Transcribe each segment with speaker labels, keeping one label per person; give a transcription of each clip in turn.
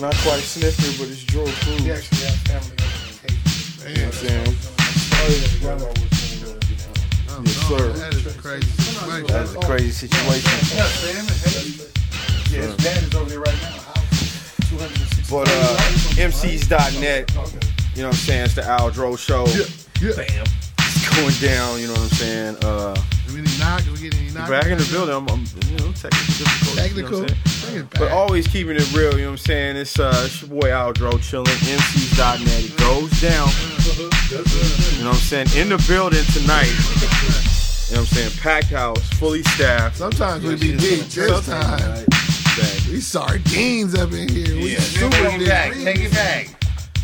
Speaker 1: not quite sniffer, but it's George Cruz.
Speaker 2: He
Speaker 1: Yeah.
Speaker 2: actually had family representation.
Speaker 1: You know what I'm saying?
Speaker 2: Y'all know what's going on.
Speaker 1: Yes, sir.
Speaker 3: Oh, That is crazy.
Speaker 4: That's a crazy situation.
Speaker 2: Yeah, Sam is happy. Yeah, his dad is over there right now. Two hundred and sixty.
Speaker 4: But uh, MCs.net, you know what I'm saying? It's the Aldro show.
Speaker 3: Yeah.
Speaker 4: It's going down, you know what I'm saying? Uh,
Speaker 3: Do we need knock? Do we get any knock?
Speaker 4: back in the building, I'm, I'm you know, technical difficulties, you know what I'm
Speaker 3: Technical.
Speaker 4: saying?
Speaker 3: Bring it back.
Speaker 4: But always keeping it real, you know what I'm saying? It's uh it's your boy Aldro chilling, MCs.net. It goes down.
Speaker 1: Mm-hmm.
Speaker 4: You know what I'm saying? In the building tonight. You know what I'm saying? Packed house, fully staffed.
Speaker 3: Sometimes we be deep. This time,
Speaker 4: Back.
Speaker 3: we sardines up in here. We
Speaker 4: Yeah.
Speaker 3: super
Speaker 2: Take it back.
Speaker 3: deep.
Speaker 2: Take it back.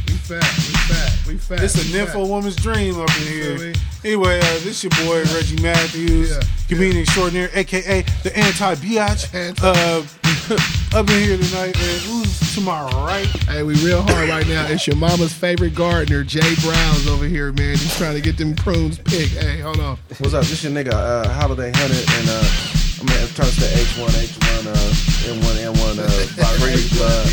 Speaker 3: We fat. We fat. We fat.
Speaker 1: It's a
Speaker 3: we fat.
Speaker 1: nympho woman's dream up in
Speaker 3: Feel me?
Speaker 1: here. Anyway, uh, this your boy Reggie Matthews,
Speaker 3: Yeah.
Speaker 1: comedian extraordinaire, aka the anti biatch
Speaker 3: Anti-
Speaker 1: uh, up in here tonight. And who's to my right?
Speaker 3: Hey, we real hard right now. It's your mama's favorite gardener, Jay Brown's over here, man. He's trying to get them prunes picked. Hey, hold on.
Speaker 5: What's up? This your nigga uh, Holiday Hunter and uh, I'm gonna turn to H1, H1, uh, M1, M1, uh, Vibrate Blood.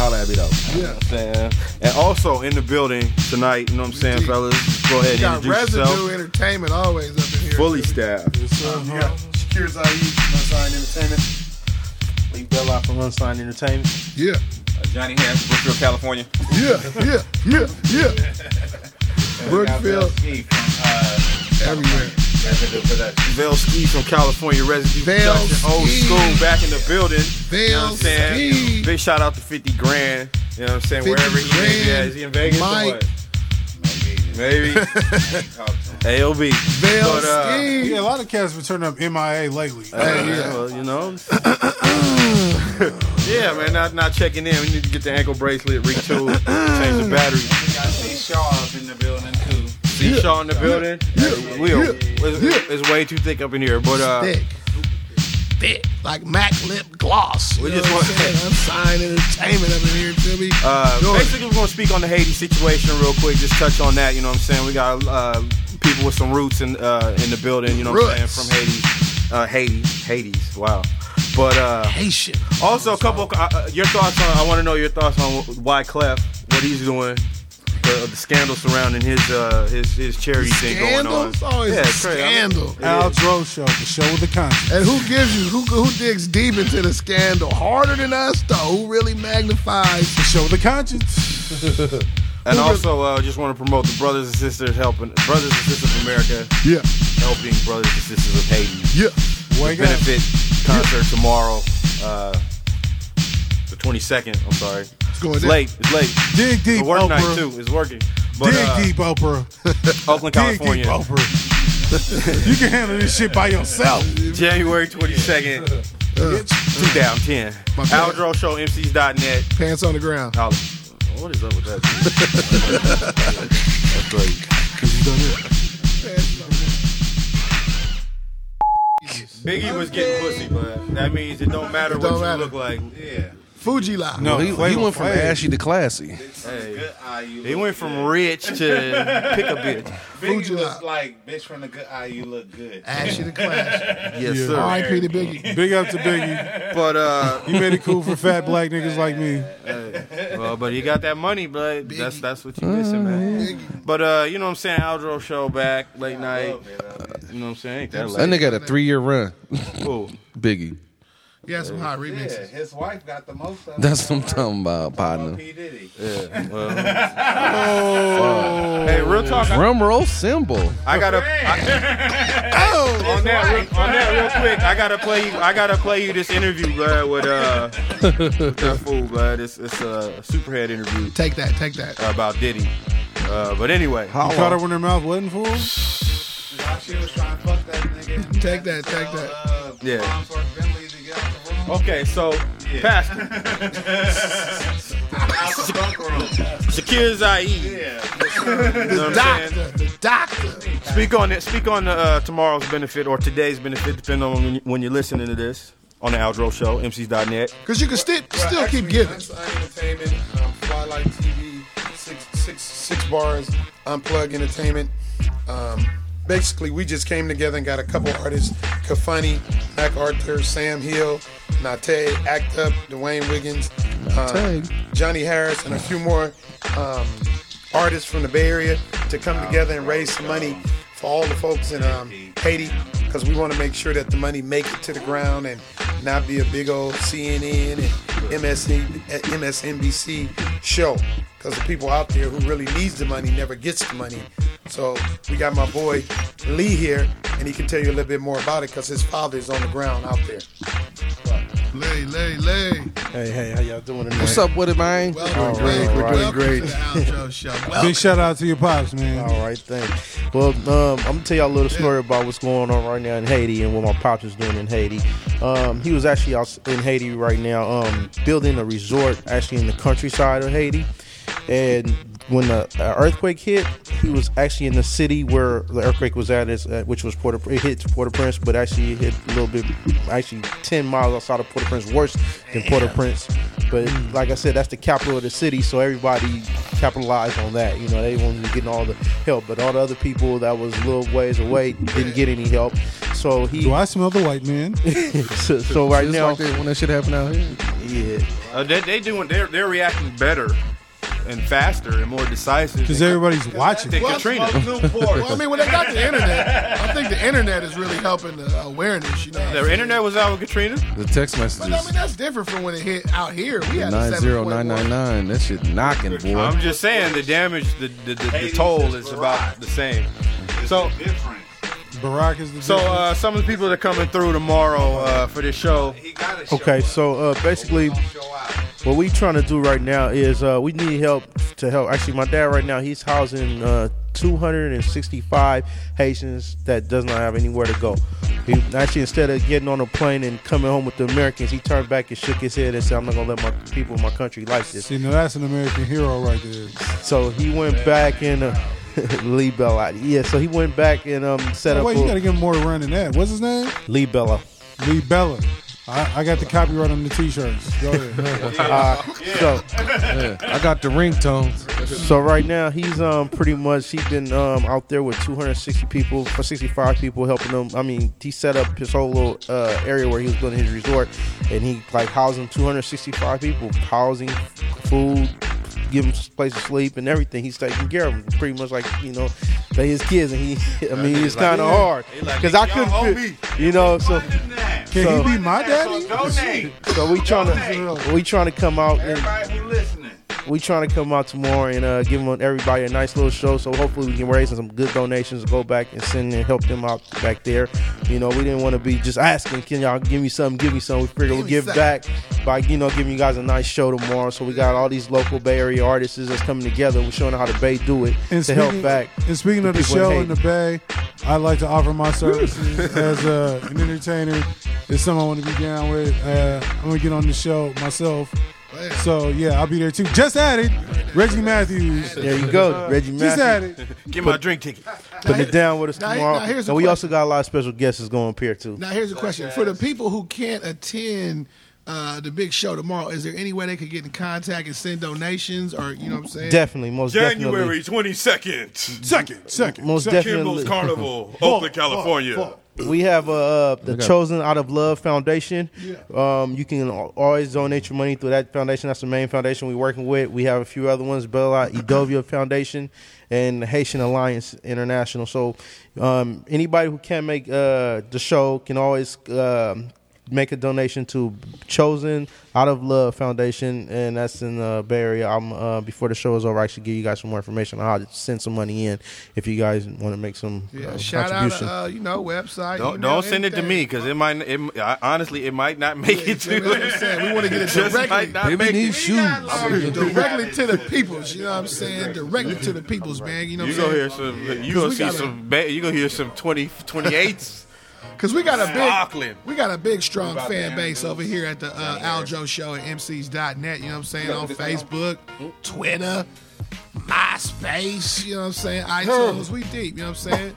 Speaker 5: Holla at me though.
Speaker 3: Yeah.
Speaker 4: Damn. And also in the building tonight, you know what I'm saying, fellas? Go ahead
Speaker 3: We
Speaker 4: and
Speaker 3: got
Speaker 4: introduce
Speaker 3: residue
Speaker 4: yourself.
Speaker 3: entertainment always up in here.
Speaker 4: Fully staffed.
Speaker 2: You got Shakir Zaid from Unsigned Entertainment.
Speaker 4: Lee Bella from Unsigned Entertainment.
Speaker 3: Yeah.
Speaker 6: Johnny Hands, Brookfield, California.
Speaker 3: Yeah. Yeah. Yeah. Yeah. Brookfield
Speaker 6: LC from uh,
Speaker 3: everywhere.
Speaker 6: Residue Production.
Speaker 4: Vale Ski from California Residue
Speaker 3: Vale
Speaker 4: Production. Old
Speaker 3: Ski.
Speaker 4: school back in the building. You
Speaker 3: Vale
Speaker 4: know what I'm saying?
Speaker 3: Ski.
Speaker 4: Big shout out to 50 Grand. You know what I'm saying?
Speaker 3: 50
Speaker 4: Wherever he is.
Speaker 3: Grand,
Speaker 4: Yeah, is he in Vegas or
Speaker 3: Mike.
Speaker 4: what? Maybe.
Speaker 6: Talk to him.
Speaker 4: ALB.
Speaker 3: Vale
Speaker 4: But, uh,
Speaker 3: Ski.
Speaker 1: Yeah, a lot of cats been turning up MIA lately.
Speaker 4: Uh,
Speaker 3: yeah.
Speaker 4: well, you know. yeah, man, not not checking in. We need to get the ankle bracelet retooled, change the battery.
Speaker 6: We got Jay Shaw up in the building too.
Speaker 4: See Shaw in the building. Hey, Will, it's, it's way too thick up in here, but uh,
Speaker 3: Thick. Thick. Like MAC lip gloss. You
Speaker 4: We
Speaker 3: know
Speaker 4: just
Speaker 3: what I'm
Speaker 4: want-
Speaker 3: saying? Unsigned entertainment up in here, Jimmy.
Speaker 4: uh,
Speaker 3: Go ahead.
Speaker 4: basically we're gonna speak on the Haiti situation real quick. Just touch on that. You know what I'm saying? We got uh, people with some roots in uh, in the building. You know what I'm
Speaker 3: Roots.
Speaker 4: saying? From Haiti, uh, Haiti, Hades. Wow. But uh,
Speaker 3: Haitian.
Speaker 4: Also, a couple. Uh, uh, your thoughts on? I want to know your thoughts on why Clef, what he's doing, the, the scandal surrounding his uh, his his charity thing going on.
Speaker 3: Scandals? Always
Speaker 4: Yeah,
Speaker 3: a
Speaker 4: it's crazy. I mean-
Speaker 3: scandal.
Speaker 1: Al Dro Show, the show with the content.
Speaker 3: And who gives you who who digs deep into the scandal harder than us though? Who really magnifies?
Speaker 1: The show with the conscience.
Speaker 4: And also, uh, just want to promote the brothers and sisters helping brothers and sisters of America
Speaker 3: Yeah,
Speaker 4: helping brothers and sisters of Haiti.
Speaker 3: yeah.
Speaker 1: Wake up.
Speaker 4: Benefit concert tomorrow, uh, the 22nd. I'm sorry, it's
Speaker 3: going
Speaker 4: it's
Speaker 3: down.
Speaker 4: late. It's late.
Speaker 1: Dig deep,
Speaker 4: It's work night
Speaker 1: Oprah.
Speaker 4: too. It's working. But,
Speaker 1: Dig
Speaker 4: uh,
Speaker 1: deep, Oprah.
Speaker 4: Oakland, California.
Speaker 1: Dig deep, Oprah. you can handle this shit by yourself. Uh.
Speaker 4: January 22nd, 2010. Aldro Show MCs.net.
Speaker 3: Pants on the ground.
Speaker 4: Holla. What is up with that? That's crazy. Biggie was getting pussy, but that means it don't matter what
Speaker 3: don't
Speaker 4: you
Speaker 3: matter.
Speaker 4: look like.
Speaker 6: Yeah.
Speaker 3: Fuji Live.
Speaker 1: No,
Speaker 5: He,
Speaker 1: Flavor
Speaker 5: he went from
Speaker 1: Flav.
Speaker 5: ashy to classy.
Speaker 4: Hey,
Speaker 6: Good eye you
Speaker 4: he
Speaker 6: look
Speaker 4: went from
Speaker 6: good.
Speaker 4: rich to pick a bitch.
Speaker 6: Biggie
Speaker 3: Fuji
Speaker 6: was
Speaker 3: Live.
Speaker 6: like, bitch from the good eye, you look good.
Speaker 3: Ashy the Clash.
Speaker 4: Yes,
Speaker 1: Yeah.
Speaker 4: sir.
Speaker 3: R.I.P. to Biggie.
Speaker 1: Big up to Biggie.
Speaker 4: But uh,
Speaker 1: You made it cool for fat black niggas like me.
Speaker 4: well, but he got that money, but that's that's what you missing, man. But uh, you know what I'm saying? Aldro show back late night. Uh,
Speaker 6: Love it, love it.
Speaker 4: You know what I'm saying? Ain't that
Speaker 5: That
Speaker 4: late?
Speaker 5: nigga had a three year run.
Speaker 4: Cool.
Speaker 5: Biggie.
Speaker 3: He had some hot
Speaker 6: Yeah,
Speaker 3: remixes.
Speaker 6: his wife got the most of it.
Speaker 5: That's what I'm talking about, partner.
Speaker 6: P. Diddy.
Speaker 4: Hey, real talk. I-
Speaker 5: Drum roll cymbal.
Speaker 4: I gotta I, Oh! on that real, on that real quick. I gotta play you. I gotta play you this interview, blood, with uh with that fool, blood. It's it's a superhead interview
Speaker 3: Take that. Take that.
Speaker 4: about Diddy. Uh, but anyway,
Speaker 1: You caught her when her mouth wasn't full?
Speaker 6: She was trying to fuck that nigga.
Speaker 3: Take that, take that.
Speaker 6: Uh,
Speaker 4: Yeah.
Speaker 6: Bombs or Bentley to get out the room.
Speaker 4: okay, so Pastor
Speaker 6: Out the funk room.
Speaker 4: Shakir Zaid,
Speaker 6: Yeah.
Speaker 4: you know what I'm saying?
Speaker 3: Doctor. The doctor.
Speaker 4: Speak on it. Speak on uh, tomorrow's benefit or today's benefit, depending on when, you, when you're listening to this on the Aldro Show, MCs.net.
Speaker 3: Because you can still still
Speaker 2: Actually,
Speaker 3: keep giving.
Speaker 2: Unsigned Entertainment, um, Fly Light TV, six, six, six bars, Unplug Entertainment. Um, basically we just came together and got a couple artists: Kafani, MacArthur, Sam Hill, Nate, Act Up, Dwayne Wiggins, uh,
Speaker 3: Nate.
Speaker 2: Johnny Harris, and a few more um, artists from the Bay Area to come together and raise some money for all the folks in um, Haiti because we want to make sure that the money make it to the ground and not be a big old CNN and MSN, MSNBC show because the people out there who really needs the money never gets the money. So we got my boy Lee here, and he can tell you a little bit more about it because his father is on the ground out there.
Speaker 3: Lay, lay, lay.
Speaker 7: Hey, hey, how y'all doing tonight?
Speaker 5: What's up with it, man?
Speaker 3: Welcome,
Speaker 7: All right, all right.
Speaker 3: Welcome
Speaker 7: Great.
Speaker 3: to the outro show. Welcome.
Speaker 1: Big shout out to your pops, man.
Speaker 7: All right, thanks. Well, um, I'm gonna tell y'all a little story about what's going on right now in Haiti and what my pops is doing in Haiti. Um, he was actually out in Haiti right now, um, building a resort actually in the countryside of Haiti. And when the uh, earthquake hit, he was actually in the city where the earthquake was at, is, uh, which was Port. It hit Port-au-Prince, but actually it hit a little bit, actually 10 miles outside of Port-au-Prince, worse than Port-au-Prince. But like I said, that's the capital of the city, so everybody capitalized on that. You know, they wanted to get all the help, but all the other people that was little ways away didn't get any help. So he,
Speaker 1: Do I smell the white man?
Speaker 7: so, so right
Speaker 3: Just
Speaker 7: now,
Speaker 3: like that when that shit happened out here.
Speaker 7: yeah.
Speaker 8: Uh, they, they doing. They're they're reacting better and faster and more decisive.
Speaker 1: Because
Speaker 8: than-
Speaker 1: everybody's watching.
Speaker 8: than Katrina.
Speaker 3: Well, I mean, when they got the internet, I think the internet is really helping the awareness. You know, what I'm
Speaker 8: Their
Speaker 3: saying?
Speaker 8: internet was out with Katrina.
Speaker 5: The text
Speaker 3: But I mean,
Speaker 5: messages.
Speaker 3: that's different from when it hit out here. We had
Speaker 5: Nine
Speaker 3: a
Speaker 5: zero nine nine
Speaker 3: 7.1.
Speaker 5: nine. That shit knocking, boy.
Speaker 8: I'm just saying the damage, the the, the, the
Speaker 4: Haiti
Speaker 8: toll
Speaker 4: is
Speaker 8: is about the same. So
Speaker 4: Different.
Speaker 1: Barack is the
Speaker 8: so
Speaker 1: dude.
Speaker 8: uh, some of the people that are coming through tomorrow uh, for this show.
Speaker 4: He got to
Speaker 7: Okay, so uh, basically,
Speaker 4: show out.
Speaker 7: what we trying to do right now is uh, we need help to help. Actually, my dad right now he's housing uh, 265 Haitians that does not have anywhere to go. He actually instead of getting on a plane and coming home with the Americans, he turned back and shook his head and said, "I'm not gonna let my people, in my country like this."
Speaker 1: See, now that's an American hero right there.
Speaker 7: So he went back and uh, Lee Bella, yeah. So he went back and um, set up
Speaker 1: Wait, you got to
Speaker 7: a,
Speaker 1: give him more run than that. What's his name?
Speaker 7: Lee Bella.
Speaker 1: Lee Bella. I, I got the copyright on the t-shirts. Go ahead.
Speaker 7: Uh, So
Speaker 5: Yeah. I got the ringtones.
Speaker 7: So right now he's um pretty much he's been um out there with 260 people or 65 people helping him. I mean he set up his whole little uh, area where he was building his resort, and he like housing 265 people, housing, food, give him a place to sleep and everything. He's taking care of them pretty much like you know they his kids, and he I mean it's kind of hard because I couldn't fi- you know so
Speaker 1: Can
Speaker 7: So-
Speaker 1: he be my daddy?
Speaker 4: Donate.
Speaker 7: so we trying to we trying to come out and
Speaker 4: Everybody who listening.
Speaker 7: we trying to come out tomorrow and uh, give 'em- everybody a nice little show. So hopefully we can raise some good donations to go back and send and help them out back there. You know, we didn't want to be just asking, can y'all give me something, give me something. We figured we'll
Speaker 3: me
Speaker 7: give
Speaker 3: something.
Speaker 7: back by, you know, giving you guys a nice show tomorrow. So we got all these local Bay Area artists that's coming together. We're showing how the Bay do it
Speaker 1: And
Speaker 7: to
Speaker 1: speaking,
Speaker 7: help back.
Speaker 1: and speaking of the
Speaker 7: people in
Speaker 1: show in the
Speaker 7: Haiti.
Speaker 1: Bay, I'd like to offer my services as uh, an entertainer. It's something I want to be down with. Uh, I'm gonna get on the show myself. So yeah, I'll be there too. Just added Reggie Matthews.
Speaker 7: There you go, Reggie
Speaker 1: Just
Speaker 7: Matthews.
Speaker 1: added.
Speaker 8: Get my drink ticket.
Speaker 7: Putting it down with us
Speaker 3: Now,
Speaker 7: tomorrow.
Speaker 3: now here's the
Speaker 7: and we
Speaker 3: question.
Speaker 7: also got a lot of special guests that's going to appear too.
Speaker 3: Now here's a question for the people who can't attend uh, the big show tomorrow. Is there any way they could get in contact and send donations, or you know what I'm saying?
Speaker 7: Definitely, most definitely.
Speaker 8: January 22nd.
Speaker 1: Second, second.
Speaker 8: Kimball's
Speaker 7: Most definitely.
Speaker 8: Carnival, Oakland, California.
Speaker 7: We have uh, the Chosen Out of Love Foundation. Um, you can al- always donate your money through that foundation. That's the main foundation we're working with. We have a few other ones: Bella Idovia Foundation and the Haitian Alliance International. So, um, anybody who can't make uh, the show can always um make a donation to Chosen Out of Love Foundation, and that's in the Bay Area. I'm uh, before the show is over. I should give you guys some more information on how to send some money in if you guys want to make some
Speaker 3: Yeah,
Speaker 7: uh,
Speaker 3: shout out,
Speaker 7: contribution.
Speaker 3: to, uh, you know, website.
Speaker 8: Don't,
Speaker 3: email,
Speaker 8: don't send it to
Speaker 3: anything.
Speaker 8: me because it might. It, I- honestly, it might not make it to.
Speaker 3: That's what I'm saying. We want to get it
Speaker 8: Just
Speaker 3: directly.
Speaker 8: might not
Speaker 5: Baby
Speaker 8: make
Speaker 5: need
Speaker 8: it.
Speaker 5: shoes.
Speaker 3: Directly to the peoples, you know what I'm saying? Directly to the peoples, man. You know
Speaker 8: You
Speaker 3: what
Speaker 8: gonna
Speaker 3: I'm
Speaker 8: hear
Speaker 3: saying?
Speaker 8: some. You
Speaker 3: 'Cause
Speaker 8: gonna
Speaker 3: we
Speaker 8: see
Speaker 3: gotta-
Speaker 8: some. Ba- you gonna hear some 20, 28s.
Speaker 3: Because we got a big,
Speaker 8: Sparkling.
Speaker 3: we got a big strong fan base over here at the uh, Aljo Show at MCs.net. You know what I'm saying? On Facebook, Twitter, MySpace. You know what I'm saying? iTunes. We deep. You know what I'm saying?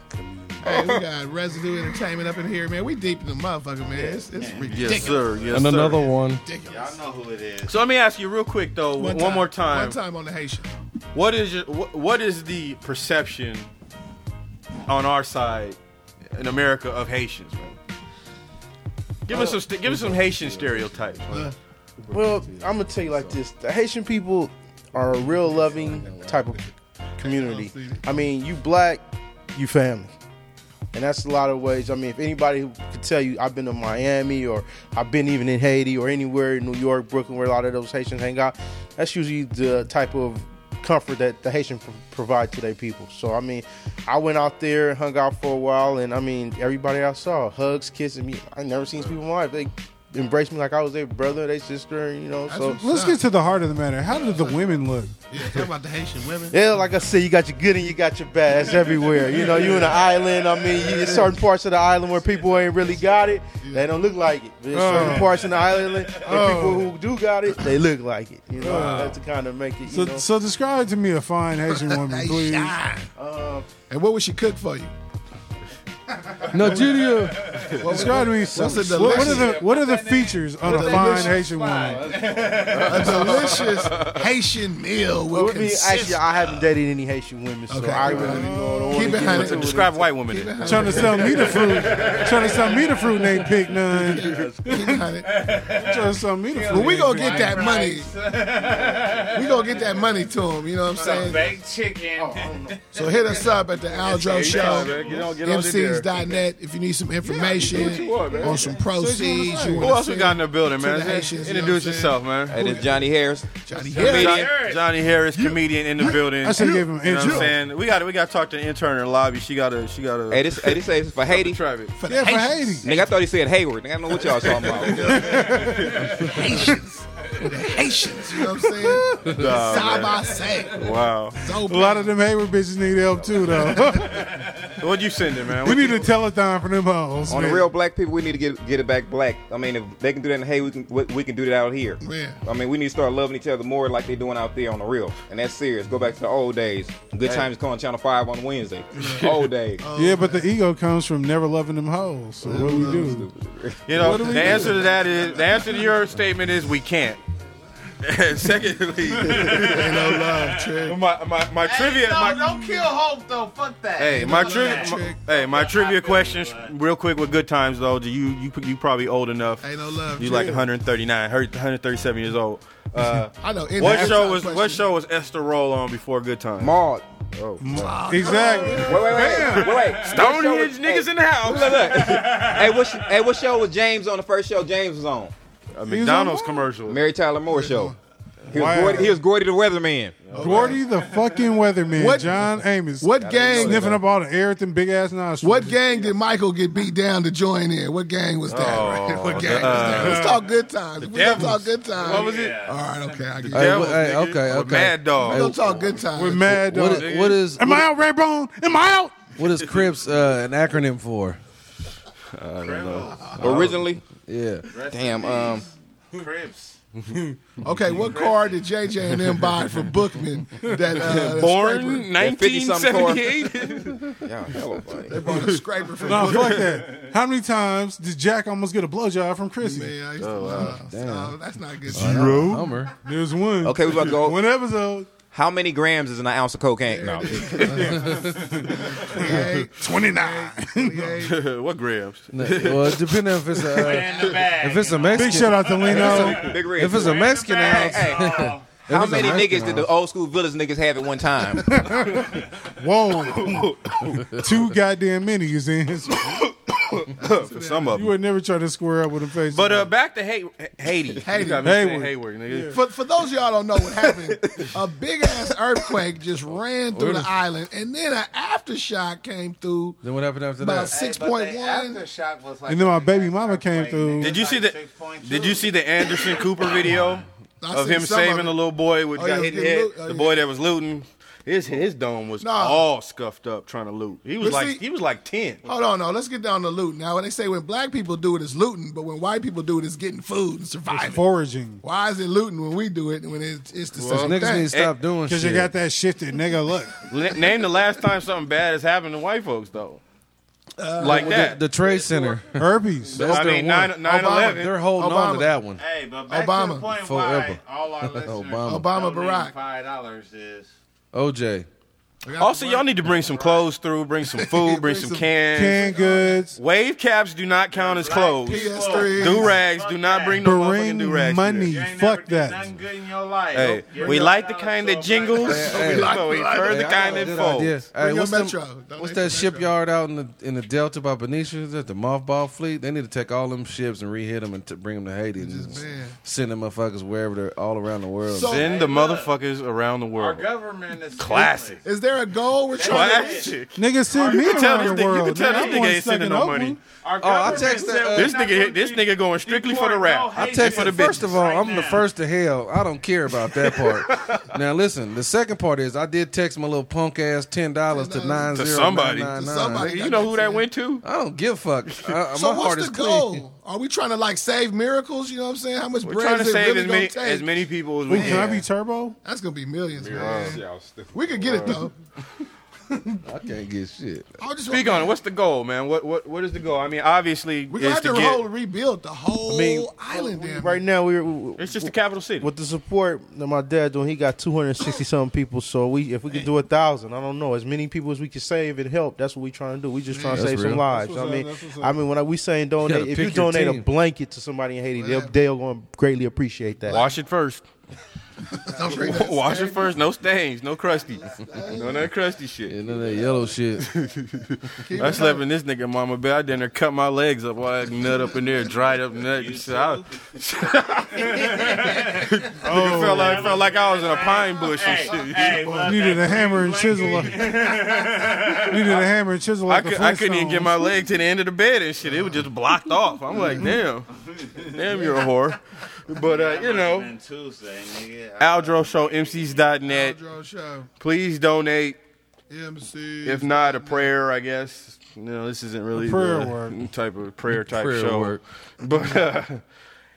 Speaker 3: Hey, we got Residue Entertainment up in here, man. We deep in the motherfucker, man. It's, it's ridiculous.
Speaker 8: yes, sir. Yes,
Speaker 5: And
Speaker 8: sir.
Speaker 5: another one.
Speaker 3: ridiculous.
Speaker 4: know who it is.
Speaker 8: So let me ask you real quick though, one, more time.
Speaker 3: One time on the Haitian.
Speaker 8: What is your, what, what is the perception
Speaker 4: on our side in America of Haitians, man. Give us some st- give us some Haitian stereotypes. man.
Speaker 7: Well, I'm gonna tell you like this: the Haitian people are a real loving type of community. I mean, you black, you family, and that's a lot of ways. I mean, if anybody who could tell you, I've been to Miami or I've been even in Haiti or anywhere in New York, Brooklyn, where a lot of those Haitians hang out, that's usually the type of comfort that the Haitian pro- provide to their people. So I mean, I went out there and hung out for a while, and I mean, everybody I saw hugs, kissing me. I never seen these people in my life. They embraced me like I was their brother, their sister, and, you know. So
Speaker 3: what's-
Speaker 1: Let's get to the heart of the matter. How did the women look?
Speaker 3: Yeah, talk about the Haitian women.
Speaker 7: yeah, like I said, you got your good and you got your bad. That's everywhere. You know, you in the island. I mean, you, there's certain parts of the island where people ain't really got it. They don't look like it. There's
Speaker 3: Uh.
Speaker 7: certain parts in the island and people who do got it, they look like it. You know,
Speaker 3: Uh.
Speaker 7: that's to kind of make it. You
Speaker 1: So,
Speaker 7: know.
Speaker 1: so describe to me a fine Haitian woman, please.
Speaker 3: Haitian.
Speaker 7: Um,
Speaker 3: and what would she cook for you?
Speaker 1: Nigeria. Describe to me some,
Speaker 3: what's a
Speaker 1: what, what are the
Speaker 3: delicious-
Speaker 1: what are the features on a fine
Speaker 3: delicious
Speaker 1: Haitian woman?
Speaker 3: A delicious Haitian meal
Speaker 7: Well,
Speaker 3: would
Speaker 7: I mean, actually,
Speaker 3: consist.
Speaker 7: I haven't dated any Haitian women, so
Speaker 3: Okay.
Speaker 7: I really don't want
Speaker 3: Keep it
Speaker 7: to get
Speaker 3: honey.
Speaker 7: into it.
Speaker 4: Describe white women. then.
Speaker 1: Trying to sell me the fruit. Trying to sell me the fruit and ain't pick none. Trying to sell me the fruit.
Speaker 3: But we
Speaker 1: and
Speaker 3: gonna get
Speaker 1: ain't
Speaker 3: that
Speaker 9: Fried
Speaker 3: money. We gonna get that money to him. You know what
Speaker 9: Some
Speaker 3: I'm saying?
Speaker 9: baked chicken.
Speaker 3: Oh, So hit us up at the Aldro Show.
Speaker 4: Get on- get on in there.
Speaker 3: MCs.net if you need some information on some proceeds. You
Speaker 4: Who
Speaker 3: want
Speaker 4: else
Speaker 3: to
Speaker 4: we got in the building, man?
Speaker 3: the Haitians, you know
Speaker 4: Introduce
Speaker 3: what I'm
Speaker 4: yourself, man.
Speaker 10: Hey, this Johnny Harris.
Speaker 3: Johnny
Speaker 4: Johnny,
Speaker 3: Harris.
Speaker 4: Johnny Harris, comedian in the building.
Speaker 1: I should give him an
Speaker 4: You know what I'm
Speaker 1: intro.
Speaker 4: saying? We got we got to talk to the intern in the lobby. She got a she got a.
Speaker 10: Hey, this hey, this is for Haiti.
Speaker 4: Try it.
Speaker 3: For the
Speaker 1: Yeah, for
Speaker 3: Haitians.
Speaker 1: Haiti.
Speaker 10: Nigga, I thought he said Hayward. Nigga, I don't know what y'all talking about.
Speaker 3: Haitians. the Haitians. You know what I'm saying?
Speaker 4: Nah,
Speaker 3: Side
Speaker 4: man.
Speaker 3: by side.
Speaker 4: Wow.
Speaker 3: So
Speaker 1: A lot of them Hayward bitches need help too, though.
Speaker 4: What'd you send it, man?
Speaker 1: we
Speaker 4: What
Speaker 1: need
Speaker 4: you-
Speaker 1: a telethon for them hoes.
Speaker 10: On the
Speaker 1: man.
Speaker 10: real black people, we need to get get it back black. I mean, if they can do that in Haiti, we can we, we can do that out here.
Speaker 3: Man.
Speaker 10: I mean, we need to start loving each other more like they doing out there on the real. And that's serious. Go back to the old days. Good times come on Channel Five on Wednesday. old days.
Speaker 3: Oh,
Speaker 1: Yeah, Oh, but the ego comes from never loving them hoes. So what we do?
Speaker 4: You know, the answer to that is the answer to your statement is we can't. And Secondly,
Speaker 3: no love, Trick.
Speaker 4: my my, my trivia.
Speaker 9: No,
Speaker 4: my,
Speaker 9: don't kill hope though. Fuck that.
Speaker 4: Hey, my
Speaker 3: no
Speaker 4: trivia.
Speaker 3: love,
Speaker 4: my-
Speaker 3: Trick.
Speaker 4: Hey, my trivia
Speaker 9: really
Speaker 4: questions,
Speaker 9: good.
Speaker 4: real quick with good times though. Do you you you probably old enough?
Speaker 3: Ain't no love,
Speaker 4: You like
Speaker 3: Trick.
Speaker 4: 139, 137 years old. Uh,
Speaker 3: I know. in
Speaker 4: what
Speaker 3: the
Speaker 4: show
Speaker 3: outside
Speaker 4: was what
Speaker 3: question.
Speaker 4: show was Esther Roll on before Good Times? Oh.
Speaker 10: Maud.
Speaker 1: Exactly.
Speaker 10: Wait, wait, wait, wait, wait.
Speaker 4: Stonehenge niggas in the house.
Speaker 10: Look, look. hey, what, sh- hey, what show was James on? The first show James was
Speaker 1: Uh,
Speaker 10: on.
Speaker 4: A McDonald's commercial.
Speaker 10: Mary Tyler Moore show. He was,
Speaker 1: Wow.
Speaker 10: Gordy, he was Gordy the Weatherman.
Speaker 1: Gordy the fucking weatherman,
Speaker 3: What-
Speaker 1: John Amos.
Speaker 3: What gang?
Speaker 1: Sniffing up all the air with them big ass nostrils.
Speaker 3: What gang did Michael get beat down to join in? What gang was that? right?
Speaker 4: Oh,
Speaker 3: What gang was
Speaker 4: uh,
Speaker 3: that? Let's talk good times. We're gonna
Speaker 4: Devils.
Speaker 3: talk good times.
Speaker 4: What was it?
Speaker 3: All right, okay. I get
Speaker 5: Hey,
Speaker 3: it.
Speaker 4: Devils,
Speaker 5: wh- hey,
Speaker 4: nigga.
Speaker 5: okay,
Speaker 4: Or
Speaker 5: okay.
Speaker 4: Mad
Speaker 3: We're gonna
Speaker 4: Dog.
Speaker 3: talk good times.
Speaker 1: With mad
Speaker 5: What
Speaker 1: dog.
Speaker 5: is, what is
Speaker 1: Am I out, Raybone? Am I out?
Speaker 5: what is Crips uh, an acronym for?
Speaker 9: Uh,
Speaker 10: Originally,
Speaker 5: Yeah.
Speaker 10: damn. Um,
Speaker 9: Cribs.
Speaker 3: Okay, what car did JJ and them buy from Bookman? That uh,
Speaker 4: Born
Speaker 10: That 50-something car.
Speaker 4: 1978.
Speaker 10: yeah, hella funny.
Speaker 3: Scraper, bought a scraper from
Speaker 1: No,
Speaker 3: Bookman.
Speaker 1: fuck that. How many times did Jack almost get a blowjob from Chrissy?
Speaker 3: Man, I used to,
Speaker 1: Oh,
Speaker 3: wow.
Speaker 5: Damn.
Speaker 3: that's not good.
Speaker 1: Bro,
Speaker 5: Hummer.
Speaker 1: there's one.
Speaker 10: Okay, we about to go.
Speaker 1: One episode.
Speaker 10: How many grams is in an ounce of cocaine? No,
Speaker 3: Twenty nine.
Speaker 4: what grams?
Speaker 5: No, well, depending if it's a uh,
Speaker 9: In the bag.
Speaker 5: if it's a Mexican.
Speaker 1: Big shout out to Lino.
Speaker 10: big red.
Speaker 5: If it's a Mexican house,
Speaker 10: Hey,
Speaker 5: if
Speaker 10: how
Speaker 5: it's a
Speaker 10: many
Speaker 5: Mexican
Speaker 10: niggas did the
Speaker 5: house-
Speaker 10: old school village niggas have at one time?
Speaker 1: Whoa. Two goddamn many is in his.
Speaker 4: For some of
Speaker 1: You
Speaker 4: them.
Speaker 1: would never try to square up with a face.
Speaker 4: But uh, back to Hay- Haiti. Haiti.
Speaker 1: Hayward.
Speaker 4: Hayward, nigga.
Speaker 3: For, for those of y'all don't know what happened, a big ass earthquake just ran through the island, and then an aftershock came through
Speaker 5: Then what happened after
Speaker 3: about
Speaker 5: that?
Speaker 3: six
Speaker 9: But
Speaker 3: point
Speaker 9: the
Speaker 3: one.
Speaker 9: aftershock was like
Speaker 1: And then my
Speaker 9: a big
Speaker 1: baby
Speaker 9: ass
Speaker 1: mama came
Speaker 9: earthquake,
Speaker 1: through.
Speaker 9: nigga.
Speaker 4: Did you see
Speaker 9: Like
Speaker 4: the
Speaker 9: 6.2.
Speaker 4: Did you see the Anderson Cooper video
Speaker 3: I
Speaker 4: of
Speaker 3: seen
Speaker 4: him
Speaker 3: some of
Speaker 4: saving
Speaker 3: it.
Speaker 4: the little boy with
Speaker 3: Oh, yeah,
Speaker 4: got
Speaker 3: he
Speaker 4: hit in
Speaker 3: was
Speaker 4: the head?
Speaker 3: getting loot- oh,
Speaker 4: the
Speaker 3: yeah.
Speaker 4: boy that was looting. His his dome was
Speaker 3: Nah.
Speaker 4: all scuffed up trying to loot. He was
Speaker 3: But
Speaker 4: like
Speaker 3: see-
Speaker 4: he was like ten.
Speaker 3: Hold on, no, let's get down to looting. Now, when they say when black people do it, it's looting, but when white people do it, it's getting food and surviving.
Speaker 1: foraging.
Speaker 3: Why is it looting when we do it and when it's, it's the
Speaker 5: These
Speaker 3: same
Speaker 5: niggas need
Speaker 3: thing?
Speaker 5: to stop doing shit.
Speaker 1: Because you got that shifted nigga look.
Speaker 4: N- Name the last time something bad has happened to white folks though.
Speaker 3: Uh,
Speaker 4: like
Speaker 5: the,
Speaker 4: that.
Speaker 5: the Trade Center.
Speaker 1: Herpes.
Speaker 5: That's
Speaker 4: I
Speaker 5: their
Speaker 4: mean
Speaker 5: one.
Speaker 4: 9 11
Speaker 5: They're holding on
Speaker 3: Obama.
Speaker 5: to that one.
Speaker 9: Hey, but back to
Speaker 3: Obama,
Speaker 9: the point
Speaker 5: forever.
Speaker 9: why all our listeners
Speaker 5: Obama.
Speaker 3: Obama,
Speaker 9: donating
Speaker 3: Barack.
Speaker 9: five dollars is
Speaker 5: OJ.
Speaker 3: I got
Speaker 4: Also,
Speaker 3: to
Speaker 4: y'all
Speaker 3: work.
Speaker 4: need to bring some clothes through, bring some food, bring some cans.
Speaker 1: Canned goods,
Speaker 4: Wave caps do not count as clothes.
Speaker 3: PS3.
Speaker 4: Do rags do not bring no motherfucking
Speaker 1: bring
Speaker 4: do rags.
Speaker 1: money.
Speaker 10: You ain't never
Speaker 1: Fuck
Speaker 10: did
Speaker 1: that.
Speaker 10: Nothing good in your life.
Speaker 4: Hey,
Speaker 10: You're
Speaker 4: we
Speaker 10: not
Speaker 4: like the
Speaker 10: down
Speaker 4: kind
Speaker 10: to
Speaker 4: that
Speaker 10: a-
Speaker 4: jingles.
Speaker 5: Hey,
Speaker 4: we
Speaker 5: like-
Speaker 4: know we further
Speaker 5: I
Speaker 4: kind
Speaker 5: got a
Speaker 4: that
Speaker 5: good
Speaker 4: folds.
Speaker 5: idea. Hey,
Speaker 3: Bring
Speaker 5: what's,
Speaker 3: your
Speaker 5: them-
Speaker 3: Metro. Donate
Speaker 5: what's
Speaker 3: to
Speaker 5: that
Speaker 3: Metro.
Speaker 5: shipyard out in the in the Delta by Benicia? Is that the mothball fleet? They need to take all them ships and rehit them and t- bring them to Haiti and
Speaker 3: Just
Speaker 5: just
Speaker 3: ban.
Speaker 5: send them motherfuckers wherever they're all around the world.
Speaker 3: So-
Speaker 4: Send the
Speaker 10: Hey, look.
Speaker 4: motherfuckers around the
Speaker 10: Our
Speaker 4: world.
Speaker 10: government is
Speaker 4: Classic.
Speaker 3: Is there a goal we're
Speaker 4: Well,
Speaker 3: trying to
Speaker 4: actually,
Speaker 1: Nigga send me
Speaker 4: you can tell
Speaker 1: around
Speaker 4: this
Speaker 1: the
Speaker 4: nigga, you
Speaker 1: world.
Speaker 4: can
Speaker 1: nigga.
Speaker 4: tell this
Speaker 1: I want
Speaker 4: nigga
Speaker 1: something
Speaker 4: ain't sending no
Speaker 1: open.
Speaker 4: money.
Speaker 10: Our
Speaker 5: Oh, I
Speaker 10: government
Speaker 5: text
Speaker 10: said
Speaker 5: that, uh,
Speaker 10: we're
Speaker 4: This
Speaker 10: not
Speaker 4: nigga,
Speaker 10: gonna
Speaker 4: hit- this
Speaker 10: keep-
Speaker 4: nigga going strictly for the
Speaker 10: Deport no
Speaker 4: rap.
Speaker 10: hate
Speaker 5: I text
Speaker 4: for the
Speaker 5: first
Speaker 4: bitches
Speaker 5: of all,
Speaker 10: right
Speaker 5: I'm
Speaker 10: now.
Speaker 5: the first to hell. I don't care about that part. now listen, the second part is I did text my little punk ass ten dollars to nine
Speaker 4: To
Speaker 5: zero
Speaker 4: somebody.
Speaker 5: nine nine
Speaker 3: To
Speaker 5: nine.
Speaker 3: somebody.
Speaker 4: You know who that went to?
Speaker 5: I don't give a fuck. I,
Speaker 3: So
Speaker 5: my heart
Speaker 3: what's
Speaker 5: is
Speaker 3: the
Speaker 5: clean.
Speaker 3: goal? Are we trying to like save miracles? You know what I'm saying? How much
Speaker 4: We're
Speaker 3: bread
Speaker 4: trying to
Speaker 3: is it
Speaker 4: save
Speaker 3: really
Speaker 4: as
Speaker 3: gonna
Speaker 4: many
Speaker 3: take?
Speaker 4: as many people as
Speaker 1: Ooh,
Speaker 4: we
Speaker 1: can I
Speaker 4: can.
Speaker 1: be turbo?
Speaker 3: That's gonna be millions, man.
Speaker 11: Y'all stupid.
Speaker 3: We could get it though.
Speaker 5: I can't get shit.
Speaker 3: I just
Speaker 4: Speak on it. What's the goal, man? What what what is the goal? I mean, obviously,
Speaker 3: We
Speaker 4: it's
Speaker 3: got
Speaker 4: to
Speaker 3: to
Speaker 4: get.
Speaker 3: whole rebuild the whole
Speaker 7: mean,
Speaker 3: island down
Speaker 7: Right now, we're we-
Speaker 4: It's just the capital city.
Speaker 7: with the support that my dad doing. He got 260 something people. So we, if we could do a thousand, I don't know, as many people as we can save and help. That's what we trying to do. We just trying to
Speaker 5: That's
Speaker 7: save
Speaker 5: real.
Speaker 7: some lives.
Speaker 1: That's
Speaker 7: I
Speaker 1: what's
Speaker 7: mean,
Speaker 1: up, that's what's up.
Speaker 7: I mean, when I, we saying donate,
Speaker 5: gotta
Speaker 7: if you
Speaker 5: pick your
Speaker 7: donate a
Speaker 5: team.
Speaker 7: blanket to somebody in Haiti, they'll they'll going to greatly appreciate that.
Speaker 4: Wash it first.
Speaker 3: Don't bring that
Speaker 4: Wash it first. No stains. No crusty. No that crusty shit.
Speaker 5: And then that yellow shit.
Speaker 4: I slept in this nigga mama bed. I dinner cut my legs up while I nut up in there, dried up nut. and shit. I, nigga felt like felt like I was in a pine bush
Speaker 10: Hey,
Speaker 4: and shit.
Speaker 10: hey, look,
Speaker 1: Needed
Speaker 10: that
Speaker 1: a hammer and
Speaker 10: blanket.
Speaker 1: chisel. like- Needed a hammer and chisel.
Speaker 4: I,
Speaker 1: Like
Speaker 4: could,
Speaker 1: a
Speaker 4: I couldn't even
Speaker 1: Flintstone.
Speaker 4: get my leg to the end of the bed and shit. It was just blocked off. I'm like, damn, damn, you're a whore. But uh, you know,
Speaker 10: Been Tuesday, nigga. I-
Speaker 4: Aldro Show MCs.net.
Speaker 3: Outro show.
Speaker 4: Please donate.
Speaker 3: MC.
Speaker 4: If not, a prayer, I guess. No, this isn't really
Speaker 1: A prayer
Speaker 4: the
Speaker 1: work.
Speaker 4: type of prayer type
Speaker 5: Prayer
Speaker 4: show.
Speaker 5: work.
Speaker 4: But uh,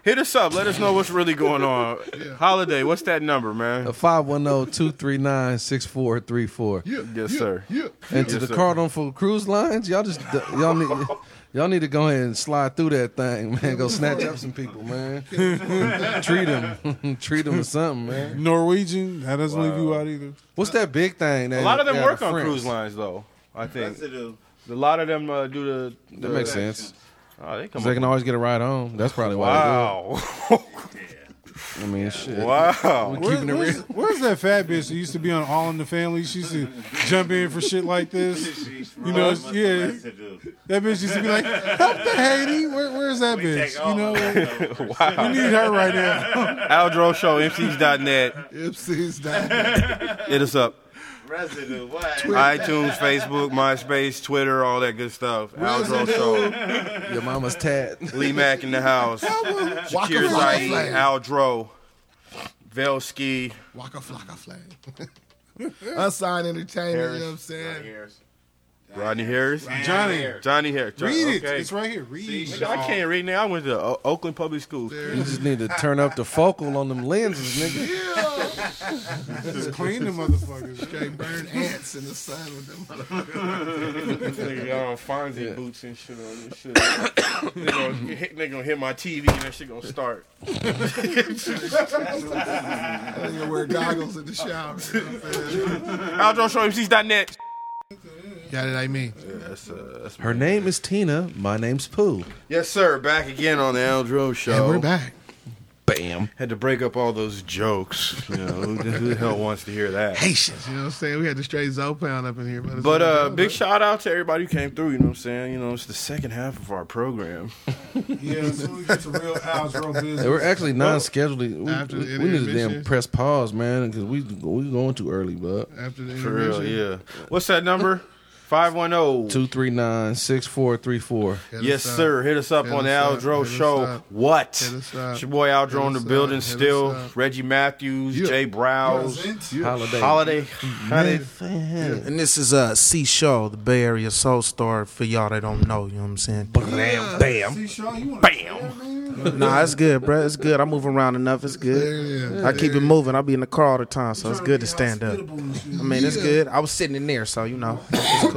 Speaker 4: hit us up. Let us know what's really going on. Holiday, what's that number, man?
Speaker 5: 510-239-6434.
Speaker 4: Yes, sir.
Speaker 5: And to
Speaker 4: Yes,
Speaker 5: the
Speaker 4: sir.
Speaker 5: Cardinal for Cruise Lines, y'all just y'all need y'all need to go ahead and slide through that thing, man. Go snatch up some people, man. treat them, treat them to something, man.
Speaker 1: Norwegian. That doesn't leave you out either.
Speaker 5: What's that big thing? That
Speaker 4: A lot of them
Speaker 5: yeah,
Speaker 4: work
Speaker 5: the
Speaker 4: on
Speaker 5: French?
Speaker 4: cruise lines, though. I think
Speaker 10: What's it do?
Speaker 4: a lot of them uh, do the, the.
Speaker 5: That makes sense.
Speaker 4: Oh, they come
Speaker 5: 'Cause They
Speaker 4: up
Speaker 5: can always get a ride home. That's probably why.
Speaker 4: Wow.
Speaker 5: They do. it. I mean, shit.
Speaker 4: wow.
Speaker 1: Where-
Speaker 5: Keeping it
Speaker 1: where's, where's that fat bitch that used to be on All in the Family? She used to jump in for shit like this.
Speaker 10: You
Speaker 1: know,
Speaker 10: what's
Speaker 1: yeah.
Speaker 10: the rest to do?
Speaker 1: That bitch used to be like, "Help the Haiti." Where, where's that bitch?
Speaker 10: Take all
Speaker 1: You know,
Speaker 10: of
Speaker 1: we
Speaker 10: it, though.
Speaker 1: need her right now.
Speaker 4: Aldro Show, MCs.net.
Speaker 3: MC's down.
Speaker 4: Hit us up.
Speaker 10: Residue, what?
Speaker 4: iTunes, Facebook, MySpace, Twitter, all that good stuff. Aldro Show.
Speaker 5: Your mama's tat.
Speaker 4: Lee Mack in the house.
Speaker 3: Waka
Speaker 4: Cheers,
Speaker 3: flocka
Speaker 4: I.E.
Speaker 3: flag.
Speaker 4: Aldro. Velski.
Speaker 3: Waka flocka flag. Unsigned entertainment. You know what I'm saying?
Speaker 4: Rodney Harris.
Speaker 1: Johnny,
Speaker 4: Johnny Harris. John-
Speaker 1: read it.
Speaker 4: okay.
Speaker 1: It's right here. Read it.
Speaker 4: Nigga, I can't read now. I went to O- Oakland Public School.
Speaker 5: You just need to turn up the focal on them lenses, nigga.
Speaker 1: Just clean the motherfuckers.
Speaker 3: They burn ants in the sun with them.
Speaker 4: Nigga got on Fonzie boots and shit on this shit. they, gonna hit, they gonna hit my TV and that shit gonna start.
Speaker 3: I think they wear goggles in the shower. You know what I'm saying?
Speaker 4: Aldro Show, MCs.net.
Speaker 3: Yeah, that ain't me.
Speaker 5: Her name is Tina. My name's Pooh.
Speaker 4: Yes, sir. Back again on the Aldro Show.
Speaker 3: And we're back.
Speaker 5: Bam.
Speaker 4: Had to break up all those jokes. You know, who, the- who the hell wants to hear that?
Speaker 3: Patience. You know what I'm saying? We had the straight Zopound up in here. it's
Speaker 4: But
Speaker 3: all
Speaker 4: uh,
Speaker 3: good.
Speaker 4: big shout out to everybody who came through. You know what I'm saying? You know, it's the second half of our program.
Speaker 1: Yeah, as soon as we get to real outro
Speaker 5: Hey,
Speaker 1: business.
Speaker 5: we're actually non-scheduled. We,
Speaker 3: After
Speaker 5: we-
Speaker 3: the
Speaker 5: we need to
Speaker 3: intermission.
Speaker 5: damn press pause, man, because we we going too early, bud.
Speaker 3: after the
Speaker 4: For real,
Speaker 3: intermission.
Speaker 4: yeah. What's that number? Five one zero.
Speaker 5: Two three nine six four three four.
Speaker 3: Hit
Speaker 4: Yes,
Speaker 3: us up.
Speaker 4: sir. Hit us up
Speaker 3: Hit
Speaker 4: on the
Speaker 3: us up.
Speaker 4: Aldro
Speaker 3: Hit us
Speaker 4: Show.
Speaker 3: up.
Speaker 4: What?
Speaker 3: Hit us up.
Speaker 4: It's your boy Aldro in the
Speaker 3: Hit us
Speaker 4: building
Speaker 3: up. Hit us
Speaker 4: still.
Speaker 3: up.
Speaker 4: Reggie Matthews,
Speaker 3: Yeah.
Speaker 4: Jay Browse,
Speaker 5: Holiday.
Speaker 4: Holiday. Holiday.
Speaker 12: And this is uh, C. Shaw, the Bay uh, Area soul star. For y'all that don't know, you know what I'm saying.
Speaker 1: Bam, bam, bam.
Speaker 12: Nah, it's good, bro. It's good. I move around enough. It's good. I keep it moving. I be in the car all the time, so it's good to stand up. I mean, it's good. I was sitting in there, so you know, it's cool.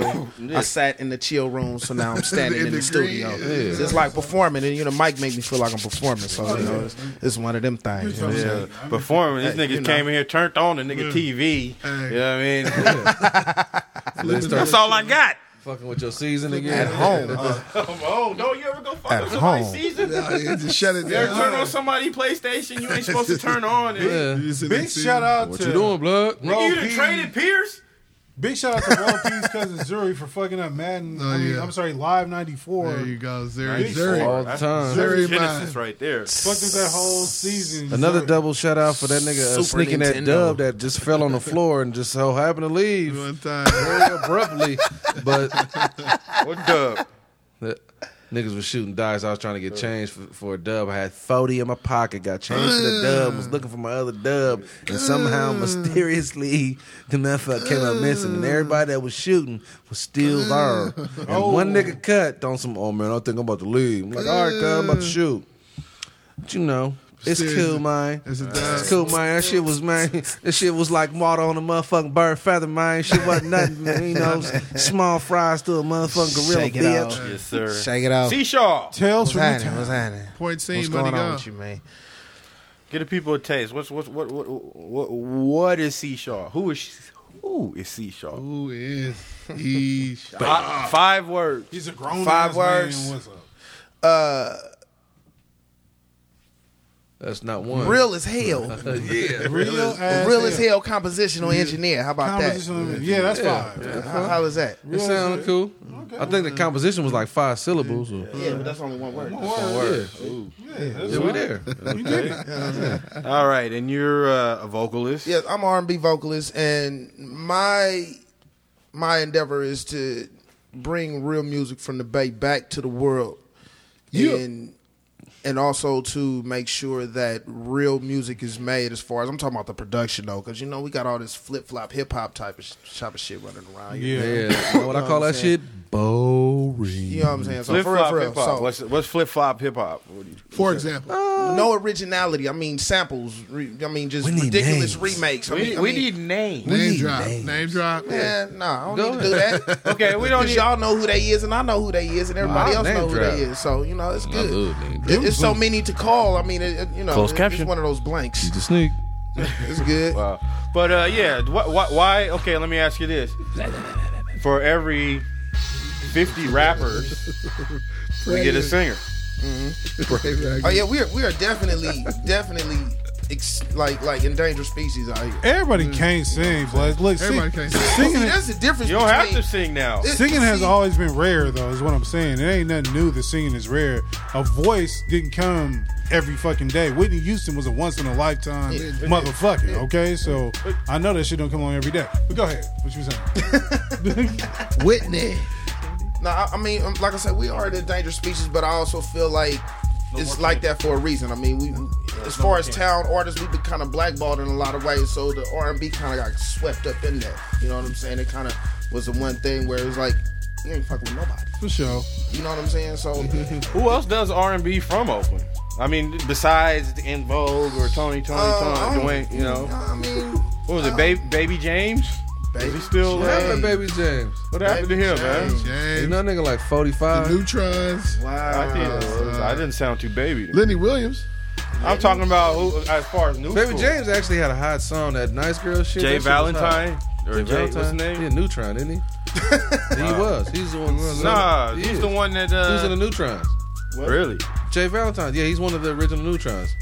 Speaker 12: I sat in the chill room, so now I'm standing in, the, studio. So It's like performing, and you know, mic make me feel like I'm performing. So you know, it's, it's one of them things. You know what I'm
Speaker 4: Yeah,
Speaker 12: saying?
Speaker 4: performing. This
Speaker 12: Hey,
Speaker 4: nigga
Speaker 12: you know.
Speaker 4: came in here, turned on the nigga TV.
Speaker 3: Hey.
Speaker 4: You know what I mean? That's all I got.
Speaker 5: Fucking with your season
Speaker 12: At
Speaker 5: again.
Speaker 12: home,
Speaker 4: Oh, don't you ever go fuck
Speaker 12: At
Speaker 4: up somebody's
Speaker 12: home.
Speaker 4: season.
Speaker 3: Yeah, yeah, just shut it
Speaker 4: You ever turn on
Speaker 3: down.
Speaker 4: somebody PlayStation you ain't supposed to turn on. And,
Speaker 5: Yeah.
Speaker 1: Big shout out
Speaker 5: What
Speaker 1: to
Speaker 5: you doing, blood?
Speaker 1: Bro,
Speaker 4: Nigga, you done
Speaker 1: he-
Speaker 4: traded Pierce?
Speaker 1: Big shout out to World Peace Cousins Jury for fucking up Madden.
Speaker 3: Oh,
Speaker 1: I mean,
Speaker 3: yeah.
Speaker 1: I'm sorry, Live 94.
Speaker 3: There you go, Zuri.
Speaker 1: Big four.
Speaker 5: All
Speaker 3: Zuri.
Speaker 5: the time.
Speaker 3: Very
Speaker 4: Genesis
Speaker 3: mine.
Speaker 4: right there.
Speaker 1: Fucked up that whole season.
Speaker 5: Another
Speaker 1: Zuri.
Speaker 5: double shout out for that nigga uh,
Speaker 12: Super
Speaker 5: sneaking that
Speaker 12: Nintendo.
Speaker 5: dub that just fell on the floor and just so happened to leave
Speaker 3: One time.
Speaker 5: very abruptly. But
Speaker 4: What dub?
Speaker 5: the niggas was shooting dice. I was trying to get change for, for a dub. I had 40 in my pocket, got changed for the dub, was looking for my other dub, and somehow mysteriously the motherfucker came up missing. And everybody that was shooting was still there. And
Speaker 3: Oh.
Speaker 5: one nigga cut on some, oh man, I think I'm about to leave. I'm like, all right, cuz, I'm about to
Speaker 3: Mm.
Speaker 5: shoot. But you know, it's
Speaker 3: Seriously.
Speaker 5: cool, man.
Speaker 3: It's a
Speaker 5: It's
Speaker 3: dub.
Speaker 5: cool, man. That shit was man. That shit was like water on a motherfucking bird feather, man. Shit wasn't nothing, man. You know, small fries to a motherfucking gorilla
Speaker 12: Shake it
Speaker 5: bitch.
Speaker 12: off.
Speaker 4: Yes, sir.
Speaker 12: Shake it out.
Speaker 4: C Shaw.
Speaker 1: Tales
Speaker 12: What's
Speaker 1: from the
Speaker 12: happening?
Speaker 1: town.
Speaker 12: What's happening?
Speaker 3: Point scene,
Speaker 12: What's
Speaker 3: money
Speaker 12: going on
Speaker 3: gone.
Speaker 12: with you, man?
Speaker 4: Get the people a taste. What's what's what what what what is C Shaw? Who is she- who is C Shaw?
Speaker 3: Who is he?
Speaker 4: Five, five words.
Speaker 1: He's a grown
Speaker 12: Five
Speaker 1: ass
Speaker 12: words. Uh,
Speaker 1: Man. What's up?
Speaker 5: That's not one.
Speaker 12: Real as hell.
Speaker 1: Real ass.
Speaker 12: Real as hell compositional engineer. How about that?
Speaker 1: Compositional- Yeah, that's five.
Speaker 12: How, how is that?
Speaker 5: It sounded cool. I think the composition was like five syllables. Or,
Speaker 12: Yeah, but that's only one word.
Speaker 5: yeah,
Speaker 1: Yeah,
Speaker 5: yeah, we there.
Speaker 4: All right, and you're uh, a vocalist.
Speaker 12: Yes, I'm R and B vocalist, and my my endeavor is to bring real music from the Bay back to the world, and and also to make sure that real music is made. As far as I'm talking about the production though, because you know we got all this flip flop hip hop type of sh- type of shit running around. Here.
Speaker 1: Yeah.
Speaker 5: Yeah, you know what I call that shit boring.
Speaker 12: You know what I'm saying? So
Speaker 4: Flip
Speaker 12: for real,
Speaker 4: flop
Speaker 12: for
Speaker 4: hip
Speaker 12: real.
Speaker 4: hop.
Speaker 12: So
Speaker 4: What's what's flip flop hip hop? What do you-
Speaker 3: For example,
Speaker 12: no originality. I mean samples. Re- I mean just
Speaker 5: We need
Speaker 12: ridiculous
Speaker 5: names.
Speaker 12: remakes. I mean, I mean,
Speaker 3: name
Speaker 4: names.
Speaker 5: need
Speaker 3: drop.
Speaker 5: names.
Speaker 3: Name drop.
Speaker 12: Man, nah,
Speaker 5: Go
Speaker 12: I don't need to do that.
Speaker 4: Okay, we don't
Speaker 12: Because
Speaker 4: need.
Speaker 12: y'all know who they is, and I know who they is, and everybody
Speaker 5: Wow,
Speaker 12: else
Speaker 5: name
Speaker 12: know who
Speaker 5: drop.
Speaker 12: they is. So you know, it's
Speaker 5: I
Speaker 12: good.
Speaker 5: love name drop.
Speaker 12: It, it's so many to call. I mean, it, it- you know,
Speaker 4: Closed
Speaker 12: it-
Speaker 4: caption.
Speaker 12: it's one of those blanks.
Speaker 5: The sneak.
Speaker 12: It's good.
Speaker 4: Wow. But uh, yeah, why, why, why? Okay, let me ask you this: For every fifty rappers, we get a singer.
Speaker 12: Oh yeah, we are we are definitely definitely ex- like like endangered species out here.
Speaker 1: Everybody can't sing, but look, sing,
Speaker 3: Everybody can't sing.
Speaker 12: See,
Speaker 1: singing,
Speaker 12: that's the difference.
Speaker 4: You don't have to
Speaker 12: between-
Speaker 4: sing now.
Speaker 12: it-
Speaker 1: singing has
Speaker 12: see,
Speaker 1: always been rare, though. Is what I'm saying. It ain't nothing new. that singing is rare. A voice didn't come every fucking day. Whitney Houston was a once in a lifetime motherfucker. Okay, so I know that shit don't come on every day. But go ahead. What you saying?
Speaker 12: Whitney. No, I, I mean, um, like I said, we are an endangered species, but I also feel like it's like that for a reason. I mean, we, as far as town artists, we've been kind of blackballed in a lot of ways. So the R and B kind of got swept up in that. You know what I'm saying? It kind of was the one thing where it was like, you ain't fucking with nobody.
Speaker 1: For sure.
Speaker 12: You know what I'm saying? So
Speaker 4: Who else does R and B from Oakland? I mean, besides In Vogue or Tony, Tony,
Speaker 12: Uh, I
Speaker 4: Tony,
Speaker 12: don't-
Speaker 4: Dwayne. You know,
Speaker 12: I mean, uh,
Speaker 4: what was it? Baby, Baby James. Is he
Speaker 12: baby,
Speaker 4: still?
Speaker 5: What
Speaker 4: Uh,
Speaker 5: happened, baby James?
Speaker 4: what happened to
Speaker 12: Baby
Speaker 4: him, man?
Speaker 12: James.
Speaker 5: You
Speaker 3: James.
Speaker 5: know, that nigga like
Speaker 3: The
Speaker 5: 45.
Speaker 3: Neutrons.
Speaker 4: I, think it was- I didn't sound too baby.
Speaker 3: Lenny Williams.
Speaker 4: I'm talking about who, as far as new
Speaker 5: Baby
Speaker 4: school.
Speaker 5: James actually had a hot song, that nice girl shit.
Speaker 4: Jay
Speaker 5: That shit was hot.
Speaker 4: Valentine or
Speaker 5: Jay
Speaker 4: Jay, what's his
Speaker 5: Valentine.
Speaker 4: name?
Speaker 5: Yeah, Neutron, didn't he? he was. He's the one.
Speaker 4: Nah,
Speaker 5: he
Speaker 4: he's
Speaker 5: is.
Speaker 4: the one that
Speaker 5: He was in the
Speaker 4: uh,
Speaker 5: Neutrons.
Speaker 4: really.
Speaker 5: Jay Valentine. Yeah, he's one of the original Neutrons.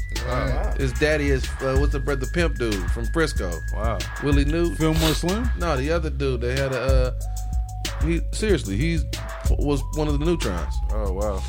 Speaker 5: His daddy is uh, what's the the pimp dude from Frisco,
Speaker 4: Wow.
Speaker 5: Willie Newt.
Speaker 1: Fillmore Slim.
Speaker 5: No, the other dude. They had a. Uh, he seriously, he's was one of the Neutrons.
Speaker 4: Oh wow.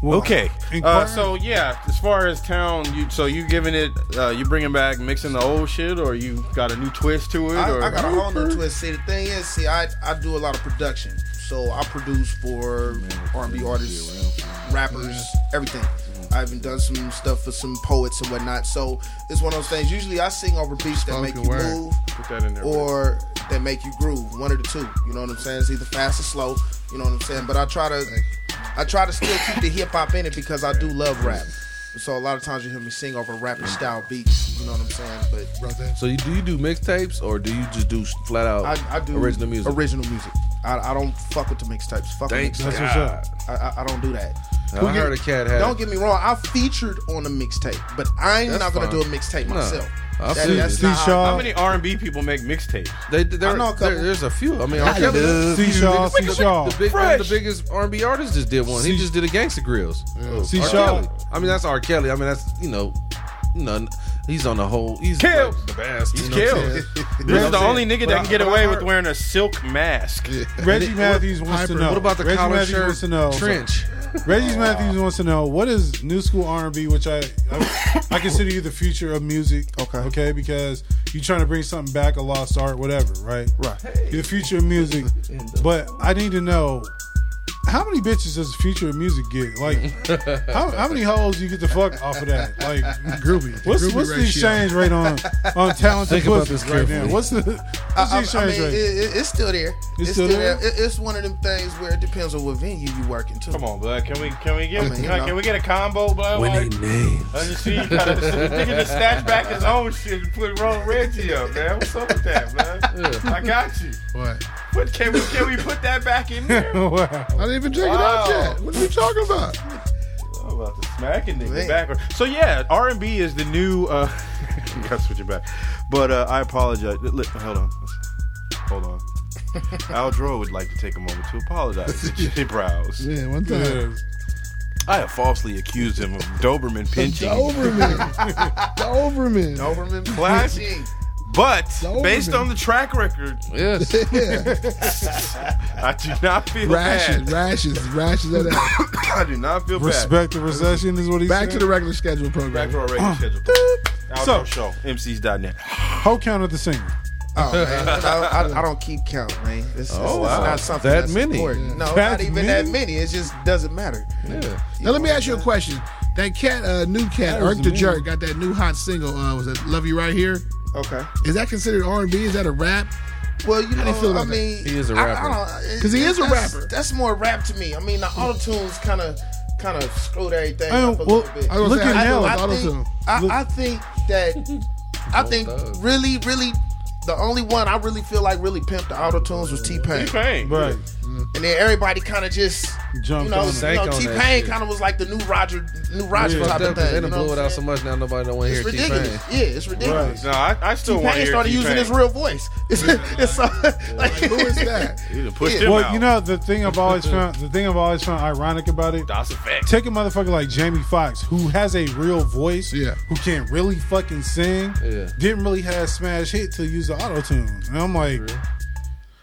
Speaker 1: Well,
Speaker 4: okay. Uh,
Speaker 1: inquire-
Speaker 4: so yeah, as far as town, you so you giving it, uh, you bringing back mixing the old shit, or you got a new twist to it,
Speaker 12: I,
Speaker 4: or
Speaker 12: I got a whole new twist. See, the thing is, see, I I do a lot of production, so I produce for R and B artists, rappers, everything. I even done some stuff for some poets and whatnot. So it's one of those things. Usually, I sing over beats that make
Speaker 3: Spoken
Speaker 12: you
Speaker 3: word.
Speaker 12: move
Speaker 4: put that in there.
Speaker 12: or that make you groove. One of the two. You know what I'm saying? It's either fast or slow. You know what I'm saying? But I try to. I try to still keep the hip hop in it because I do love rap. So a lot of times you hear me sing over rapper style beats. You know what I'm saying? But
Speaker 5: So you, do you do mixtapes or do you just do flat out
Speaker 12: I, I do
Speaker 5: original music?
Speaker 12: Original music. I, I don't fuck with the mixtapes. Fuck
Speaker 5: Thank
Speaker 12: with mixtapes.
Speaker 5: God.
Speaker 12: I, I, I don't do that.
Speaker 5: I
Speaker 12: Don't get-
Speaker 5: heard a cat had
Speaker 12: Don't
Speaker 5: it.
Speaker 12: get me wrong. I featured on a mixtape, but I'm
Speaker 5: That's
Speaker 12: not gonna
Speaker 5: fine.
Speaker 12: do a mixtape
Speaker 5: No.
Speaker 12: myself.
Speaker 5: I
Speaker 12: That-
Speaker 5: feel
Speaker 12: that's
Speaker 5: you.
Speaker 12: not how-
Speaker 1: Shaw.
Speaker 8: How many R&B people make mixtapes?
Speaker 5: They, there,
Speaker 12: I know a couple.
Speaker 5: there- there's a few. I mean, R.
Speaker 12: I
Speaker 5: Kelly,
Speaker 12: love
Speaker 5: the
Speaker 1: C. Shaw,
Speaker 5: biggest-
Speaker 1: C. Shaw.
Speaker 5: the, big, one
Speaker 8: Fresh.
Speaker 5: of the biggest R&B artists just did one. He
Speaker 1: C-
Speaker 5: just did a Gangsta Grills.
Speaker 1: C.
Speaker 5: R.
Speaker 1: Shaw.
Speaker 5: Kelly. I mean, that's R. Kelly. I mean, that's you know, you know, he's on the whole. He's
Speaker 8: Killed.
Speaker 5: like the best. you know what I'm
Speaker 8: Killed.
Speaker 5: saying?
Speaker 8: This is the only nigga that can get away with wearing a silk mask.
Speaker 1: Reggie Matthews wants
Speaker 3: Piper,
Speaker 1: to know.
Speaker 5: What about the
Speaker 1: Reggie
Speaker 5: collar
Speaker 1: Matthews
Speaker 5: shirt?
Speaker 1: wants to know.
Speaker 5: Trench.
Speaker 1: Reggie Matthews wants to know what is new school R and B, which I, I I consider you the future of music.
Speaker 12: Okay.
Speaker 1: okay, because you're trying to bring something back, a lost art, whatever, right?
Speaker 12: Right.
Speaker 1: You're the future of music, but I need to know how many bitches does the future of music get? Like, how, how many hoes you get the fuck off of that? Like,
Speaker 3: Groovy.
Speaker 1: what's
Speaker 3: Groovy
Speaker 1: what's the
Speaker 3: ratio.
Speaker 1: exchange rate on on talented
Speaker 5: Think about
Speaker 1: pussies
Speaker 5: this
Speaker 1: right now?
Speaker 5: carefully.
Speaker 1: What's the what's the
Speaker 12: Uh, I, I- I
Speaker 1: exchange
Speaker 12: mean, it,
Speaker 1: rate?
Speaker 12: it- it's still there. It's,
Speaker 1: still there?
Speaker 12: It, it's one of them things where it depends on what venue you working to.
Speaker 4: Come on, bud. Can we can we get
Speaker 12: mean, you
Speaker 4: can,
Speaker 12: know.
Speaker 4: can we get a combo, bud? Like,
Speaker 5: names.
Speaker 4: I just see you kind of thinking to snatch back his own shit and put wrong Reggie up, man. What's up with that, man? I got you.
Speaker 3: What?
Speaker 4: But can we can we put that back in there?
Speaker 1: wow.
Speaker 3: I didn't even check it
Speaker 4: Wow.
Speaker 3: out yet. What are you talking about?
Speaker 4: I'm about to smack a nigga
Speaker 12: Man.
Speaker 4: backward. So yeah, R and B is the new. Uh, gotta switch it back. But uh, I apologize. Li- li- hold on, hold on. Al Dro would like to take a moment to apologize to Jay Browse.
Speaker 3: Yeah, one time.
Speaker 1: Yeah.
Speaker 8: I have falsely accused him of Doberman pinching.
Speaker 3: Doberman. Doberman.
Speaker 12: Overman
Speaker 8: Classic.
Speaker 12: Gee.
Speaker 8: But
Speaker 3: Doberman.
Speaker 8: based on the track record,
Speaker 5: Yes.
Speaker 3: Yeah.
Speaker 8: I do not feel
Speaker 3: Rashes,
Speaker 8: bad.
Speaker 3: rashes, rashes. That ass.
Speaker 8: I do not feel bad.
Speaker 1: Respect the recession is what he
Speaker 3: Back to
Speaker 1: said.
Speaker 3: the regular schedule program.
Speaker 8: Back to our
Speaker 3: Mm.
Speaker 8: regular schedule. Al
Speaker 1: So-
Speaker 8: Dro Show, MCs.net.
Speaker 1: Hoe count of the singer.
Speaker 12: Oh man, I, I, I don't keep count, man. It's, it's,
Speaker 1: Oh,
Speaker 12: it's
Speaker 5: wow.
Speaker 12: not something
Speaker 5: That
Speaker 12: that's
Speaker 5: many.
Speaker 12: Important. No,
Speaker 1: That
Speaker 12: not even
Speaker 1: many?
Speaker 12: that many. It just doesn't matter.
Speaker 5: Yeah.
Speaker 3: Now let me ask you a question. That cat, uh, new cat,
Speaker 1: That was
Speaker 3: Irk the
Speaker 1: me.
Speaker 3: Jerk, got that new hot single. Uh, was it "Love You Right Here"?
Speaker 12: Okay.
Speaker 3: Is that considered R and B? Is that a rap?
Speaker 12: Well, you
Speaker 3: How do
Speaker 12: know,
Speaker 3: you feel
Speaker 12: Oh, I
Speaker 3: about that?
Speaker 12: mean,
Speaker 5: He is a
Speaker 12: I- I
Speaker 5: rapper.
Speaker 12: don't- it-
Speaker 3: 'Cause he
Speaker 12: it-
Speaker 3: is a
Speaker 12: that's-
Speaker 3: rapper.
Speaker 12: That's more rap to me. I mean, the auto tunes kind of kind of screwed everything
Speaker 1: I
Speaker 12: up
Speaker 1: don't,
Speaker 12: a
Speaker 1: well,
Speaker 12: little bit.
Speaker 3: was
Speaker 1: look
Speaker 3: gonna
Speaker 1: at
Speaker 3: say, I
Speaker 1: Nell.
Speaker 3: don't-
Speaker 12: I
Speaker 3: Auto-tune.
Speaker 12: think, I,
Speaker 1: Look-
Speaker 12: I think that I think
Speaker 5: thug.
Speaker 12: really, really, the only one I really feel like really pimped the auto tunes was T Pain,
Speaker 4: Pain.
Speaker 1: Right.
Speaker 12: and then everybody kind of just.
Speaker 1: Jumped
Speaker 12: you know,
Speaker 1: on
Speaker 12: you
Speaker 1: it.
Speaker 5: Sank
Speaker 12: know
Speaker 5: on that
Speaker 12: T Pain
Speaker 5: shit.
Speaker 12: kind of was like the new Roger, new Roger
Speaker 1: Yeah.
Speaker 12: type
Speaker 5: Fucked
Speaker 12: of
Speaker 5: up 'cause
Speaker 12: thing.
Speaker 5: They
Speaker 12: you
Speaker 5: done
Speaker 12: know
Speaker 5: blew
Speaker 12: what
Speaker 5: it
Speaker 12: I'm
Speaker 5: out so
Speaker 12: saying?
Speaker 5: much now nobody don't want to hear
Speaker 12: It's
Speaker 5: T-Pain.
Speaker 12: ridiculous. Yeah, it's ridiculous.
Speaker 8: No, I, I still want to
Speaker 12: T-Pain
Speaker 8: hear
Speaker 12: started
Speaker 8: T-Pain.
Speaker 12: using his real voice. It's, it's so, like,
Speaker 3: Who is that?
Speaker 8: You done pushed him
Speaker 1: Well,
Speaker 8: out.
Speaker 1: you know the thing I've always found the thing I've always found ironic about it.
Speaker 8: That's a fact.
Speaker 1: Take a motherfucker like Jamie Foxx, who has a real voice,
Speaker 3: Yeah.
Speaker 1: who can really fucking sing,
Speaker 5: Yeah.
Speaker 1: didn't really have smash hit to use the auto tune, and I'm like,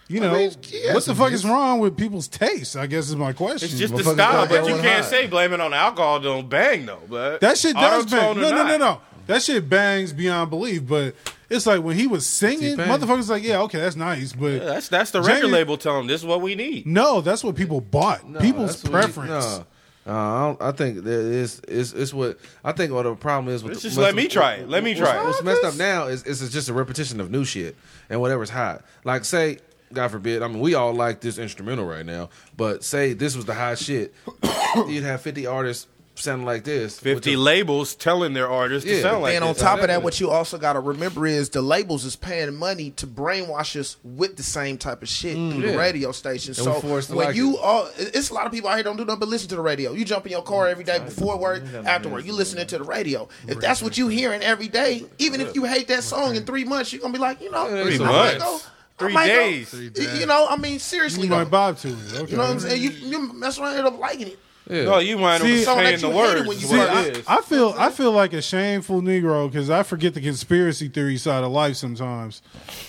Speaker 1: you know,
Speaker 3: mean, yeah,
Speaker 1: what the
Speaker 3: some
Speaker 1: fuck
Speaker 3: hits.
Speaker 1: is wrong with people's taste? I guess is my question.
Speaker 8: It's just the
Speaker 5: Motherfuckers
Speaker 8: style,
Speaker 5: got
Speaker 8: but
Speaker 5: that
Speaker 8: you
Speaker 5: one
Speaker 8: can't
Speaker 5: hot.
Speaker 8: say blame it on alcohol. Don't bang though, but
Speaker 1: that shit does bang.
Speaker 8: Auto-tune
Speaker 1: No,
Speaker 8: or
Speaker 1: no, no,
Speaker 8: not.
Speaker 1: no. That shit bangs beyond belief. But it's like when he was singing,
Speaker 5: T-Pain.
Speaker 1: motherfuckers like, yeah, okay, that's nice, but
Speaker 8: Yeah, That's that's the record
Speaker 1: Jamie-
Speaker 8: label telling this is what we need.
Speaker 1: no, that's what people bought.
Speaker 5: No,
Speaker 1: People's
Speaker 5: that's what he-
Speaker 1: preference.
Speaker 5: no. Uh, I, don't, I think that is is is what I think. What the problem is with
Speaker 8: Let's
Speaker 5: the-
Speaker 8: just let
Speaker 5: what's-
Speaker 8: me try it. Let me
Speaker 5: what's-
Speaker 8: try it.
Speaker 5: What's messed up now is is it's just a repetition of new shit and whatever's hot. Like say, God forbid. I mean, we all like this instrumental right now, but say this was the hot shit. you'd have fifty artists sounding like this. with
Speaker 8: Fifty
Speaker 5: the-
Speaker 8: labels telling their artists
Speaker 5: Yeah.
Speaker 8: to sound like
Speaker 5: They
Speaker 12: And
Speaker 5: don't
Speaker 12: on
Speaker 8: this.
Speaker 5: Exactly.
Speaker 12: top of that, what you also got to remember is the labels is paying money to brainwash us with the same type of shit
Speaker 8: Mm.
Speaker 12: through
Speaker 5: yeah.
Speaker 12: the radio stations.
Speaker 5: And we're
Speaker 12: So
Speaker 5: forced to
Speaker 12: when
Speaker 5: like
Speaker 12: you
Speaker 5: it.
Speaker 12: all, it's a lot of people out here don't do nothing but listen to the radio. You jump in your car every day before work, after work, you listening to the radio. If that's what you hearing every day, even if you hate that song in three months, you're gonna be like, you know,
Speaker 5: Three
Speaker 12: I
Speaker 8: months.
Speaker 12: might go- I
Speaker 8: Three
Speaker 12: might go-
Speaker 8: days.
Speaker 12: y- You know, I mean, seriously,
Speaker 1: You
Speaker 12: though,
Speaker 1: might bob to it. Okay.
Speaker 12: you know what I'm saying? You, you mess around, end up liking it.
Speaker 5: Yeah.
Speaker 8: No, you mind
Speaker 1: See,
Speaker 8: saying
Speaker 1: Song
Speaker 12: that
Speaker 8: the
Speaker 12: you hated
Speaker 8: words.
Speaker 12: when you
Speaker 8: is what
Speaker 12: said
Speaker 8: it
Speaker 12: it.
Speaker 8: is.
Speaker 1: I feel I feel like a shameful Negro because I forget the conspiracy theory side of life sometimes,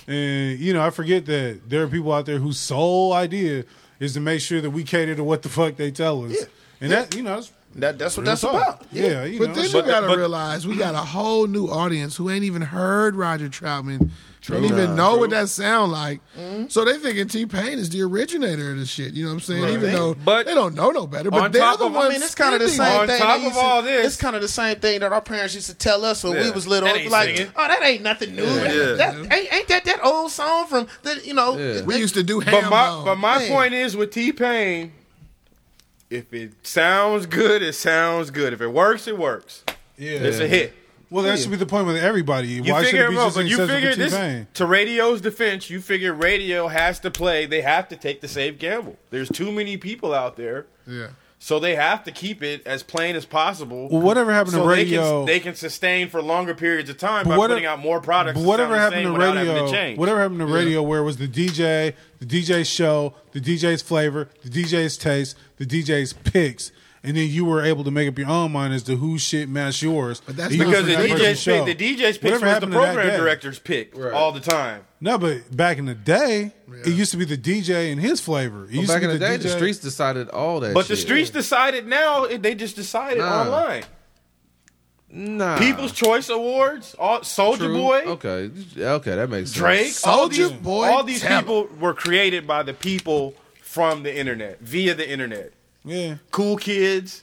Speaker 1: and you know I forget that there are people out there whose sole idea is to make sure that we cater to what the fuck they tell us, and that you know that's,
Speaker 12: That, that's what
Speaker 1: real
Speaker 12: that's
Speaker 1: talk.
Speaker 12: about.
Speaker 1: Yeah, you
Speaker 3: But
Speaker 1: know.
Speaker 3: then you
Speaker 1: but-
Speaker 3: gotta realize we got a whole new audience who ain't even heard Roger Troutman. Don't even know what that sound like. So they thinking T Pain is the originator of this shit. You know what I'm saying? Even though
Speaker 8: But-
Speaker 3: they don't know no better.
Speaker 8: on
Speaker 3: But they're
Speaker 8: top
Speaker 3: the
Speaker 8: of- I
Speaker 3: ones.
Speaker 12: I mean, it's kind of the
Speaker 3: spending
Speaker 12: same
Speaker 8: On
Speaker 12: thing.
Speaker 8: top
Speaker 12: they used
Speaker 8: of all
Speaker 12: to-
Speaker 8: this-
Speaker 12: it's kind of the same thing that our parents used to tell us when we
Speaker 8: Yeah.
Speaker 12: was little.
Speaker 8: That
Speaker 12: It'd be
Speaker 8: ain't
Speaker 12: like,
Speaker 8: singing.
Speaker 12: oh, that ain't nothing new.
Speaker 8: Yeah.
Speaker 12: That, ain't, ain't that that old song from the you know?
Speaker 5: Yeah.
Speaker 3: We used to do ham
Speaker 8: But my
Speaker 3: bone.
Speaker 8: but my
Speaker 12: Man.
Speaker 8: point is with T Pain,
Speaker 4: if it sounds good, it sounds good. If it works, it works.
Speaker 1: Yeah.
Speaker 4: It's a hit.
Speaker 1: Well, that should be the point with everybody.
Speaker 4: You
Speaker 1: Why should
Speaker 4: figure
Speaker 1: it
Speaker 4: it
Speaker 1: be
Speaker 4: out,
Speaker 1: just
Speaker 4: but you
Speaker 1: incessant
Speaker 4: figure
Speaker 1: with your
Speaker 4: this
Speaker 1: pain?
Speaker 4: to radio's defense. You figure radio has to play. They have to take the safe gamble. There's too many people out there,
Speaker 3: Yeah.
Speaker 4: so they have to keep it as plain as possible.
Speaker 1: Well, whatever happened
Speaker 4: so
Speaker 1: to
Speaker 4: they can-
Speaker 1: radio?
Speaker 4: They can, sustain for longer periods of time by
Speaker 1: what-
Speaker 4: putting out more products.
Speaker 1: But
Speaker 4: that
Speaker 1: whatever
Speaker 4: sound the
Speaker 1: happened to
Speaker 4: same without having
Speaker 1: radio?
Speaker 4: change.
Speaker 1: whatever happened to radio? Where was the DJ, the DJ's show, the DJ's flavor, the DJ's taste, the DJ's picks, and then you were able to make up your own mind as to whose shit matched yours.
Speaker 3: But that's
Speaker 1: And you
Speaker 3: not-
Speaker 4: because
Speaker 1: listened
Speaker 4: the
Speaker 1: to that person's
Speaker 4: DJ's
Speaker 1: show.
Speaker 4: pick, the DJ's pick was
Speaker 1: Whatever
Speaker 4: the
Speaker 1: happened to that
Speaker 4: program
Speaker 1: day?
Speaker 4: director's pick all the time.
Speaker 1: No, but back in the day, it used to be the DJ and his flavor. It used
Speaker 5: Back
Speaker 1: to
Speaker 5: in
Speaker 1: be
Speaker 5: the day, the
Speaker 1: DJ
Speaker 5: streets decided all that.
Speaker 4: But
Speaker 5: shit.
Speaker 4: the streets decided now; it- they just decided
Speaker 5: Nah.
Speaker 4: online.
Speaker 5: nah,
Speaker 4: People's Choice Awards, all Soldier
Speaker 5: True.
Speaker 4: Boy,
Speaker 5: Okay, okay, that makes sense.
Speaker 4: Drake, all these,
Speaker 3: Soulja Boy
Speaker 4: all these
Speaker 3: Taylor.
Speaker 4: people were created by the people from the internet via the internet.
Speaker 1: Yeah,
Speaker 4: Cool kids,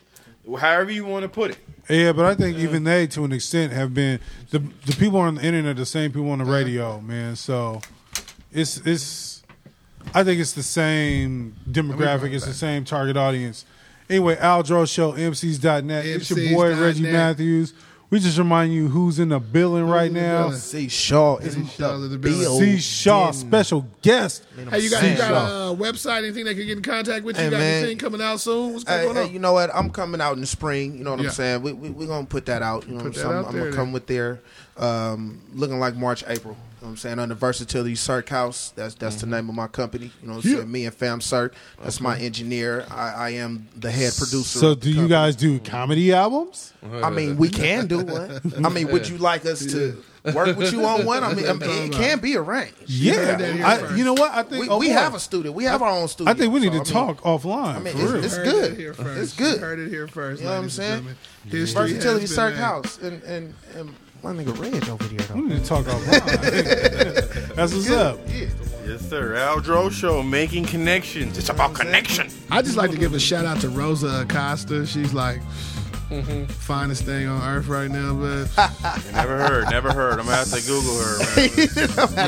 Speaker 4: however you want to put it.
Speaker 1: yeah, but I think even they, to an extent, have been the the people on the internet, are the same people on the radio, man. So it's it's, I think it's the same demographic, it's the same target audience. Anyway, Aldro Show, MCs.net. It's your boy
Speaker 3: MCs.net.
Speaker 1: Reggie Matthews. We just remind you who's in the building right
Speaker 3: in the
Speaker 1: now.
Speaker 3: building?
Speaker 13: See Shaw is
Speaker 3: It's
Speaker 13: the
Speaker 3: Shaw in the building.
Speaker 13: bill.
Speaker 1: C. Shaw,
Speaker 13: Didn't-
Speaker 1: special guest.
Speaker 3: Hey, you got you
Speaker 13: Saying
Speaker 3: got
Speaker 13: so.
Speaker 3: a website? Anything they could get in contact with? You
Speaker 12: Hey,
Speaker 3: got
Speaker 12: man.
Speaker 3: anything coming out soon? What's
Speaker 12: Hey,
Speaker 3: going
Speaker 12: hey,
Speaker 3: on?
Speaker 12: you know what? I'm coming out in the spring. You know what
Speaker 3: Yeah.
Speaker 12: I'm saying? We we we gonna put that out. You know
Speaker 3: Put
Speaker 12: what I'm
Speaker 3: that
Speaker 12: saying?
Speaker 3: out
Speaker 12: I'm,
Speaker 3: there
Speaker 12: gonna come with there, um, looking like March, April. You know what I'm saying? Under Versatility Cirque House. That's that's
Speaker 3: Mm-hmm.
Speaker 12: the name of my company. You know what I'm saying? Me and Fam Cirque. That's my engineer. I, I am the head producer.
Speaker 1: So,
Speaker 12: of the
Speaker 1: do you
Speaker 12: company.
Speaker 1: guys do comedy albums?
Speaker 12: I mean, we can do one. I mean, would you like us to work with you on one? I mean, I mean, it can be arranged.
Speaker 1: Yeah,
Speaker 3: heard that here
Speaker 1: I,
Speaker 3: first.
Speaker 1: you know what? I think
Speaker 12: We,
Speaker 1: oh,
Speaker 12: we
Speaker 1: boy.
Speaker 12: have a studio. We have our own studio.
Speaker 1: I think we need
Speaker 12: So,
Speaker 1: to
Speaker 12: I mean,
Speaker 1: talk offline.
Speaker 12: I mean,
Speaker 1: for
Speaker 12: it's-
Speaker 1: real.
Speaker 12: it's
Speaker 3: Heard
Speaker 12: good.
Speaker 3: It here first.
Speaker 12: It's good.
Speaker 3: Heard it here first.
Speaker 12: You know what I'm
Speaker 3: ladies and
Speaker 12: saying?
Speaker 3: gentlemen. History has
Speaker 12: Versatility
Speaker 3: been
Speaker 12: Cirque
Speaker 3: made.
Speaker 12: House and and and my nigga Red over there though.
Speaker 1: We need to talk offline. That's what's up.
Speaker 14: Yes, sir.
Speaker 4: Aldro Show, making connections. It's about connection.
Speaker 3: I just like to give a shout out to Rosa Acosta. She's like finest thing on earth right now, but
Speaker 4: Never heard, never heard. I'm gonna have to Google her. Man.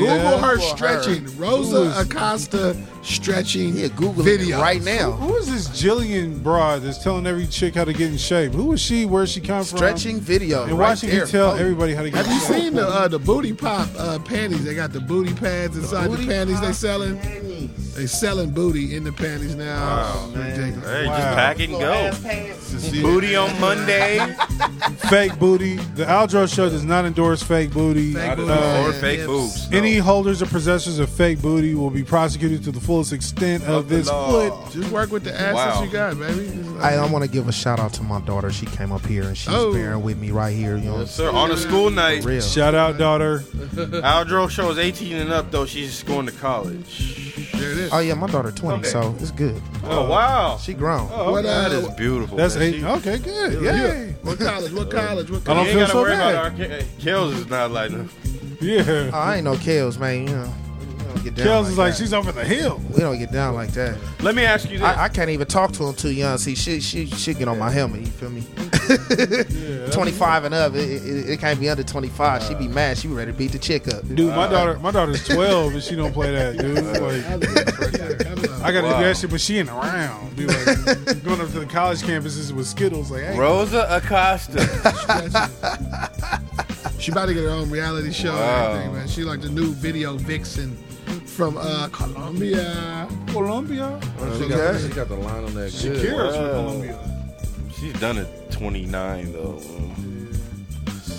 Speaker 3: Google her
Speaker 12: For her.
Speaker 3: stretching. Rosa Acosta stretching
Speaker 12: Yeah, Google
Speaker 3: video
Speaker 12: it right now.
Speaker 1: Who is this Jillian broad that's telling every chick how to get in shape? Who is she? Where she come from?
Speaker 12: Stretching video.
Speaker 1: And
Speaker 12: right
Speaker 1: why should
Speaker 12: there.
Speaker 1: you tell everybody how to get
Speaker 3: Have you
Speaker 1: in shape?
Speaker 3: seen the uh, the booty pop uh, panties? They got the booty pads inside the,
Speaker 12: Booty
Speaker 3: panties they
Speaker 12: pop
Speaker 3: selling.
Speaker 12: panties.
Speaker 3: They selling booty in the panties now. Ridiculous.
Speaker 4: Hey,
Speaker 1: Wow.
Speaker 4: just pack it and go. Booty on Monday.
Speaker 1: Fake booty. The Aldro show does not endorse fake booty.
Speaker 3: Fake booty.
Speaker 1: Uh,
Speaker 4: or
Speaker 3: Yeah.
Speaker 4: fake boobs.
Speaker 1: Any holders or possessors of fake booty will be prosecuted to the fullest extent of, this foot.
Speaker 3: Just work with the assets
Speaker 4: Wow.
Speaker 3: you got, baby. Just like-
Speaker 12: I, I want to give a shout out to my daughter. She came up here and she's
Speaker 3: Oh.
Speaker 12: bearing with me right here. You know,
Speaker 4: Yes, sir. On a school night.
Speaker 12: real.
Speaker 1: Shout out, daughter.
Speaker 4: Aldro Show is 18 and up, though. She's going to college.
Speaker 3: there it is.
Speaker 12: Oh yeah, my daughter twenty, so it's good.
Speaker 4: Oh, wow.
Speaker 12: She grown.
Speaker 3: what,
Speaker 4: That
Speaker 3: uh,
Speaker 4: is beautiful.
Speaker 1: That's
Speaker 4: man.
Speaker 1: eight. Okay, good.
Speaker 3: yeah.
Speaker 1: Yay.
Speaker 3: what college? What college? What
Speaker 1: I don't
Speaker 4: You
Speaker 3: college?
Speaker 4: ain't
Speaker 1: feel
Speaker 4: gotta
Speaker 1: so
Speaker 4: worry
Speaker 1: bad.
Speaker 4: about our Kels is not like them.
Speaker 1: Yeah.
Speaker 12: Oh, I ain't no Kels, man. You know, we don't get down.
Speaker 1: Kels is like,
Speaker 12: that.
Speaker 1: she's over the hill.
Speaker 12: We don't get down like that.
Speaker 4: Let me ask you this.
Speaker 12: I, I can't even talk to him too young. See, she she she get on my helmet. You feel me? twenty five and up. It, it, it can't be under twenty five. she
Speaker 1: Uh.
Speaker 12: be mad. She ready to beat the chick up.
Speaker 1: Dude,
Speaker 4: uh,
Speaker 1: my daughter, my daughter's twelve and she don't play that, dude. Like, I gotta do that shit, but she ain't around. Be like, going up to the college campuses with Skittles, like, hey,
Speaker 4: Rosa Acosta.
Speaker 3: she about to get her own reality show
Speaker 4: Wow.
Speaker 3: and everything, man. She like the new video vixen from uh, Colombia.
Speaker 1: Colombia.
Speaker 5: She got, she got the line on that. good.
Speaker 1: Shakira's from Colombia.
Speaker 4: She's done at 29, though.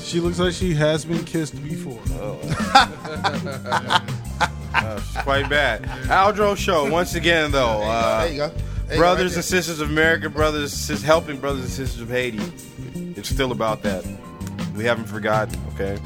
Speaker 1: She looks like she has been kissed before.
Speaker 4: It's quite bad. Aldro Show, once again, though. Uh,
Speaker 12: There you go. There you go,
Speaker 4: brothers and
Speaker 12: right
Speaker 4: sisters of America, brothers sis, helping brothers and sisters of Haiti. It's still about that. We haven't forgotten, okay?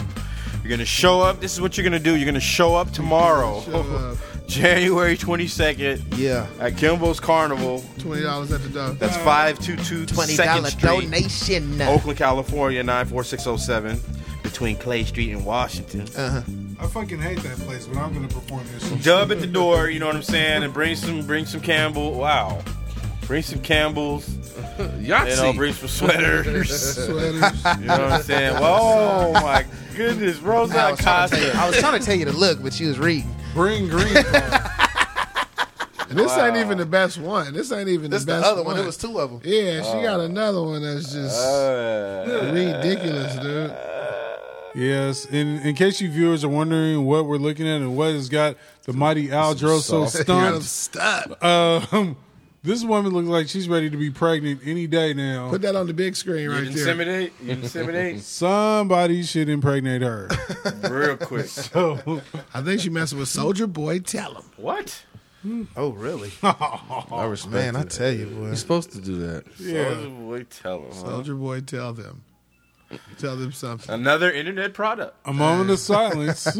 Speaker 4: You're gonna show up. This is what you're gonna do. You're gonna show up tomorrow,
Speaker 3: up.
Speaker 4: January 22nd,
Speaker 12: there. yeah.
Speaker 4: at Kimbo's Carnival.
Speaker 3: Twenty dollars at the door.
Speaker 4: That's 522
Speaker 12: Twenty
Speaker 4: 2nd
Speaker 12: dollar
Speaker 4: Street, Oh,
Speaker 12: donation.
Speaker 4: Oakland, California 94607, between Clay Street and Washington.
Speaker 12: Uh-huh.
Speaker 1: I fucking hate that place, but I'm gonna perform this.
Speaker 4: Dub at the door, you know what I'm saying, and bring some, bring some Campbell. Wow, bring some Campbells. You know,
Speaker 5: Yahtzee.
Speaker 4: bring some sweaters.
Speaker 3: Sweaters.
Speaker 4: You know what I'm saying? Whoa, my goodness, Rosa
Speaker 12: I was, trying to tell you,
Speaker 4: Acosta.
Speaker 12: I was trying to tell you to look, but she was reading.
Speaker 1: Bring green.
Speaker 3: And this ain't even the best one. This ain't even
Speaker 12: This
Speaker 3: the
Speaker 12: the
Speaker 3: best
Speaker 12: other one. It was two of them.
Speaker 3: Yeah, she got another one that's just ridiculous, dude.
Speaker 1: Yes, in in case you viewers are wondering what we're looking at and what has got the mighty Aldro so
Speaker 3: Got 'em
Speaker 1: stunned,
Speaker 3: stuck.
Speaker 1: um, this woman looks like she's ready to be pregnant any day now.
Speaker 3: Put that on the big screen right there.
Speaker 8: Inseminate, you inseminate
Speaker 1: Somebody should impregnate her.
Speaker 8: real quick.
Speaker 1: So,
Speaker 3: I think she messing with Soldier Boy. Tell him.
Speaker 8: What?
Speaker 12: Oh, really?
Speaker 3: Oh,
Speaker 5: I respect
Speaker 12: Man, I
Speaker 5: it.
Speaker 12: tell you, boy.
Speaker 5: You're supposed to do that.
Speaker 1: yeah.
Speaker 8: Boy, tell him. huh?
Speaker 3: Soldier Boy, tell them. Tell them something.
Speaker 8: Another internet product.
Speaker 1: A moment of silence.
Speaker 3: told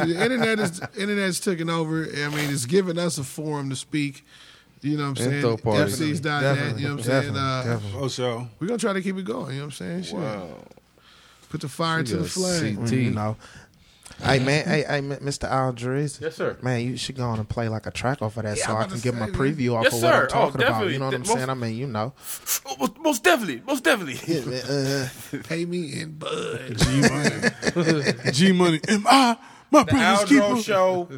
Speaker 3: you, the internet is internet's taking over. I mean, it's giving us a forum to speak. You know what I'm saying?
Speaker 5: Info party.
Speaker 3: FC's dot net.
Speaker 12: Definitely,
Speaker 3: You know what I'm saying?
Speaker 12: definitely,
Speaker 3: Uh,
Speaker 12: definitely.
Speaker 1: oh, show.
Speaker 3: we're gonna try to keep it going. You know what I'm saying? Wow. Put the fire to the
Speaker 5: Yes,
Speaker 3: flame.
Speaker 5: CT.
Speaker 12: You know. Hey man, hey, hey, M- Mr. Aldridge.
Speaker 8: Yes, sir.
Speaker 12: Man, you should go on and play like a track off of that,
Speaker 3: Yeah,
Speaker 12: so
Speaker 3: I'm
Speaker 12: I
Speaker 3: about
Speaker 12: can
Speaker 3: to
Speaker 12: give them a
Speaker 3: say, man.
Speaker 12: preview off
Speaker 8: Yes,
Speaker 12: of what
Speaker 8: sir.
Speaker 12: I'm
Speaker 8: Oh,
Speaker 12: talking about.
Speaker 8: definitely.
Speaker 12: You know what I'm
Speaker 8: The most-
Speaker 12: saying? I mean, you know.
Speaker 8: Oh, most- most definitely, most definitely.
Speaker 3: uh-huh. Pay me in bud.
Speaker 1: G money. G money. Am I my brother's
Speaker 8: Aldro
Speaker 1: keeper?
Speaker 8: show.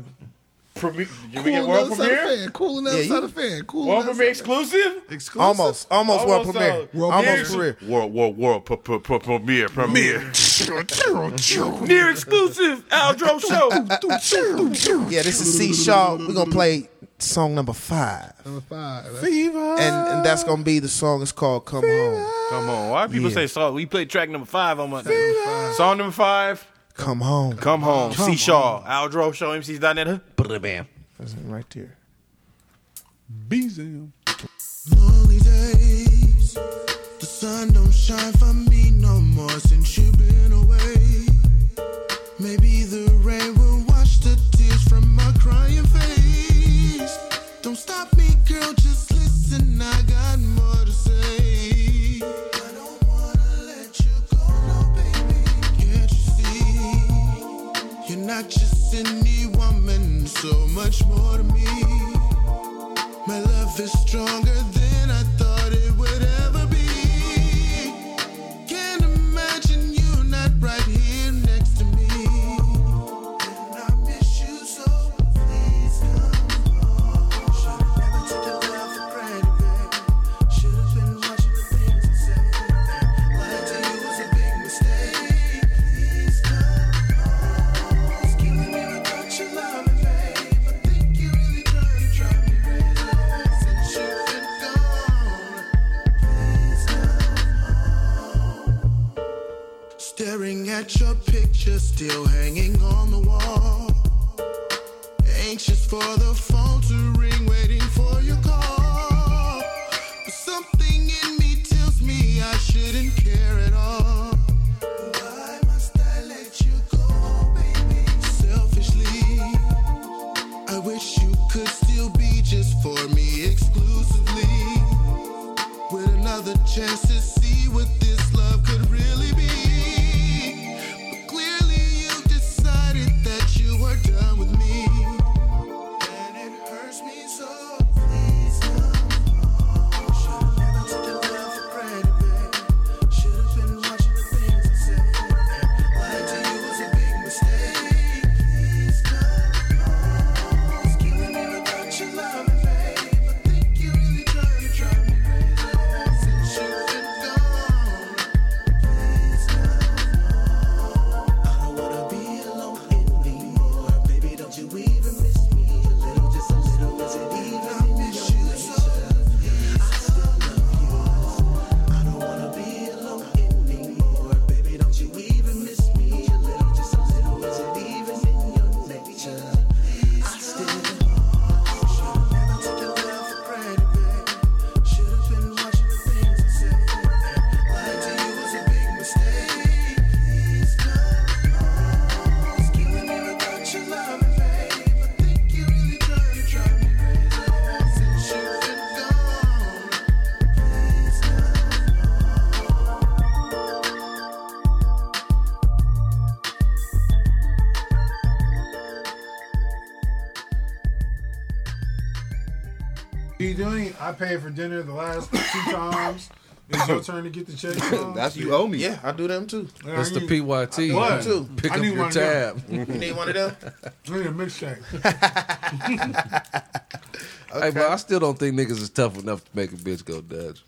Speaker 8: Premi- did we get
Speaker 3: Cool
Speaker 8: world
Speaker 3: enough side
Speaker 8: premiere?
Speaker 3: fan. Cool enough
Speaker 12: Yeah,
Speaker 3: side
Speaker 12: you-
Speaker 3: of fan. Cool
Speaker 8: World
Speaker 3: enough
Speaker 8: premiere
Speaker 3: side-
Speaker 8: exclusive?
Speaker 3: exclusive.
Speaker 12: Almost, almost, world
Speaker 8: Almost,
Speaker 12: premiere,
Speaker 8: uh,
Speaker 12: almost
Speaker 8: years-
Speaker 12: premiere.
Speaker 4: World, world, world, p- p- p- premiere, premiere.
Speaker 8: Near exclusive Aldro show.
Speaker 12: Yeah, this is C Shaw. We're gonna play song number five,
Speaker 5: Uh,
Speaker 3: Number five. That's-
Speaker 12: and and that's gonna be the song. It's called "Come Home."
Speaker 4: Come on, why people say song? We played track number five on my song number five.
Speaker 12: Come home,
Speaker 4: Come home, C Shaw, Aldro Show, MCs.net.
Speaker 12: That's right there.
Speaker 1: Beezam.
Speaker 15: Lonely days, the sun don't shine for me no more since you've been away. Maybe the rain will wash the tears from my crying face. Don't stop me, girl, just listen. I got more to say. I don't wanna let you go, no, baby. Can't you see? You're not just any woman, so much more to me. My love is stronger than I thought it would ever be. Can't imagine you not right here next to me. And I miss you so, please come home. Should've never taken love for granted, babe. Should've been watching the things I said. Lying to you was a big mistake. Please come home. It's killing me without your loving, babe. I think you really trying to drive me crazy since you've been gone. Please come home. Staring at your picture still hanging on the wall. Anxious for the phone to ring, waiting for your call. But something in me tells me I shouldn't care at all. Why must I let you go, baby? Selfishly, I wish you could still be just for me exclusively. With another chance to see what this love could really be. But clearly, you decided that you are done with me. And it hurts me so. Please come home. Should've never taken love for granted, babe. Should've been watching the things I said. Lying to you was a big mistake. Please come home. It's killing me without your loving, babe. I think you really trying to drive me crazy since you've been gone. Please come home. I don't wanna be alone anymore. Baby, don't you even miss me a little, just a little? Is it even I miss you so? I still love you. I don't wanna be alone anymore. Baby, don't you even miss me a little, just a little? Is it even in your nature? I still should've never taken love for granted, babe. Should've been watching the things I said. Lying to you was a big mistake. Please come. It's killing me without your loving, babe. I think you really trying to drive me crazy since you've been gone. Please come.
Speaker 1: G Doing, I paid for dinner the last two times. It's your turn to get the check.
Speaker 10: That's you owe me.
Speaker 12: Yeah, I do them too.
Speaker 5: That's the PYT.
Speaker 1: What?
Speaker 5: Pick
Speaker 1: I
Speaker 5: up
Speaker 1: need
Speaker 5: your
Speaker 1: one now.
Speaker 5: tab.
Speaker 12: You need one of them?
Speaker 1: I need a mixtape.
Speaker 5: Hey, but I still don't think niggas is tough enough to make a bitch go Dutch.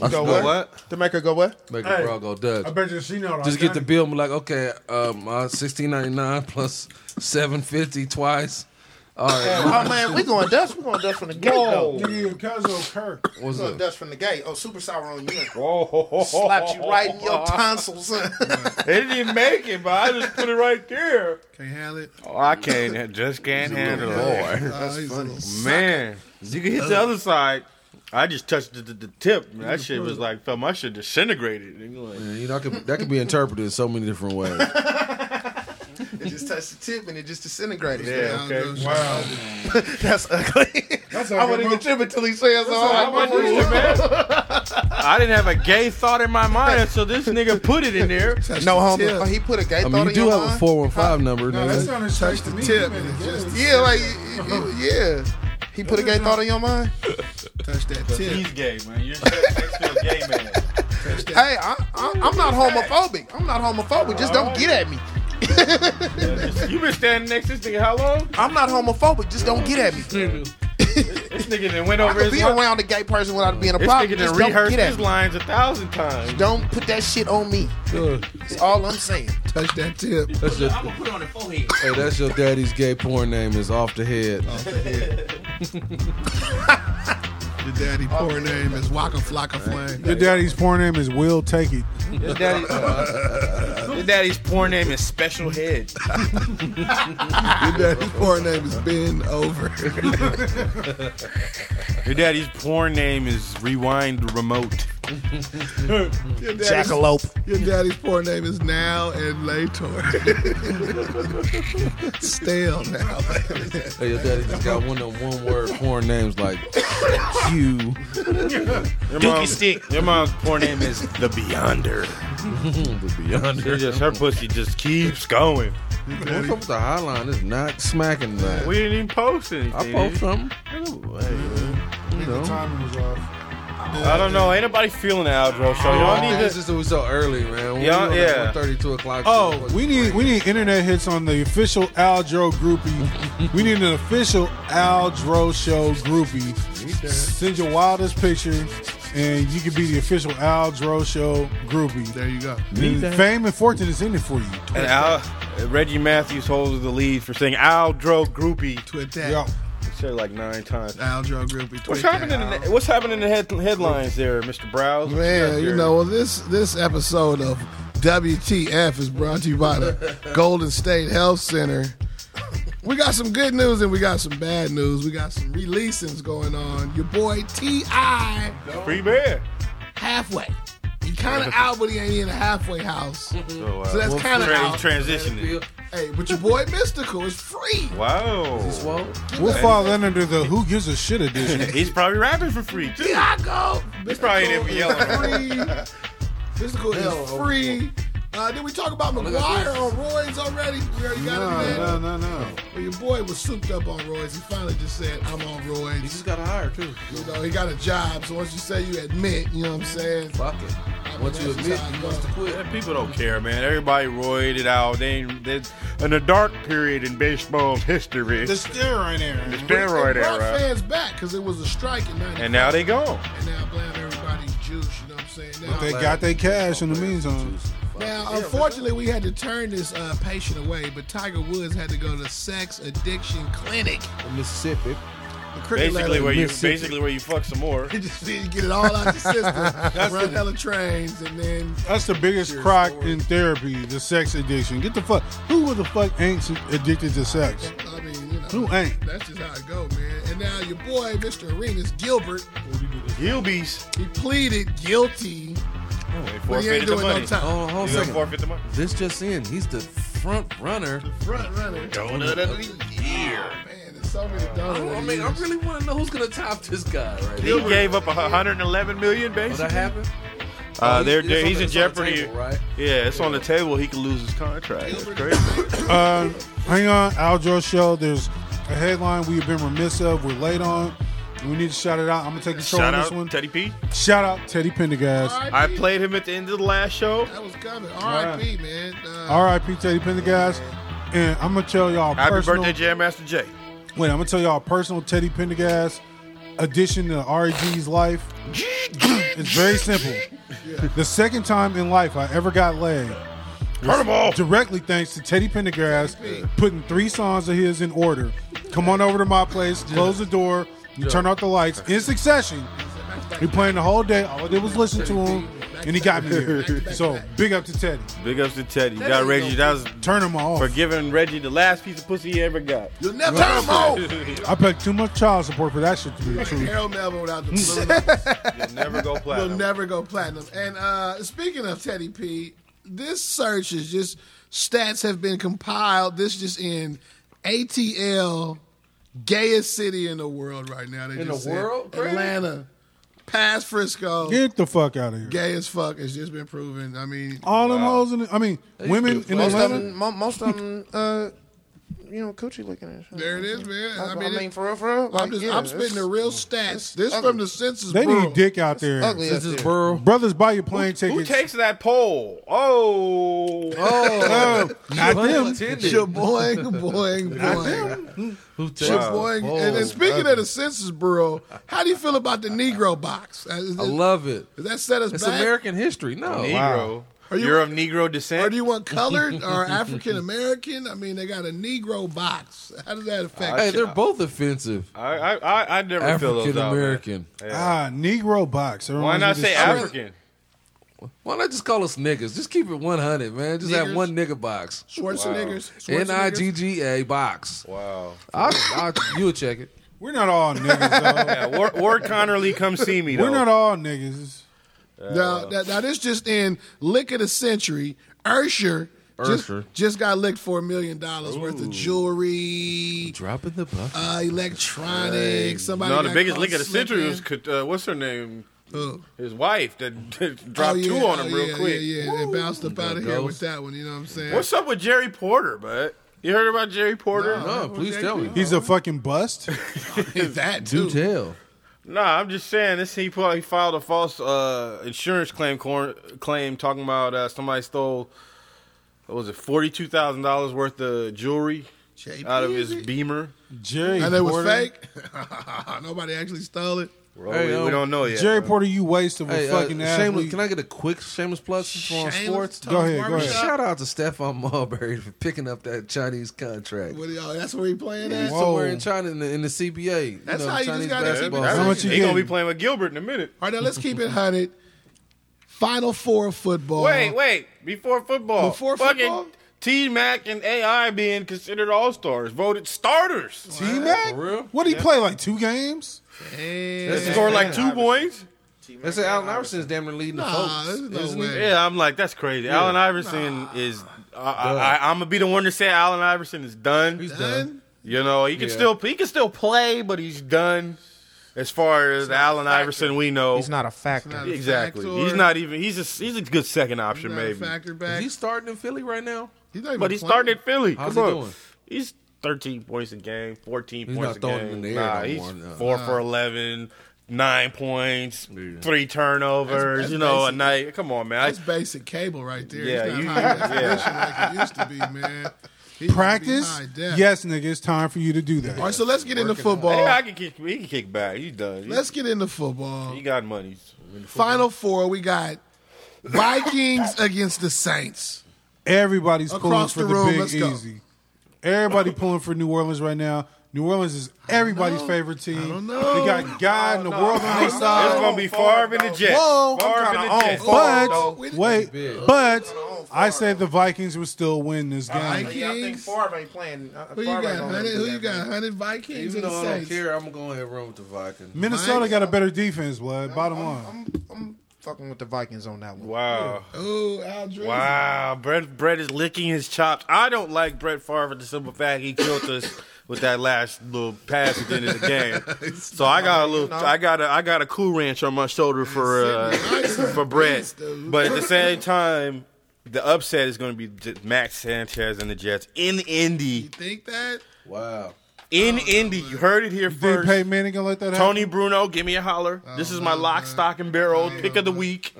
Speaker 5: I
Speaker 12: Go
Speaker 5: still-
Speaker 12: what? To make her go what?
Speaker 5: Make
Speaker 1: Hey,
Speaker 5: a bra go Dutch.
Speaker 1: I bet you she know.
Speaker 5: Just get the bill. and be like, okay, um, uh, sixteen ninety nine plus seven fifty twice. All right,
Speaker 12: Oh man, we going dust. We going dust from the gate though.
Speaker 1: Nigga, Cuzzo Kirk.
Speaker 5: what's
Speaker 12: We going
Speaker 5: up?
Speaker 12: dust from the gate. Oh, super sour on you.
Speaker 8: Whoa.
Speaker 12: Slapped you right in your tonsils.
Speaker 8: They didn't even make it, but I just put it right there.
Speaker 3: Can't handle it.
Speaker 4: Oh, I can't. Just can't handle it.
Speaker 3: That's funny.
Speaker 4: Man, you can hit the other side. I just touched the, the, the tip. Man, that shit was like, felt my shit disintegrated. And you're like,
Speaker 5: Man, you know, I could, that could be interpreted in so many different ways.
Speaker 12: It just touched the tip and it just disintegrated.
Speaker 4: Yeah, okay.
Speaker 3: Wow.
Speaker 12: That's ugly.
Speaker 1: That's
Speaker 12: I wouldn't even trip until he says "Oh, all
Speaker 4: I went to the bathroom. I didn't have a gay thought in my mind until this nigga put it in there.
Speaker 12: No homie. Oh, he put a gay
Speaker 5: I mean,
Speaker 12: thought
Speaker 5: you
Speaker 12: in
Speaker 5: do
Speaker 12: your
Speaker 5: have a
Speaker 12: mind?
Speaker 5: four one five number,
Speaker 1: No, that
Speaker 5: nigga.
Speaker 1: sounded strange to me.
Speaker 3: tip.
Speaker 1: You made it
Speaker 3: Just-
Speaker 1: good.
Speaker 12: Yeah, like you- you- yeah. He put a gay thought in your mind.
Speaker 3: Touch that tip.
Speaker 4: He's gay, man. You're next to a gay man.
Speaker 12: Hey, I, I, I'm not homophobic. I'm not homophobic. Just don't get at me.
Speaker 4: You been standing next to this nigga how long?
Speaker 12: I'm not homophobic. Just don't get at me.
Speaker 4: This nigga then went
Speaker 12: I
Speaker 4: over
Speaker 12: could
Speaker 4: his
Speaker 12: be
Speaker 4: line.
Speaker 12: around a gay person without it being a
Speaker 4: This
Speaker 12: problem.
Speaker 4: nigga
Speaker 12: Just
Speaker 4: done
Speaker 12: don't
Speaker 4: rehearsed
Speaker 12: get at
Speaker 4: his
Speaker 12: me.
Speaker 4: lines a thousand times.
Speaker 12: Don't put that shit on me. It's all I'm saying.
Speaker 3: Touch that tip.
Speaker 5: That's your,
Speaker 15: I'm gonna put it on the forehead.
Speaker 5: hey, that's your daddy's gay porn name is off the head.
Speaker 12: Oh.
Speaker 3: Your daddy poor name is Waka Flocka Flame.
Speaker 1: Your daddy's porn name is Will Take It.
Speaker 4: Your daddy, uh, your daddy's porn name is Special Head.
Speaker 3: Your daddy poor name is Ben Over.
Speaker 4: Your daddy's porn name is Rewind Remote.
Speaker 3: Your daddy's,
Speaker 12: Jackalope.
Speaker 3: your daddy's poor name is Now and Later. Stale now.
Speaker 5: Hey, your daddy just got one of them one word porn names like Q.
Speaker 4: Your mom's, Stick. Your mom's porn name is The Beyonder. She just, her pussy just keeps going.
Speaker 5: What's up with the hotline? It's not smacking that.
Speaker 4: We didn't even post anything.
Speaker 5: I post something. You
Speaker 1: The
Speaker 5: know.
Speaker 1: timing was off.
Speaker 4: I don't know. Ain't nobody feeling the outro show. Y'all need
Speaker 5: It's
Speaker 4: to.
Speaker 5: just that we so early, man. When
Speaker 4: Yeah,
Speaker 5: we
Speaker 4: yeah.
Speaker 5: 30, 2 o'clock.
Speaker 1: Oh, we need we need internet hits on the official Aldro groupie. we need an official Aldro show groupie. Send your wildest picture, and you can be the official Aldro show groupie.
Speaker 3: There you go.
Speaker 1: And fame and fortune is in it for you.
Speaker 4: And Al, Reggie Matthews holds the lead for saying Aldro Groupie.
Speaker 3: Twit
Speaker 1: Yo,
Speaker 3: that.
Speaker 4: Said it like nine times.
Speaker 3: Aldro Groupie. Twit
Speaker 4: What's
Speaker 3: that.
Speaker 4: happening? In the, what's happening in the head, headlines there, Mr. Browse?
Speaker 3: Man, you know, well, this this episode of WTF is brought to you by the Golden State Health Center. We got some good news and we got some bad news. We got some releasings going on. Your boy T.I.
Speaker 4: free beer.
Speaker 3: halfway. He kind of out, but he ain't in a halfway house.
Speaker 4: So, uh,
Speaker 3: So that's kind of
Speaker 4: tra-
Speaker 3: out.
Speaker 4: transitioning.
Speaker 3: Hey, but your boy Mystical is free.
Speaker 4: Wow.
Speaker 5: Well,
Speaker 1: we'll fall in under the who gives a shit edition.
Speaker 4: He's probably rapping for free too.
Speaker 3: Tiago.
Speaker 4: He's probably in there for yelling.
Speaker 3: Mystical is free. Uh, did we talk about McGuire on Roy's already? We already got it.
Speaker 1: No, no, no, no.
Speaker 3: Well, your boy was souped up on roids. He finally just said, I'm on
Speaker 5: you
Speaker 3: roids.
Speaker 5: just got to hire, too.
Speaker 3: You know, he got a job. So once you say you admit, you know what I'm saying?
Speaker 5: Fuck it. Once you admit you wants to quit.
Speaker 4: Man, People don't care, man. Everybody roided out. They, they in a dark period in baseball's history.
Speaker 1: The
Speaker 4: The
Speaker 1: steroid era.
Speaker 4: steroid
Speaker 3: It brought
Speaker 4: era,
Speaker 3: fans back because it was a strike in 90.
Speaker 4: and now they gone.
Speaker 3: And now I blame everybody's juice, you know what I'm saying? Now,
Speaker 1: They got their cash in the meantime.
Speaker 3: now unfortunately, we had to turn this uh, patient away, but Tiger Woods had to go to sex addiction clinic.
Speaker 5: Mississippi.
Speaker 3: The cricket
Speaker 4: Basically,
Speaker 3: lady-
Speaker 4: where you basically where you fuck some more.
Speaker 3: He just need to get it all out your system, run hella trains, and then
Speaker 1: That's the biggest crock in therapy, the sex addiction. Get the fuck. Who the fuck ain't addicted to sex?
Speaker 3: I mean, you know,
Speaker 1: Who ain't?
Speaker 3: that's just how it go, man. And now your boy, Mr. Arenas Gilbert,
Speaker 4: Gilbies.
Speaker 3: he pleaded guilty.
Speaker 4: They
Speaker 3: But he ain't
Speaker 4: forfeited the
Speaker 3: doing no
Speaker 4: money.
Speaker 3: time.
Speaker 5: Oh, hold
Speaker 4: He's
Speaker 5: on a
Speaker 4: gonna
Speaker 5: second.
Speaker 4: forfeit the money.
Speaker 5: This just in. He's the front runner.
Speaker 3: Front runner. Oh,
Speaker 4: Donut of the year.
Speaker 3: Man, there's so many
Speaker 5: I, don't-
Speaker 3: dollars.
Speaker 5: I mean, I really want to know who's going to top this guy right
Speaker 4: He
Speaker 5: here.
Speaker 4: gave up 111 million,
Speaker 5: Will
Speaker 4: basically.
Speaker 5: that happen?
Speaker 4: Uh,
Speaker 5: Oh,
Speaker 4: they're,
Speaker 5: it's
Speaker 4: they're-
Speaker 5: on
Speaker 4: he's
Speaker 5: the-
Speaker 4: in
Speaker 5: it's on the
Speaker 4: jeopardy.
Speaker 5: table, right?
Speaker 4: Yeah, it's on the table. He could lose his contract. It's crazy.
Speaker 1: Uh, hang on, Aldro Show. There's a headline we have been remiss of. We're late on. We need to shout it out. I'm gonna take control
Speaker 4: Shout
Speaker 1: on this
Speaker 4: out
Speaker 1: one.
Speaker 4: Teddy P.
Speaker 1: shout out Teddy Pendergast.
Speaker 4: I played him at the end of the last show.
Speaker 3: That was coming. R.I.P. Man. Uh,
Speaker 1: R.I.P. Teddy Pendergast. And I'm gonna tell y'all
Speaker 4: Happy
Speaker 1: personal.
Speaker 4: birthday, Jam Master J.
Speaker 1: Wait, I'm gonna tell y'all a personal Teddy Pendergast addition to REG's life. it's very simple. The second time in life I ever got laid. was Directly thanks to Teddy Pendergrass putting three songs of his in order. Come on over to my place, close the door, you turn off the lights in succession. We playing the whole day. All I did was listen to him, and he got me here. So big up to Teddy.
Speaker 4: Big ups to Teddy. You got Reggie. That was
Speaker 1: Turn him off.
Speaker 4: for giving Reggie the last piece of pussy he ever got.
Speaker 3: You'll never turn them off.
Speaker 1: I paid too much child support for that shit to be the truth.
Speaker 3: Harold Melvin without the balloon.
Speaker 4: You'll never go
Speaker 3: will
Speaker 4: platinum.
Speaker 3: never go platinum. And uh, speaking of Teddy P, this search is just stats have been compiled. This just in ATL, gayest city in the world right now. They in just
Speaker 5: the
Speaker 3: said
Speaker 5: world? Great.
Speaker 3: Atlanta, past Frisco,
Speaker 1: Get the fuck out of here.
Speaker 3: gay as fuck. It's just been proven. I mean,
Speaker 1: All them hoes in. The, I mean, women in
Speaker 12: Most of
Speaker 1: Atlanta.
Speaker 12: them, mo- most of them, uh, you know, coochie looking at. shit.
Speaker 3: there it is, man.
Speaker 12: That's
Speaker 3: I
Speaker 12: what
Speaker 3: mean, it-
Speaker 12: for real, for real.
Speaker 3: I'm
Speaker 12: Like,
Speaker 3: just
Speaker 12: yeah,
Speaker 3: I'm spitting
Speaker 12: it's
Speaker 3: the real stats. This from the census.
Speaker 1: They
Speaker 3: bureau.
Speaker 1: need dick out there.
Speaker 12: ugly. This is
Speaker 5: Burl.
Speaker 1: Brothers, buy your plane
Speaker 4: Who
Speaker 1: tickets.
Speaker 4: takes that pole? Oh,
Speaker 1: Oh, not them.
Speaker 3: Shaboing, boing, boing.
Speaker 5: Who
Speaker 3: Shit, boy. and, and speaking of the Census Bureau, how do you feel about the Negro box? Uh, Is,
Speaker 5: I
Speaker 3: is-
Speaker 5: love it.
Speaker 3: does that set us
Speaker 5: It's
Speaker 3: back?
Speaker 5: American history. No.
Speaker 4: Negro.
Speaker 3: Are you-
Speaker 4: You're of Negro
Speaker 3: Or
Speaker 4: descent.
Speaker 3: do you want colored or African American? I mean, they got a Negro box. How does that affect?
Speaker 5: Hey, they're both offensive.
Speaker 4: I, I, I, I never fill those
Speaker 5: African
Speaker 4: out. man.
Speaker 5: American.
Speaker 1: Ah, Negro box. That
Speaker 4: Why
Speaker 1: reminds me
Speaker 4: not
Speaker 1: of
Speaker 4: say
Speaker 1: this-
Speaker 4: African?
Speaker 5: Why not just call us niggas? Just keep it 100, man. Just have
Speaker 3: Niggers.
Speaker 5: one nigga box.
Speaker 3: Schwarzeneggers.
Speaker 5: N I
Speaker 3: Schwarzeneggers?
Speaker 5: G G A box.
Speaker 4: Wow.
Speaker 5: I'll, I'll, you'll check it.
Speaker 1: We're not all niggas.
Speaker 4: Yeah, War, War Connerly, come see me.
Speaker 1: Though.
Speaker 4: Though.
Speaker 1: We're not all niggas.
Speaker 3: Now, now, now this just in lick of the century. Ursher just,
Speaker 5: Usher.
Speaker 3: just got licked for a million dollars worth of jewelry,
Speaker 5: Dropping the buck.
Speaker 3: uh, electronics. Somebody
Speaker 4: no, the
Speaker 3: got
Speaker 4: biggest
Speaker 3: caught
Speaker 4: link of the century
Speaker 3: slipping.
Speaker 4: was could- uh, what's her name?
Speaker 3: Who?
Speaker 4: His wife that dropped
Speaker 3: Oh, yeah,
Speaker 4: two on him
Speaker 3: oh,
Speaker 4: real
Speaker 3: yeah,
Speaker 4: quick.
Speaker 3: Yeah, yeah. They bounced up out of here with
Speaker 5: Ghost.
Speaker 3: that one. You know what I'm saying?
Speaker 4: What's up with Jerry Porter, bud? You heard about Jerry Porter?
Speaker 5: no, please tell me.
Speaker 1: He's a fucking bust.
Speaker 3: Is that too?
Speaker 5: Do tell.
Speaker 4: Nah, I'm just saying this. He probably filed a false uh, insurance claim cor- claim talking about uh, somebody stole. What was it forty two thousand dollars worth of jewelry
Speaker 3: JP,
Speaker 4: out of his
Speaker 3: is it?
Speaker 4: Beamer?
Speaker 1: Jerry
Speaker 3: and it was
Speaker 1: Porter.
Speaker 3: fake. Nobody actually stole it.
Speaker 4: Well,
Speaker 5: Hey,
Speaker 4: we,
Speaker 5: um,
Speaker 4: we don't know yet.
Speaker 1: Jerry Porter, you waste of a
Speaker 5: Hey,
Speaker 1: fucking
Speaker 5: uh,
Speaker 1: athlete.
Speaker 5: shameless, can I get a quick shameless plug for
Speaker 3: Shameless
Speaker 5: sports?
Speaker 3: Talk
Speaker 1: Go ahead, go ahead.
Speaker 3: Barbershop.
Speaker 5: Shout out to Stefan Marbury for picking up that Chinese contract.
Speaker 3: What do y'all- That's where he playing at.
Speaker 1: Whoa.
Speaker 5: Somewhere in China in the, in the CBA. You
Speaker 3: That's
Speaker 5: know,
Speaker 3: how you just
Speaker 5: Chinese
Speaker 3: gotta-
Speaker 5: basketball.
Speaker 3: That's
Speaker 4: That's
Speaker 1: How
Speaker 5: Hey,
Speaker 1: much you
Speaker 4: he gonna
Speaker 1: getting?
Speaker 4: be playing with Gilbert in a minute.
Speaker 3: All right, now let's keep it hundred. Final four of football.
Speaker 4: Wait, wait. Before football,
Speaker 3: Before
Speaker 4: fucking
Speaker 3: football?
Speaker 4: T Mac and AI being considered all stars, voted starters.
Speaker 1: T Mac?
Speaker 5: For real?
Speaker 1: What did he play? Like two games?
Speaker 3: Hey,
Speaker 5: That's
Speaker 4: Scored like two points.
Speaker 5: They say Allen Iverson's damn near leading
Speaker 3: nah,
Speaker 5: the
Speaker 3: there's
Speaker 5: folks.
Speaker 3: no
Speaker 5: isn't he?
Speaker 3: way.
Speaker 4: Yeah, I'm like that's crazy. Allen Iverson is. I, I, I, I'm gonna be the one to say Allen Iverson is done.
Speaker 5: He's
Speaker 3: Done?
Speaker 5: done.
Speaker 4: You know, he can
Speaker 5: Yeah.
Speaker 4: still he can still play, but he's done. As far as Allen Iverson, we know
Speaker 12: He's not a factor.
Speaker 3: Not a
Speaker 4: exactly.
Speaker 3: factor.
Speaker 4: He's not even. He's a he's a good second
Speaker 3: He's
Speaker 4: option,
Speaker 3: not a
Speaker 4: maybe.
Speaker 3: factor
Speaker 5: Is
Speaker 3: back.
Speaker 5: he starting in Philly right now?
Speaker 3: He's not even
Speaker 4: But he
Speaker 3: playing.
Speaker 4: started at Philly.
Speaker 5: How's
Speaker 4: Come
Speaker 5: he
Speaker 4: on.
Speaker 5: doing?
Speaker 4: He's 13 points a game, 14
Speaker 5: He's
Speaker 4: points
Speaker 5: not
Speaker 4: a
Speaker 5: throwing
Speaker 4: game.
Speaker 5: them in the air
Speaker 4: nah,
Speaker 5: no
Speaker 4: he's
Speaker 5: more, no.
Speaker 4: four for 11, nine points, three turnovers.
Speaker 3: That's- that's
Speaker 4: you know,
Speaker 3: basic.
Speaker 4: a night. Come on, man.
Speaker 3: That's basic cable right there.
Speaker 4: Yeah,
Speaker 3: He's
Speaker 4: you-
Speaker 3: not high definition like it used to be, man. He used to be
Speaker 1: Practice?
Speaker 3: high def.
Speaker 1: Yes, nigga. It's time for you to do
Speaker 3: All right,
Speaker 1: that.
Speaker 3: so let's get into
Speaker 4: I,
Speaker 3: football.
Speaker 4: hey, I can kick. He can kick back. He's done. He-
Speaker 3: Let's get into football.
Speaker 4: he got money.
Speaker 3: Final four, we got Vikings against the Saints.
Speaker 1: Everybody's pulling
Speaker 3: Across
Speaker 1: for
Speaker 3: the
Speaker 1: the,
Speaker 3: room,
Speaker 1: big
Speaker 3: let's go.
Speaker 1: easy. Everybody pulling for New Orleans right now. New Orleans is everybody's favorite team. I
Speaker 3: don't know.
Speaker 1: They got God and the world on their side.
Speaker 4: It's gonna be Favre and the Jets.
Speaker 1: Whoa,
Speaker 4: Favre and the Jets.
Speaker 1: But
Speaker 3: Wait.
Speaker 1: wait, but I say the Vikings would still win this game.
Speaker 3: Vikings.
Speaker 12: Yeah, I think Favre ain't playing. Uh,
Speaker 3: Who you
Speaker 12: Favre
Speaker 3: got,
Speaker 12: ain't gonna
Speaker 3: honey?
Speaker 12: do
Speaker 3: Who
Speaker 12: that,
Speaker 3: you got,
Speaker 12: man.
Speaker 3: honey? Vikings
Speaker 5: Even
Speaker 3: and
Speaker 5: though I
Speaker 3: the
Speaker 5: don't
Speaker 3: Saints.
Speaker 5: care, I'm going to have run with the Vikings.
Speaker 1: Minnesota got a better defense, blood. Bottom line.
Speaker 12: I'm, I'm fucking with the Vikings on that one.
Speaker 4: Wow.
Speaker 3: Oh, Al Drew.
Speaker 4: Wow, Brett Brett is licking his chops. I don't like Brett Favre for the simple fact he killed us with that last little pass at the end of the game. So I got a little, I got a, I got a cool ranch on my shoulder for uh, for Brett. But at the same time, the upset is going to be J- Max Sanchez and the Jets in Indy.
Speaker 3: You think that?
Speaker 5: Wow.
Speaker 4: In Indy, you heard it here
Speaker 1: Did
Speaker 4: first.
Speaker 1: Peyton Manning gonna let that happen?
Speaker 4: Tony Bruno, give me a holler. This is my lock, stock, and barrel pick of the week.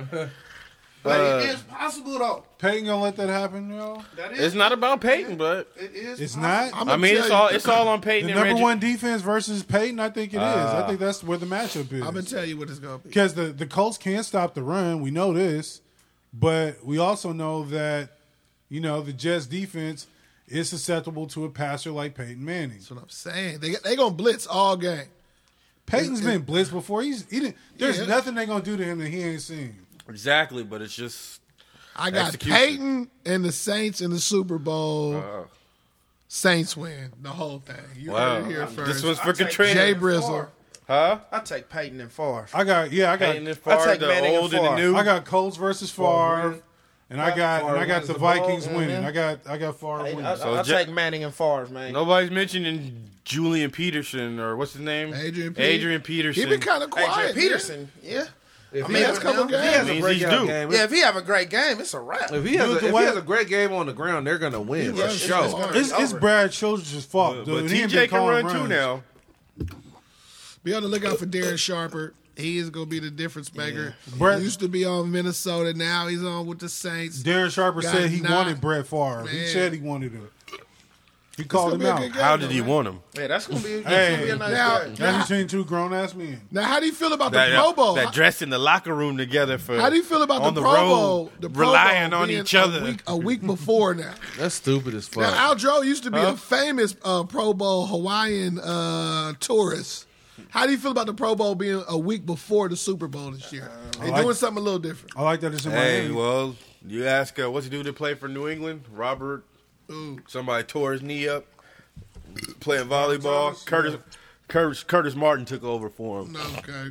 Speaker 12: But
Speaker 4: Uh,
Speaker 12: it is possible though.
Speaker 1: Peyton gonna let that happen, y'all?
Speaker 12: That is
Speaker 4: It's not about Peyton, but
Speaker 12: it is
Speaker 1: It's
Speaker 12: possible.
Speaker 1: not.
Speaker 4: I mean, it's all it's all on
Speaker 1: the
Speaker 4: Peyton and
Speaker 1: number
Speaker 4: Reggie. Uh,
Speaker 1: one defense versus Peyton, I think it is. I think that's where the matchup
Speaker 3: I'm gonna
Speaker 1: is.
Speaker 3: tell you what it's gonna be.
Speaker 1: Because the, the Colts can't stop the run. We know this. But we also know that, you know, the Jets defense is susceptible to a passer like Peyton Manning.
Speaker 3: That's what I'm saying. They they gonna blitz all game.
Speaker 1: Peyton's been blitzed before. He's he didn't, There's
Speaker 3: Yeah.
Speaker 1: nothing they're going to do to him that he ain't seen.
Speaker 4: Exactly, but it's just
Speaker 3: I got
Speaker 4: Execution.
Speaker 3: Peyton and the Saints in the Super Bowl. Saints win the whole thing. You
Speaker 4: wow.
Speaker 3: heard it here first.
Speaker 4: This was for
Speaker 12: take
Speaker 3: Jay
Speaker 4: Katrina,
Speaker 3: Brizzle.
Speaker 4: huh?
Speaker 12: I take Peyton and Favre.
Speaker 1: I got, yeah, I got.
Speaker 4: Peyton and Favre,
Speaker 12: take Manning
Speaker 4: the
Speaker 12: and
Speaker 4: old and the
Speaker 12: Favre.
Speaker 4: new.
Speaker 1: I got Colts versus Favre, and I got and I got the, Vikings winning. I got I got Favre winning.
Speaker 12: I, I,
Speaker 4: So
Speaker 12: I
Speaker 4: Ja-
Speaker 12: take Manning and Favre, man.
Speaker 4: Nobody's mentioning Julian Peterson or what's his name?
Speaker 3: Adrian Pe-
Speaker 4: Adrian Peterson.
Speaker 3: He been kind of
Speaker 12: Adrian
Speaker 3: quiet. man.
Speaker 12: Peterson, yeah.
Speaker 5: If
Speaker 12: I
Speaker 5: he
Speaker 12: mean,
Speaker 5: has,
Speaker 12: it's coming
Speaker 3: He
Speaker 12: down.
Speaker 5: if he
Speaker 4: means
Speaker 5: has a
Speaker 4: he's
Speaker 5: breakout
Speaker 4: due.
Speaker 5: game,
Speaker 12: Yeah, if he have a great game, it's a wrap.
Speaker 5: if he has,
Speaker 1: Dude,
Speaker 5: a,
Speaker 1: the
Speaker 5: if
Speaker 1: way-
Speaker 5: he has a great game on the ground, they're gonna win for
Speaker 3: runs-
Speaker 5: sure.
Speaker 3: it's gonna-
Speaker 1: It's, it's Brad Childress' fault,
Speaker 4: but
Speaker 1: dude. He ain't
Speaker 4: TJ
Speaker 1: been
Speaker 4: can
Speaker 1: calling
Speaker 4: run too
Speaker 1: runs.
Speaker 4: now.
Speaker 3: Be on the lookout for Darren Sharper. He is gonna be the difference maker.
Speaker 1: Brett-
Speaker 3: He used to be on Minnesota. Now he's on with the Saints.
Speaker 1: Darren Sharper
Speaker 3: Got
Speaker 1: said he
Speaker 3: knocked.
Speaker 1: wanted Brett Favre. He
Speaker 3: Man.
Speaker 1: said he wanted him. He
Speaker 3: It's
Speaker 1: called
Speaker 3: gonna
Speaker 1: him
Speaker 3: be a
Speaker 1: out.
Speaker 3: good game,
Speaker 4: How did he
Speaker 3: though, man.
Speaker 4: want him?
Speaker 12: Yeah, that's gonna be, that's
Speaker 1: Hey.
Speaker 12: gonna be a nice
Speaker 3: Now-
Speaker 12: game.
Speaker 1: That's between two grown ass men.
Speaker 3: Now, how do you feel about
Speaker 4: That,
Speaker 3: the Pro Bowl?
Speaker 4: that dress in the locker room together for.
Speaker 3: How do you feel about
Speaker 4: on
Speaker 3: the,
Speaker 4: the,
Speaker 3: Pro
Speaker 4: road,
Speaker 3: Bowl? The Pro
Speaker 4: relying
Speaker 3: Bowl
Speaker 4: on
Speaker 3: being
Speaker 4: each other?
Speaker 3: a week, a week before now.
Speaker 5: That's stupid as fuck.
Speaker 3: now, Aldro used to be a famous uh, Pro Bowl Hawaiian uh, tourist. How do you feel about the Pro Bowl being a week before the Super Bowl this
Speaker 4: Uh,
Speaker 3: year? They're
Speaker 1: like-
Speaker 3: doing something a little different.
Speaker 1: I like that it's in
Speaker 4: Hey,
Speaker 1: Miami.
Speaker 4: well, you ask uh, what's he do to play for New England? Robert, somebody tore his knee up playing volleyball. Curtis, Curtis, Curtis Martin took over for him,
Speaker 3: Okay,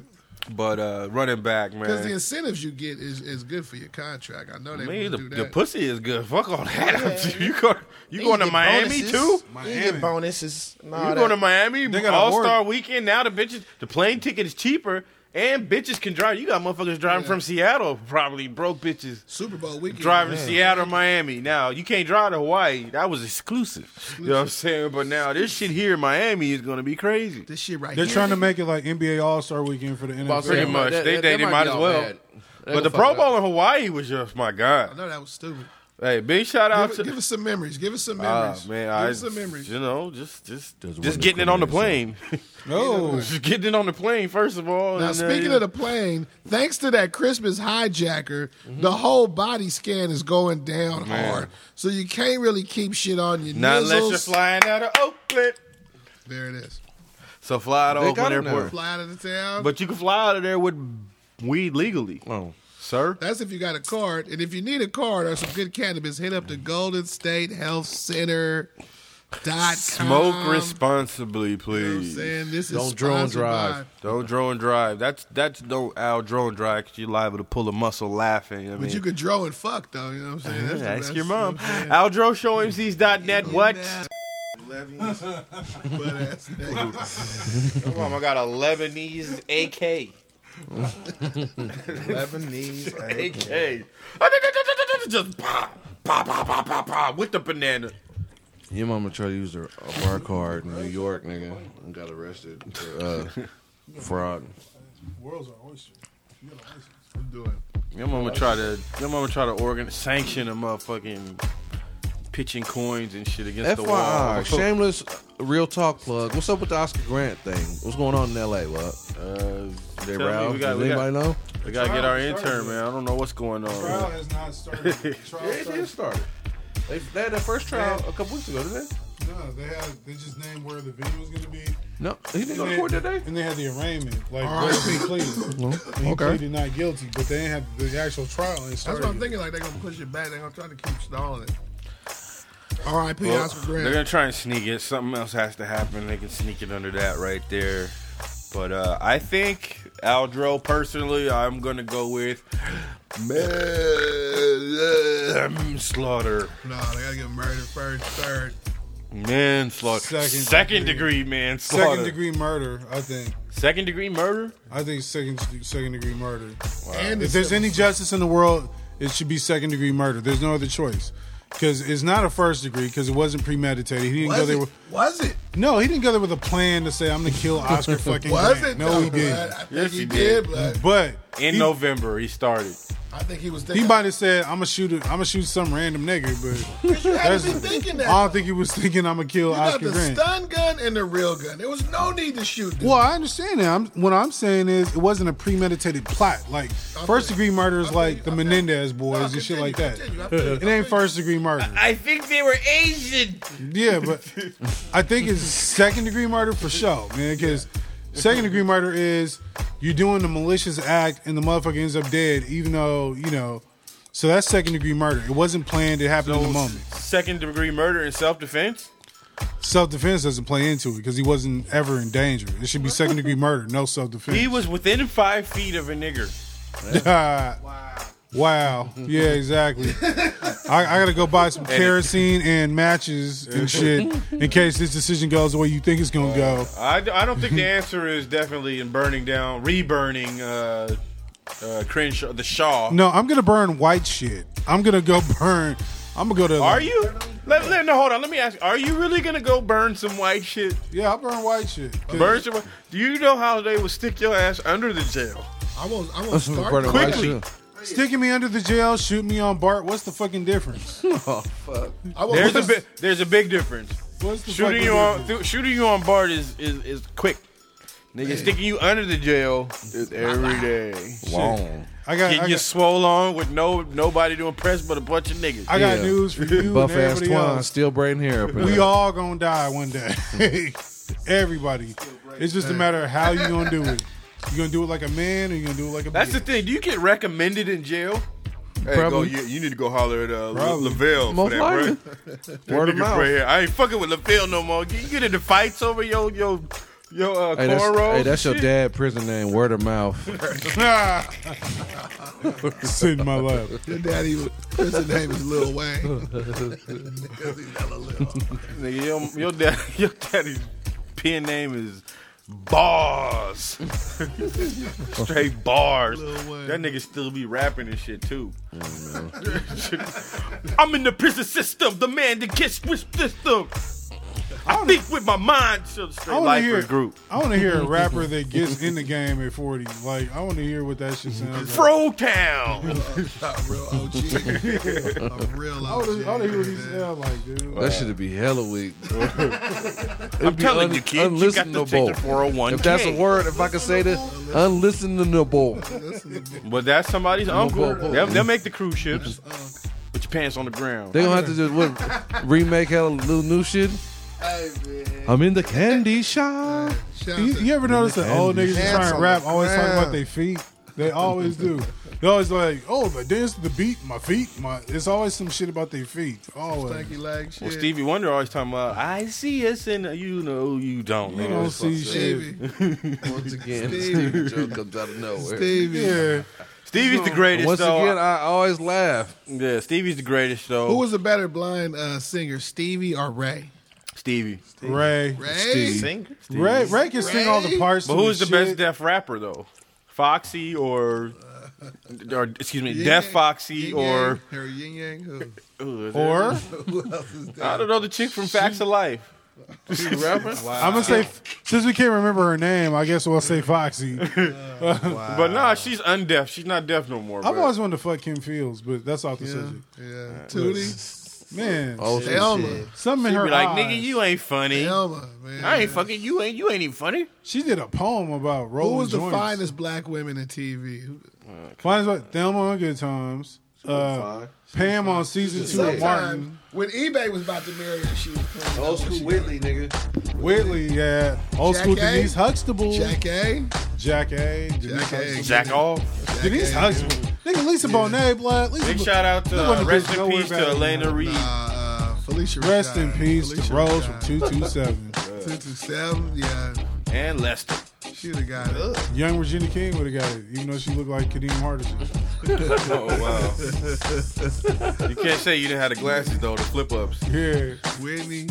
Speaker 4: but uh, running back
Speaker 3: because the
Speaker 4: man.
Speaker 3: incentives you get is, is good for your contract. I know they
Speaker 4: Man,
Speaker 3: want
Speaker 4: the,
Speaker 3: to do
Speaker 4: the
Speaker 3: that.
Speaker 4: pussy is good. Fuck all that. you go, you going to
Speaker 12: get
Speaker 4: Miami
Speaker 12: bonuses.
Speaker 4: too?
Speaker 12: You
Speaker 1: Miami.
Speaker 12: get bonuses. and all
Speaker 4: You
Speaker 12: that.
Speaker 4: going to Miami
Speaker 1: They got a
Speaker 4: All Star
Speaker 1: board.
Speaker 4: Weekend? Now the bitches, the plane ticket is cheaper, and bitches can drive. You got motherfuckers driving from Seattle, probably broke bitches.
Speaker 3: Super Bowl weekend.
Speaker 4: driving to Seattle, or Miami. Now you can't drive to Hawaii. That was exclusive. You know what I'm saying? But now this shit here in Miami is gonna be crazy.
Speaker 3: this shit right
Speaker 1: They're
Speaker 3: here.
Speaker 1: trying to make it like NBA All Star Weekend for the NFL.
Speaker 4: Pretty much. They- they- they might as well. But the Pro Bowl in Hawaii was just my
Speaker 3: I
Speaker 4: god.
Speaker 3: know that was stupid.
Speaker 4: Hey, big shout out
Speaker 3: Give,
Speaker 4: to
Speaker 3: give us some memories. Give us some
Speaker 4: Ah,
Speaker 3: memories.
Speaker 4: man,
Speaker 3: give
Speaker 4: I
Speaker 3: us some memories.
Speaker 4: you know just just
Speaker 5: wonder
Speaker 4: just getting it on the
Speaker 5: who it
Speaker 4: plane.
Speaker 1: No,
Speaker 4: just getting it on the plane first of all.
Speaker 3: Now,
Speaker 4: and, uh,
Speaker 3: speaking
Speaker 4: yeah.
Speaker 3: of the plane, thanks to that Christmas hijacker,
Speaker 4: Mm-hmm.
Speaker 3: the whole body scan is going down hard. So you can't really keep shit on your
Speaker 4: not unless
Speaker 3: nizzles.
Speaker 4: you're flying out of Oakland.
Speaker 3: There it is.
Speaker 4: So fly out of
Speaker 5: They
Speaker 4: Oakland
Speaker 5: got 'em
Speaker 4: Airport,
Speaker 3: Fly out of the town.
Speaker 4: but you can fly out of there with weed legally,
Speaker 5: Oh.
Speaker 4: sir.
Speaker 3: That's if you got a card. And if you need a card or some good cannabis, hit up the Golden State Health Center. Dot
Speaker 4: Smoke responsibly, please.
Speaker 3: Saying this is
Speaker 5: Don't drone
Speaker 3: sponsored
Speaker 5: drive.
Speaker 3: by-
Speaker 4: Don't drone drive. That's that's no Al drone drive because you're liable to pull a muscle laughing. I mean,
Speaker 3: But you could draw and fuck though, you know what I'm saying? That's the
Speaker 4: ask
Speaker 3: best-
Speaker 4: your mom.
Speaker 3: you know what
Speaker 4: AlDroShowMCs.net. What?
Speaker 3: I'm saying? Butt-ass nigga.
Speaker 4: Come on, I got a Lebanese AK. Lebanese AK. Just pop, pop, pop, pop, pop, pop with the banana.
Speaker 5: Your mama tried to use her a bar card in New York, nigga, and got arrested for uh, fraud.
Speaker 1: world's our oyster.
Speaker 4: Your mama try to your mama try to organ sanction a motherfucking pitching coins and shit against the wall.
Speaker 5: FYI, shameless real talk plug. What's up with the Oscar Grant thing? What's going on in LA, Love? Uh, they
Speaker 4: me,
Speaker 5: round.
Speaker 4: we got-
Speaker 5: Does
Speaker 4: we got-
Speaker 5: anybody know?
Speaker 4: We gotta get our intern, man. I don't know what's going
Speaker 1: Trial
Speaker 4: on.
Speaker 1: has not started. Trial started.
Speaker 5: started. They, they had their first trial a couple weeks ago, didn't they?
Speaker 1: No, they had they just named where the venue was going to be.
Speaker 5: No, he didn't go
Speaker 1: And
Speaker 5: to
Speaker 1: they-
Speaker 5: court today.
Speaker 1: And they had the arraignment. Like Brad Pitt pleaded. And he pleaded not guilty, but they didn't have the actual trial. It
Speaker 3: That's
Speaker 1: started.
Speaker 3: what I'm thinking. Like they're gonna push it back. They're gonna try to keep stalling it. R.I.P. Oscar
Speaker 4: They're
Speaker 3: Grant.
Speaker 4: gonna try and sneak it. Something else has to happen. They can sneak it under that right there. But uh, I think Aldro personally, I'm gonna go with manslaughter.
Speaker 3: No, they gotta get murdered first, third.
Speaker 4: Manslaughter.
Speaker 1: Second
Speaker 4: Second,
Speaker 1: degree.
Speaker 4: degree,
Speaker 1: Second
Speaker 4: manslaughter. Second degree.
Speaker 1: degree murder, I think.
Speaker 4: murder.
Speaker 1: I think second second degree murder.
Speaker 3: And
Speaker 1: If
Speaker 3: it's
Speaker 1: there's any justice in the world, it should be second degree murder. There's no other choice. Because it's not a first degree because it wasn't premeditated. He didn't go
Speaker 3: was
Speaker 1: there.
Speaker 3: it?
Speaker 1: With,
Speaker 3: Was it?
Speaker 1: no, he didn't go there with a plan to say I'm gonna kill Oscar fucking.
Speaker 3: Was
Speaker 1: Grant."
Speaker 3: it?
Speaker 1: No,
Speaker 3: though,
Speaker 1: he
Speaker 3: blood?
Speaker 1: didn't.
Speaker 3: I think
Speaker 4: Yes,
Speaker 3: he
Speaker 4: he
Speaker 3: did.
Speaker 4: did.
Speaker 3: blood.
Speaker 1: But
Speaker 4: In
Speaker 1: he-
Speaker 4: November, he started.
Speaker 3: I think he was
Speaker 1: He
Speaker 3: thinking.
Speaker 1: might have said, "I'm gonna shoot. i am I'm gonna shoot some random nigga," but
Speaker 3: you had
Speaker 1: that's-
Speaker 3: to be thinking that.
Speaker 1: I don't think he was thinking I'm gonna kill
Speaker 3: you got
Speaker 1: Oscar
Speaker 3: the
Speaker 1: Grant.
Speaker 3: stun gun and the real gun. There was no need to shoot. Dude.
Speaker 1: Well, I understand that. I'm, what I'm saying is, it wasn't a premeditated plot. Like first degree murder is like the Menendez boys and shit like that. It ain't first degree murder.
Speaker 16: I think they were Asian.
Speaker 1: Yeah, but I think it's second degree murder for sure, man. Because second degree murder is you're doing the malicious act and the motherfucker ends up dead, even though you know. So that's second degree murder. It wasn't planned. It happened in the moment.
Speaker 4: Second degree murder and self defense.
Speaker 1: Self defense doesn't play into it because he wasn't ever in danger. It should be second degree murder, no self defense.
Speaker 4: He was within five feet of a nigger.
Speaker 1: wow. Wow. Yeah, exactly. I, I gotta go buy some kerosene and matches and shit in case this decision goes the way you think it's gonna go.
Speaker 4: I, I don't think the answer is definitely in burning down, reburning uh, uh, Crenshaw, the Shaw.
Speaker 1: No, I'm gonna burn white shit. I'm gonna go burn. I'm gonna go to.
Speaker 4: Are you? Let, let, no, hold on. Let me ask. you, Are you really gonna go burn some white shit?
Speaker 1: Yeah, I burn white shit.
Speaker 4: Burn some. whi- Do you know how they would stick your ass under the jail?
Speaker 3: I won't. I won't start
Speaker 5: Burning
Speaker 3: quick.
Speaker 5: white shit.
Speaker 1: Sticking me under the jail, shoot me on Bart. What's the fucking difference?
Speaker 5: Oh fuck.
Speaker 3: I won't,
Speaker 4: There's a bi- There's a big difference.
Speaker 1: What's the
Speaker 4: Shooting
Speaker 1: fucking
Speaker 4: you on
Speaker 1: difference?
Speaker 4: th- shooting you on board is is, is quick. Nigga sticking you under the jail is every day.
Speaker 5: Long.
Speaker 1: I got. I
Speaker 4: Getting you
Speaker 1: got,
Speaker 4: swole on with no nobody to impress but a bunch of niggas.
Speaker 1: I got
Speaker 5: Yeah.
Speaker 1: news for you and
Speaker 5: Buff ass
Speaker 1: everybody
Speaker 5: twine,
Speaker 1: else.
Speaker 5: still braiding hair up. in
Speaker 1: We
Speaker 5: there.
Speaker 1: all gonna die one day. everybody. It's just a matter of how you gonna do it. You gonna do it like a man, or you gonna do it like a.
Speaker 4: That's the
Speaker 1: bitch?
Speaker 4: thing. Do you get recommended in jail? Hey,
Speaker 5: Probably.
Speaker 4: go, you, you need to go holler at uh, La-
Speaker 1: Probably.
Speaker 4: Lavelle for
Speaker 5: Most
Speaker 4: that,
Speaker 5: likely.
Speaker 4: bro.
Speaker 5: Word of
Speaker 4: Nigga
Speaker 5: mouth.
Speaker 4: right here. I ain't fucking with Lavelle no more. You get into fights over your your your uh,
Speaker 5: Hey, that's,
Speaker 4: cornrows.
Speaker 5: hey, that's your
Speaker 4: and
Speaker 5: dad prison name. Word of mouth.
Speaker 1: Sit in my lap.
Speaker 3: Your daddy, was- his name is Lil Wayne.
Speaker 4: shit. Nigga, your your dad your daddy's pen name is Bars. Straight bars.
Speaker 3: Wayne.
Speaker 4: That nigga still be rapping and shit too.
Speaker 1: Mm-hmm.
Speaker 4: I'm in the prison system. The man that gets with system. I, think with my mind. So
Speaker 1: I
Speaker 4: Straight
Speaker 1: want to
Speaker 4: life
Speaker 1: hear
Speaker 4: group.
Speaker 1: I want to hear a rapper that gets in the game at forty. Like I want to hear what that shit sounds like.
Speaker 4: Fro Town.
Speaker 3: a real OG. a real
Speaker 1: I want
Speaker 3: OG.
Speaker 1: to hear what he sound like, dude.
Speaker 5: That should be hella weak.
Speaker 4: I'm telling
Speaker 5: un-
Speaker 4: you, kid, you got to take the
Speaker 5: unlistenable.
Speaker 4: 401.
Speaker 5: If that's a word, if I can say this, unlistenable.
Speaker 4: But that's somebody's uncle.
Speaker 5: boy, boy.
Speaker 4: They'll, they'll make the cruise ships. Put your pants on the ground.
Speaker 5: They gonna have to just what remake hella little new shit. I'm in the candy shop.
Speaker 3: Shout
Speaker 1: You,
Speaker 3: out to-
Speaker 1: you ever notice that old niggas that try
Speaker 12: Hands
Speaker 1: and
Speaker 12: on
Speaker 1: rap
Speaker 12: the
Speaker 1: always talk
Speaker 12: ground.
Speaker 1: about their feet? They always do. They always like, oh, if I dance to the beat, my feet, my. It's always some shit about their feet. Always.
Speaker 3: Stanky leg shit.
Speaker 4: Well, Stevie Wonder always talking about, I see us in, a-" you know, you don't.
Speaker 1: You
Speaker 4: man.
Speaker 1: don't see shit.
Speaker 3: Stevie.
Speaker 5: Once again,
Speaker 3: Stevie.
Speaker 5: Joe comes out of nowhere.
Speaker 3: Stevie.
Speaker 1: Yeah.
Speaker 4: Stevie's the greatest,
Speaker 5: Once
Speaker 4: though.
Speaker 5: again, I always laugh.
Speaker 4: yeah, Stevie's the greatest, though.
Speaker 3: Who was a better blind uh, singer, Stevie or Ray?
Speaker 4: Stevie?
Speaker 1: Ray.
Speaker 3: Ray.
Speaker 4: Sing?
Speaker 1: Ray. Ray can sing all the
Speaker 3: Ray?
Speaker 1: parts.
Speaker 4: But
Speaker 1: to
Speaker 4: who's the best
Speaker 1: shit.
Speaker 4: deaf rapper, though? Foxy or, or excuse me,
Speaker 3: Yin
Speaker 4: Deaf
Speaker 3: Yang-
Speaker 4: Foxy
Speaker 3: Yin
Speaker 4: or,
Speaker 3: Yang, or Yin Yang. Who?
Speaker 4: Ooh, is there-
Speaker 1: Or
Speaker 3: Who else is there?
Speaker 4: I don't know, the chick from Facts of Life.
Speaker 1: I'm gonna say since we can't remember her name, I guess we'll say Foxy.
Speaker 4: But nah, she's undeaf. She's not deaf no more.
Speaker 1: I've
Speaker 4: bruh.
Speaker 1: always wanted to fuck Kim Fields, but that's off the subject.
Speaker 3: Yeah, Tootie,
Speaker 1: Man,
Speaker 5: Oh shit.
Speaker 3: Elma,
Speaker 1: something in
Speaker 4: She
Speaker 1: her
Speaker 4: be like,
Speaker 1: eyes.
Speaker 4: nigga, you ain't funny.
Speaker 3: Elma, man.
Speaker 4: I ain't fucking you. Ain't you ain't even funny?
Speaker 1: She did a poem about
Speaker 3: Who
Speaker 1: rolling
Speaker 3: was the
Speaker 1: joints.
Speaker 3: finest black women in TV? Who-
Speaker 4: Uh,
Speaker 1: Finest what? Thelma on Good Times. Uh, Pam on season two of Martin.
Speaker 3: Sometime When eBay was about to marry her, she was playing
Speaker 5: Old school Whitley, nigga.
Speaker 1: Whitley, yeah. Old
Speaker 3: Jack
Speaker 1: school
Speaker 3: A?
Speaker 1: Denise Huxtable. Jack,
Speaker 3: Jack A.
Speaker 1: A.
Speaker 3: Jack
Speaker 1: Denise,
Speaker 3: A.
Speaker 4: Jack off.
Speaker 1: Huxtable. Denise Huxtable. Nigga, Lisa Bonet, blood. Lisa
Speaker 4: Big
Speaker 1: Bo-
Speaker 4: shout out
Speaker 1: That
Speaker 4: to uh,
Speaker 1: wasn't
Speaker 4: rest
Speaker 1: good
Speaker 4: in
Speaker 1: nowhere
Speaker 4: peace
Speaker 1: back
Speaker 4: to
Speaker 1: then.
Speaker 4: Elena Reed.
Speaker 3: Uh, Felicia.
Speaker 1: Rest in
Speaker 3: Rashad.
Speaker 1: peace
Speaker 3: Felicia
Speaker 1: to Rose
Speaker 3: Rashad.
Speaker 1: from 227.
Speaker 3: 227. Yeah,
Speaker 4: and Lester.
Speaker 3: she would have got it.
Speaker 1: Young Regina King would have got it, even though she looked like Kadeem Hardison.
Speaker 4: Oh wow! you can't say you didn't have the glasses though. The flip ups.
Speaker 1: Yeah.
Speaker 3: Whitney.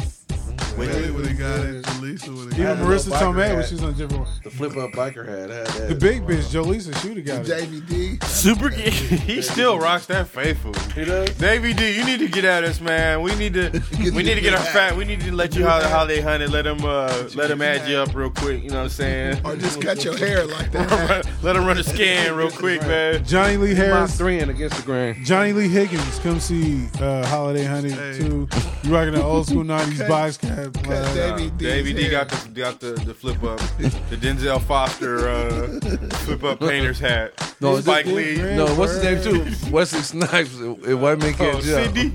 Speaker 1: When
Speaker 3: When
Speaker 1: you-
Speaker 3: would have got it, Jaleesa would
Speaker 1: Even
Speaker 3: have got
Speaker 1: Marissa
Speaker 3: it.
Speaker 1: Tomei when she was on different.
Speaker 5: The flip up biker hat. had that.
Speaker 1: The big bitch, Jolisa, she would have got it.
Speaker 3: Davey D.
Speaker 4: Super G. He still rocks that faithful. He does. Davey D, you need to get at us, man. We need to. we need to get our fat. We need to let you holler, holiday honey. Let him. Uh, let him add you up real quick. You know what I'm saying?
Speaker 3: Or just cut your hair like that.
Speaker 4: let him run a scan real quick, man.
Speaker 1: Johnny Lee Harris.
Speaker 5: three in against the grain.
Speaker 1: Johnny Lee Higgins, come see uh, Holiday Honey 2. You rocking the old school 90s box cap. uh,
Speaker 4: Davey D, got the got the, the flip up, the Denzel Foster uh, flip up painter's hat.
Speaker 5: No, it's
Speaker 4: Spike
Speaker 5: just-
Speaker 4: Lee.
Speaker 5: No, what's his name too? Wesley Snipes. It, it wasn't making
Speaker 4: Oh, Sydney.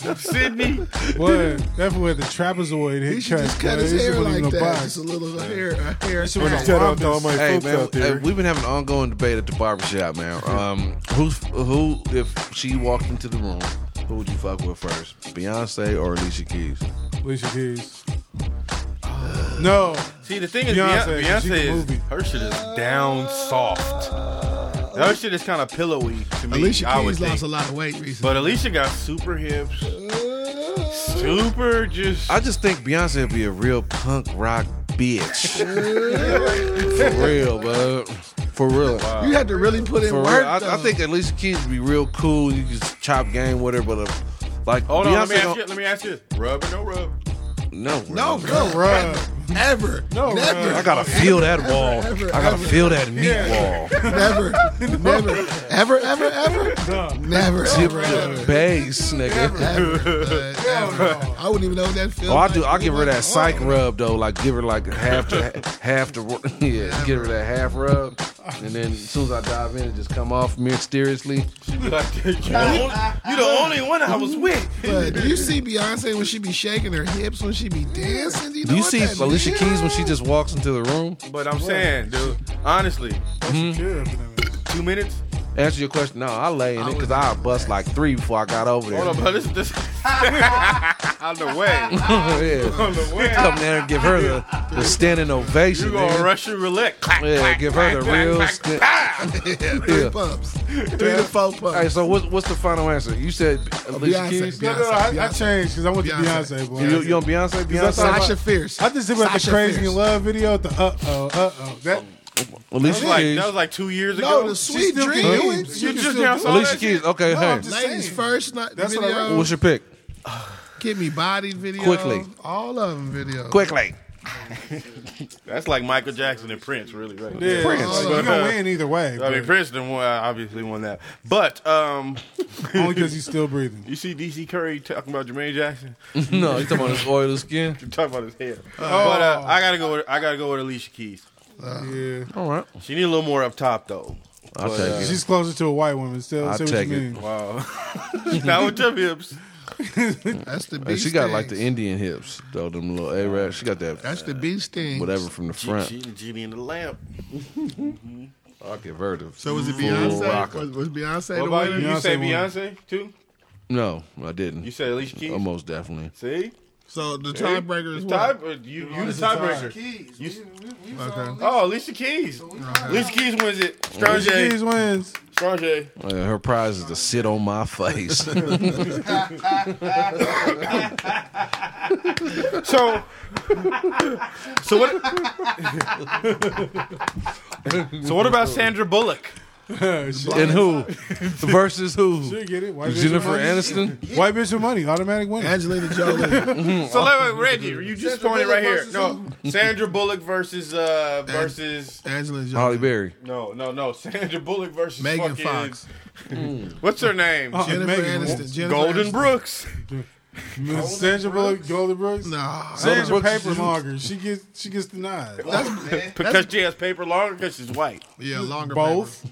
Speaker 4: Sydney.
Speaker 1: Boy, that's where the trapezoid hit
Speaker 3: He should just cut his hair like that. Just a little hair, a hair.
Speaker 1: should have
Speaker 3: patch.
Speaker 1: cut off all my
Speaker 5: Hey
Speaker 1: folks
Speaker 5: man,
Speaker 1: out there.
Speaker 5: hey, we've been having an ongoing debate at the barbershop, man. Um, who's who? If she walked into the room, who would you fuck with first, Beyonce or Alicia Keys?
Speaker 1: Alicia Keys. No.
Speaker 4: See, the thing is,
Speaker 1: Beyonce,
Speaker 4: Beyonce,
Speaker 1: she
Speaker 4: Beyonce
Speaker 1: can
Speaker 4: is
Speaker 1: move it.
Speaker 4: her shit is down soft. Her shit is kind of pillowy to me.
Speaker 3: Alicia
Speaker 4: I would
Speaker 3: Keys lost
Speaker 4: think.
Speaker 3: a lot of weight recently.
Speaker 4: But Alicia got super hips, super just.
Speaker 5: I just think Beyonce would be a real punk rock bitch. For real, bud. For real.
Speaker 3: you had to really put in
Speaker 5: For real.
Speaker 3: work.
Speaker 5: I, I
Speaker 3: though.
Speaker 5: think Alicia Keys would be real cool. You just chop game with her, but uh, like
Speaker 4: Hold on, let me
Speaker 5: Beyonce
Speaker 4: ask
Speaker 5: don't-
Speaker 4: you. Let me ask you. Rub or no rub?
Speaker 5: no,
Speaker 3: no,
Speaker 5: bro.
Speaker 3: no,
Speaker 1: Bruh.
Speaker 3: ever,
Speaker 1: No,
Speaker 3: never,
Speaker 1: bruh.
Speaker 5: I gotta feel that wall.
Speaker 3: ever,
Speaker 5: I gotta
Speaker 3: ever.
Speaker 5: feel that meat wall.
Speaker 3: never, never, ever, ever, ever, never,
Speaker 5: Tip
Speaker 3: ever,
Speaker 5: the
Speaker 3: ever.
Speaker 5: base, nigga.
Speaker 3: Ever, uh, ever. I wouldn't even know what that feels.
Speaker 5: Oh, I
Speaker 3: like.
Speaker 5: do. I give her that
Speaker 3: Oh.
Speaker 5: psych rub though. Like give her like half the half the yeah. Give her that half rub, and then as soon as I dive in, it just come off mysteriously.
Speaker 4: Like, you the only- you the only one I was with.
Speaker 3: But do you see Beyonce when she be shaking her hips when she be dancing? Do you,
Speaker 5: Do
Speaker 3: know
Speaker 5: you
Speaker 3: what
Speaker 5: see
Speaker 3: that
Speaker 5: Alicia
Speaker 3: is?
Speaker 5: Keys when she just walks into the room?
Speaker 4: But I'm saying, dude, honestly,
Speaker 3: Oh,
Speaker 5: Mm-hmm.
Speaker 4: two minutes.
Speaker 5: Answer your question. No, I lay in it because I bust like three before I got over there.
Speaker 4: Hold on, bro. This is this on the way.
Speaker 5: yeah.
Speaker 4: On the way.
Speaker 5: Come there and give her the, the standing ovation.
Speaker 4: You gonna
Speaker 5: nigga.
Speaker 4: Russian roulette? Clack,
Speaker 5: Yeah,
Speaker 4: clack,
Speaker 5: give her the
Speaker 4: clack, clack,
Speaker 5: real
Speaker 4: clack,
Speaker 5: stick.
Speaker 4: pow!
Speaker 3: Three
Speaker 5: Yeah.
Speaker 3: pumps, three to four
Speaker 5: All right,
Speaker 3: pumps. Oh,
Speaker 5: so what's, what's the final answer? You said Alicia
Speaker 3: Beyonce,
Speaker 5: Keys?
Speaker 1: No, no, no, I, I changed because I went to
Speaker 3: Beyonce.
Speaker 1: Beyonce, boy.
Speaker 5: You, you on Beyonce?
Speaker 1: That's
Speaker 5: Beyonce?
Speaker 1: all
Speaker 3: Sasha Fierce.
Speaker 1: I just did about the
Speaker 3: Sasha
Speaker 1: Crazy
Speaker 3: Fierce.
Speaker 1: in Love video, the uh oh, uh oh. That
Speaker 4: That was
Speaker 5: Alicia
Speaker 4: like
Speaker 5: Keys.
Speaker 4: that was like two years
Speaker 3: No,
Speaker 4: ago.
Speaker 3: the sweet
Speaker 1: still
Speaker 3: dream.
Speaker 1: can
Speaker 3: You
Speaker 1: do it.
Speaker 3: ain't-
Speaker 1: She
Speaker 4: you
Speaker 1: can
Speaker 4: just
Speaker 1: still
Speaker 4: now
Speaker 1: do
Speaker 4: saw
Speaker 5: Alicia
Speaker 4: that
Speaker 5: Keys.
Speaker 4: shit?
Speaker 5: Okay, hey.
Speaker 1: I'm just
Speaker 3: Ladies
Speaker 1: saying.
Speaker 3: first, not
Speaker 1: That's what I
Speaker 3: video.
Speaker 5: What's your pick?
Speaker 3: Give me body video.
Speaker 5: Quickly.
Speaker 3: all of them video.
Speaker 5: Quickly.
Speaker 4: That's like Michael Jackson and Prince, really, right?
Speaker 1: yeah,
Speaker 3: Prince.
Speaker 1: Like, you gonna win either way.
Speaker 4: I mean,
Speaker 1: but
Speaker 4: Prince done won, obviously won that, but um,
Speaker 1: Only because he's still breathing.
Speaker 4: you see DC Curry talking about Jermaine Jackson,
Speaker 5: No, you talking about his oily skin?
Speaker 4: You're talking about his hair.
Speaker 1: Oh.
Speaker 4: But uh, I gotta go. With, I gotta go with Alicia Keys.
Speaker 1: Yeah,
Speaker 5: All right.
Speaker 4: She need a little more up top though.
Speaker 5: I'll
Speaker 4: But, uh,
Speaker 5: take it.
Speaker 1: she's closer to a white woman. Still,
Speaker 5: I'll
Speaker 1: say what
Speaker 5: take
Speaker 1: you
Speaker 5: it.
Speaker 1: mean.
Speaker 4: Wow, not with your hips.
Speaker 3: That's the
Speaker 5: Hey,
Speaker 3: beast.
Speaker 5: she got like the
Speaker 3: things.
Speaker 5: Indian hips, though, them little A-rap. She got that
Speaker 3: That's the beast thing.
Speaker 5: whatever from the front.
Speaker 4: She, she the genie in the lamp.
Speaker 3: Mm-hmm.
Speaker 5: I'll give her the
Speaker 3: So was it
Speaker 5: full
Speaker 3: Beyonce?
Speaker 5: rocker.
Speaker 3: Was, was Beyonce
Speaker 4: What
Speaker 3: the
Speaker 4: about
Speaker 3: winner?
Speaker 4: you? You
Speaker 1: Beyonce
Speaker 4: say
Speaker 1: won.
Speaker 4: Beyonce too?
Speaker 5: No, I didn't.
Speaker 4: You say Alicia Keys?
Speaker 5: Almost definitely.
Speaker 4: See,
Speaker 3: So the tiebreaker is
Speaker 4: It's
Speaker 3: what?
Speaker 4: Tie, uh, you you the tiebreaker. You-
Speaker 3: Okay.
Speaker 4: oh, Alicia Keys. Alicia Keys wins it. Strong
Speaker 1: Alicia
Speaker 4: J.
Speaker 1: Keys wins.
Speaker 4: Strong J.
Speaker 5: Uh, her prize is to sit on my face.
Speaker 4: So, so what? so what about Sandra Bullock?
Speaker 5: and who? Versus who?
Speaker 1: Should get it. White bitch with
Speaker 5: Jennifer
Speaker 1: money.
Speaker 5: Aniston?
Speaker 1: White bitch with money, automatic winner.
Speaker 3: Angelina Jolie.
Speaker 1: Mm-hmm.
Speaker 4: So wait, wait, Reggie, you just pointed right here. No, Sandra Bullock versus uh versus
Speaker 3: Angelina Jolie.
Speaker 5: Holly Berry.
Speaker 4: no no no Sandra Bullock versus
Speaker 3: Megan
Speaker 4: fucking-
Speaker 3: Fox. Uh,
Speaker 4: What's her name?
Speaker 3: Jennifer
Speaker 1: Uh, Megan.
Speaker 3: Aniston. Jennifer
Speaker 4: Golden
Speaker 3: Aniston.
Speaker 4: Brooks.
Speaker 1: Sandra Bullock, Golden Brooks.
Speaker 3: Nah.
Speaker 5: Golden
Speaker 1: Sandra
Speaker 5: Brooks
Speaker 1: paper
Speaker 5: is-
Speaker 1: longer. She gets she gets denied.
Speaker 4: Because she has paper longer because she's white.
Speaker 3: Yeah, longer.
Speaker 1: Both.